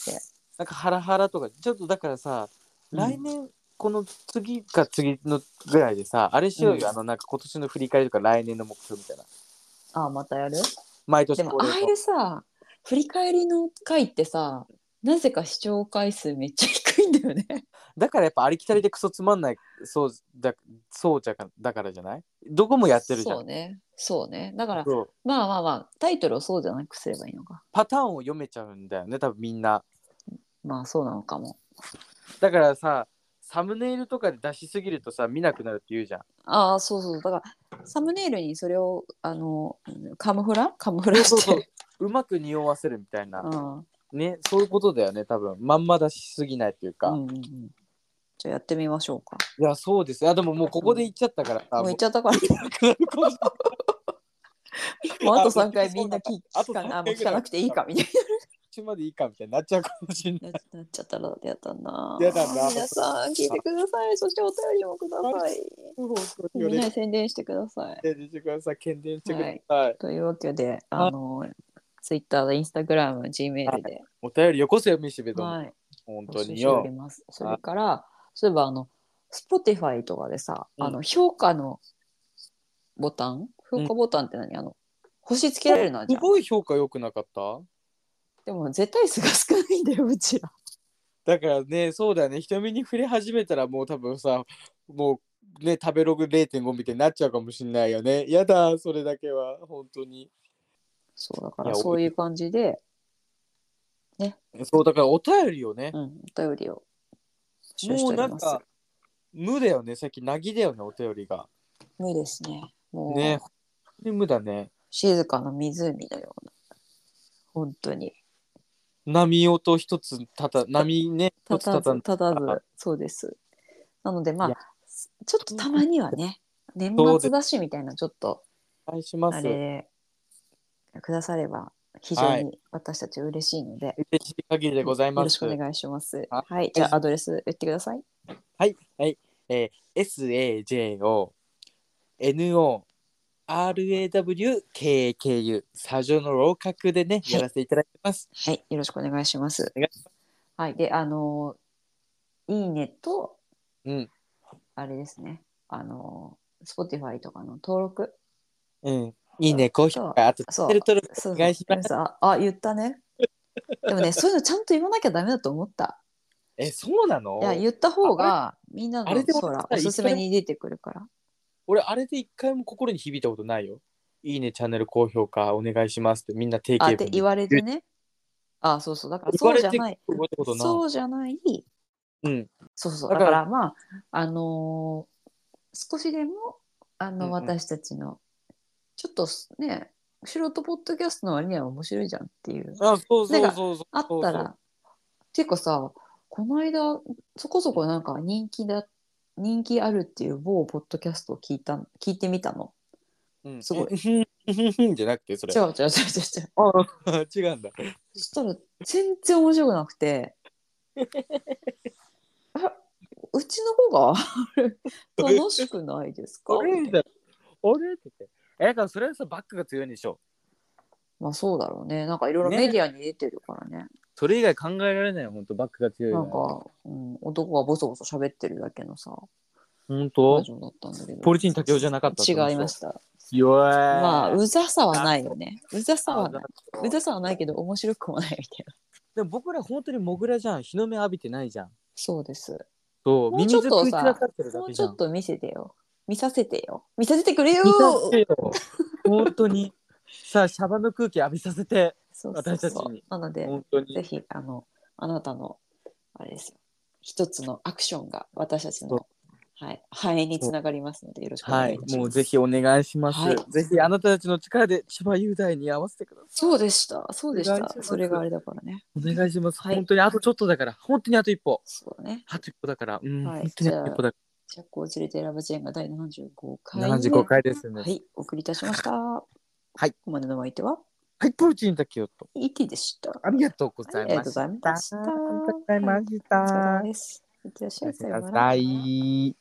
[SPEAKER 1] なんかハラハラとかちょっとだからさ、
[SPEAKER 2] うん
[SPEAKER 1] 来年この次か次のぐらいでさあれしようよ、
[SPEAKER 2] うん
[SPEAKER 1] あのなんか今年の振り返りとか来年の目標みたいな
[SPEAKER 2] ああまたやる
[SPEAKER 1] 毎
[SPEAKER 2] で
[SPEAKER 1] 年
[SPEAKER 2] も
[SPEAKER 1] 恒例
[SPEAKER 2] ああいうさ振り返りの回ってさなぜか視聴回数めっちゃ低いんだよね。
[SPEAKER 1] だからやっぱありきたりでクソつまんないそうだそうじゃかだからじゃないどこもやってるじゃん
[SPEAKER 2] そうね。そうね。だから
[SPEAKER 1] そう
[SPEAKER 2] まあまあまあタイトルをそうじゃなくすればいいのか。
[SPEAKER 1] パターンを読めちゃうんだよね多分みんな
[SPEAKER 2] まあそうなのかも。
[SPEAKER 1] だからさサムネイルとかで出しすぎるとさ見なくなるって言うじゃん
[SPEAKER 2] ああそうそうだからサムネイルにそれをあのカムフラカムフラして。
[SPEAKER 1] そうそう うまく匂わせるみたいな、
[SPEAKER 2] うん
[SPEAKER 1] ねそういうことだよね多分まんま出しすぎないっていうか、
[SPEAKER 2] う
[SPEAKER 1] い
[SPEAKER 2] んうんうん、じゃあやってみましょうか。
[SPEAKER 1] やそうですあでももうここで言っちゃったからさ、
[SPEAKER 2] もう行っちゃったから、もうあと3回みんな聞
[SPEAKER 1] あ
[SPEAKER 2] 聞
[SPEAKER 1] と
[SPEAKER 2] か
[SPEAKER 1] 三
[SPEAKER 2] な
[SPEAKER 1] 回
[SPEAKER 2] あもう聞かなくていいかみたい
[SPEAKER 1] ちまでいいかみたいになっちゃうかもしれない。
[SPEAKER 2] ななっちゃったらやだな。
[SPEAKER 1] やだな
[SPEAKER 2] 皆さん聞いてください。そしてお便りもください。みんなに宣伝してください。
[SPEAKER 1] 宣伝してください。宣伝してください。
[SPEAKER 2] というわけで、あの、ツイッター、インスタグラム、G メールで、
[SPEAKER 1] お便りよこせよ、みしべども。
[SPEAKER 2] はい、
[SPEAKER 1] 本当
[SPEAKER 2] 募集
[SPEAKER 1] に
[SPEAKER 2] してお
[SPEAKER 1] よ
[SPEAKER 2] り。ます。それから、そういえば、あの、Spotify とかでさ、
[SPEAKER 1] うん
[SPEAKER 2] あの、評価のボタン、評価ボタンって何、あの、星つけられるのあるじ
[SPEAKER 1] す
[SPEAKER 2] ゃん。
[SPEAKER 1] ごい評価良くなかった
[SPEAKER 2] でも絶対数が少ないんだようちら。
[SPEAKER 1] だからね、そうだよね。人目に触れ始めたらもう多分さ、もうね、食べログ0.5みたいになっちゃうかもしれないよね。やだ、それだけは、本当に。
[SPEAKER 2] そうだか
[SPEAKER 1] い
[SPEAKER 2] ら
[SPEAKER 1] や
[SPEAKER 2] そういう感じで、
[SPEAKER 1] そう、だからお便りをね
[SPEAKER 2] う、ん、お便りを募集して
[SPEAKER 1] も
[SPEAKER 2] お
[SPEAKER 1] うな
[SPEAKER 2] り
[SPEAKER 1] ん
[SPEAKER 2] ます。
[SPEAKER 1] か、無だよね。さっき、なぎだよね、お便りが。
[SPEAKER 2] 無ですね。もう、
[SPEAKER 1] ね、本当に無だね。
[SPEAKER 2] 静かな湖のような。本当に。
[SPEAKER 1] 波音一つたた波ね
[SPEAKER 2] た
[SPEAKER 1] 一つた
[SPEAKER 2] た
[SPEAKER 1] た
[SPEAKER 2] ず
[SPEAKER 1] ん
[SPEAKER 2] たたず、そうです。なのでま
[SPEAKER 1] い
[SPEAKER 2] あ
[SPEAKER 1] や、
[SPEAKER 2] ちょっとたまには ね、年末だしみたいなちょっと、
[SPEAKER 1] お願いしま
[SPEAKER 2] あ
[SPEAKER 1] す嬉
[SPEAKER 2] れで、くだされば、非常
[SPEAKER 1] はい
[SPEAKER 2] に私たち嬉しいので、
[SPEAKER 1] しい限りでござい
[SPEAKER 2] よろ
[SPEAKER 1] ま
[SPEAKER 2] し
[SPEAKER 1] す
[SPEAKER 2] くお願いします。
[SPEAKER 1] あ
[SPEAKER 2] はい、じゃあアドレス言ってください。
[SPEAKER 1] はいはいえー、SAJONORAWKKU サジョの楼閣でね
[SPEAKER 2] はい
[SPEAKER 1] やらせていただいてます、
[SPEAKER 2] はい、よろしくお願いします。
[SPEAKER 1] お願い
[SPEAKER 2] はい、で、あのー、いいねと、
[SPEAKER 1] うん
[SPEAKER 2] あれですね、あのー、Spotify とかの登録、
[SPEAKER 1] うんいいね高評価あとチャン
[SPEAKER 2] そう
[SPEAKER 1] ネル登録
[SPEAKER 2] そう
[SPEAKER 1] お願いします
[SPEAKER 2] そうああ、言ったね。 でもね、そういうのちゃんと言わなきゃダメだと思った。
[SPEAKER 1] えそうなの
[SPEAKER 2] いや、言った方が、みんな
[SPEAKER 1] あ
[SPEAKER 2] の
[SPEAKER 1] れでも
[SPEAKER 2] ほら
[SPEAKER 1] さ
[SPEAKER 2] おすすめに出てくるから
[SPEAKER 1] 俺あれで一回も心に響いたことないよいいねチャンネル高評価お願いしますってみんな定
[SPEAKER 2] あ
[SPEAKER 1] 型
[SPEAKER 2] って言われてねあそうそうだから
[SPEAKER 1] 言
[SPEAKER 2] そ
[SPEAKER 1] わ
[SPEAKER 2] う
[SPEAKER 1] れ
[SPEAKER 2] じゃ
[SPEAKER 1] て
[SPEAKER 2] ない
[SPEAKER 1] くることない
[SPEAKER 2] そうじゃない
[SPEAKER 1] うん
[SPEAKER 2] そうそう
[SPEAKER 1] だ
[SPEAKER 2] だ
[SPEAKER 1] か
[SPEAKER 2] かららまああのー少しでもあの、
[SPEAKER 1] うんうん
[SPEAKER 2] 私たちのちょっとね素人ポッドキャストの割には面白いじゃんっていう
[SPEAKER 1] あそうそう
[SPEAKER 2] なんか
[SPEAKER 1] そうそう
[SPEAKER 2] あったらていうかさこの間そこそこなんか人気だ人気あるっていう某ポッドキャストを聞いた聞いてみたの
[SPEAKER 1] うん
[SPEAKER 2] すごい
[SPEAKER 1] うんふんふんふんじゃなくてそれ
[SPEAKER 2] 違う違う違う違う違う
[SPEAKER 1] あ 違うんだ
[SPEAKER 2] そしたら全然面白くな くてあうちの方があれ楽しくないですか
[SPEAKER 1] あれみたいなあれって言ってえだからそれはさバックが強いんでしょ
[SPEAKER 2] まあそうだろうね。なんかいろいろ
[SPEAKER 1] ね
[SPEAKER 2] メディアに出てるからね。
[SPEAKER 1] それ以外考えられないよほんとバックが強い
[SPEAKER 2] な
[SPEAKER 1] よ
[SPEAKER 2] んか、うん、男がボソボソ喋ってるだけのさ、
[SPEAKER 1] ほん
[SPEAKER 2] ラ
[SPEAKER 1] と
[SPEAKER 2] ジオだったんだけど。
[SPEAKER 1] ポリティン竹雄じゃなかった
[SPEAKER 2] 違いました。
[SPEAKER 1] よえ
[SPEAKER 2] まあ、
[SPEAKER 1] う
[SPEAKER 2] うざさはないよね。うざさはない。う
[SPEAKER 1] で
[SPEAKER 2] ざさはないけど、面白くもないみたいな。
[SPEAKER 1] も僕ら本当にモグラじゃん日の目浴びてないじゃん
[SPEAKER 2] そうです。
[SPEAKER 1] そう
[SPEAKER 2] も
[SPEAKER 1] ミ
[SPEAKER 2] う
[SPEAKER 1] ミ
[SPEAKER 2] ちょっ
[SPEAKER 1] ズ
[SPEAKER 2] と
[SPEAKER 1] 食い
[SPEAKER 2] さ
[SPEAKER 1] 散らかってるだ
[SPEAKER 2] も
[SPEAKER 1] け
[SPEAKER 2] う
[SPEAKER 1] じ
[SPEAKER 2] ち
[SPEAKER 1] ゃん
[SPEAKER 2] ょっと見せてよ。見させてよ。見させてくれよ
[SPEAKER 1] 満たしてよ本当にさあシャバの空気浴びさせて
[SPEAKER 2] そうそう
[SPEAKER 1] 私たち
[SPEAKER 2] そう
[SPEAKER 1] に。
[SPEAKER 2] なので、
[SPEAKER 1] 本当
[SPEAKER 2] ぜ
[SPEAKER 1] に
[SPEAKER 2] ひ、あの、あなたの、あれですよ。一つのアクションが私たち
[SPEAKER 1] そ
[SPEAKER 2] の、はい、繁栄につながりますので、よろしくお
[SPEAKER 1] は
[SPEAKER 2] 願いい
[SPEAKER 1] い
[SPEAKER 2] たします。
[SPEAKER 1] もうぜひお願いします、
[SPEAKER 2] はい
[SPEAKER 1] ぜひあなたたちの力で千葉雄大に合わせてくださ
[SPEAKER 2] そうでした。そうでし。
[SPEAKER 1] お願いしたます
[SPEAKER 2] それがあれだからね。
[SPEAKER 1] いお願いします、
[SPEAKER 2] はい
[SPEAKER 1] 本当にあとちょっとだから本当にあと一歩
[SPEAKER 2] そうだね。
[SPEAKER 1] あと一歩だからうん、
[SPEAKER 2] はい
[SPEAKER 1] 本当にあと一歩だか
[SPEAKER 2] 着工を連れてラブジェーンが第75回
[SPEAKER 1] ら
[SPEAKER 2] 目。
[SPEAKER 1] 75回ですね
[SPEAKER 2] は
[SPEAKER 1] はい、
[SPEAKER 2] い、お送りいたしました。はいここまでのお相手は、
[SPEAKER 1] プーチンだけよと
[SPEAKER 2] ET でした。
[SPEAKER 1] ありがとうございました
[SPEAKER 2] ありがとうございました
[SPEAKER 1] ありがとうございました、
[SPEAKER 2] お疲れ様です。いってらっしゃい。さようなら
[SPEAKER 1] い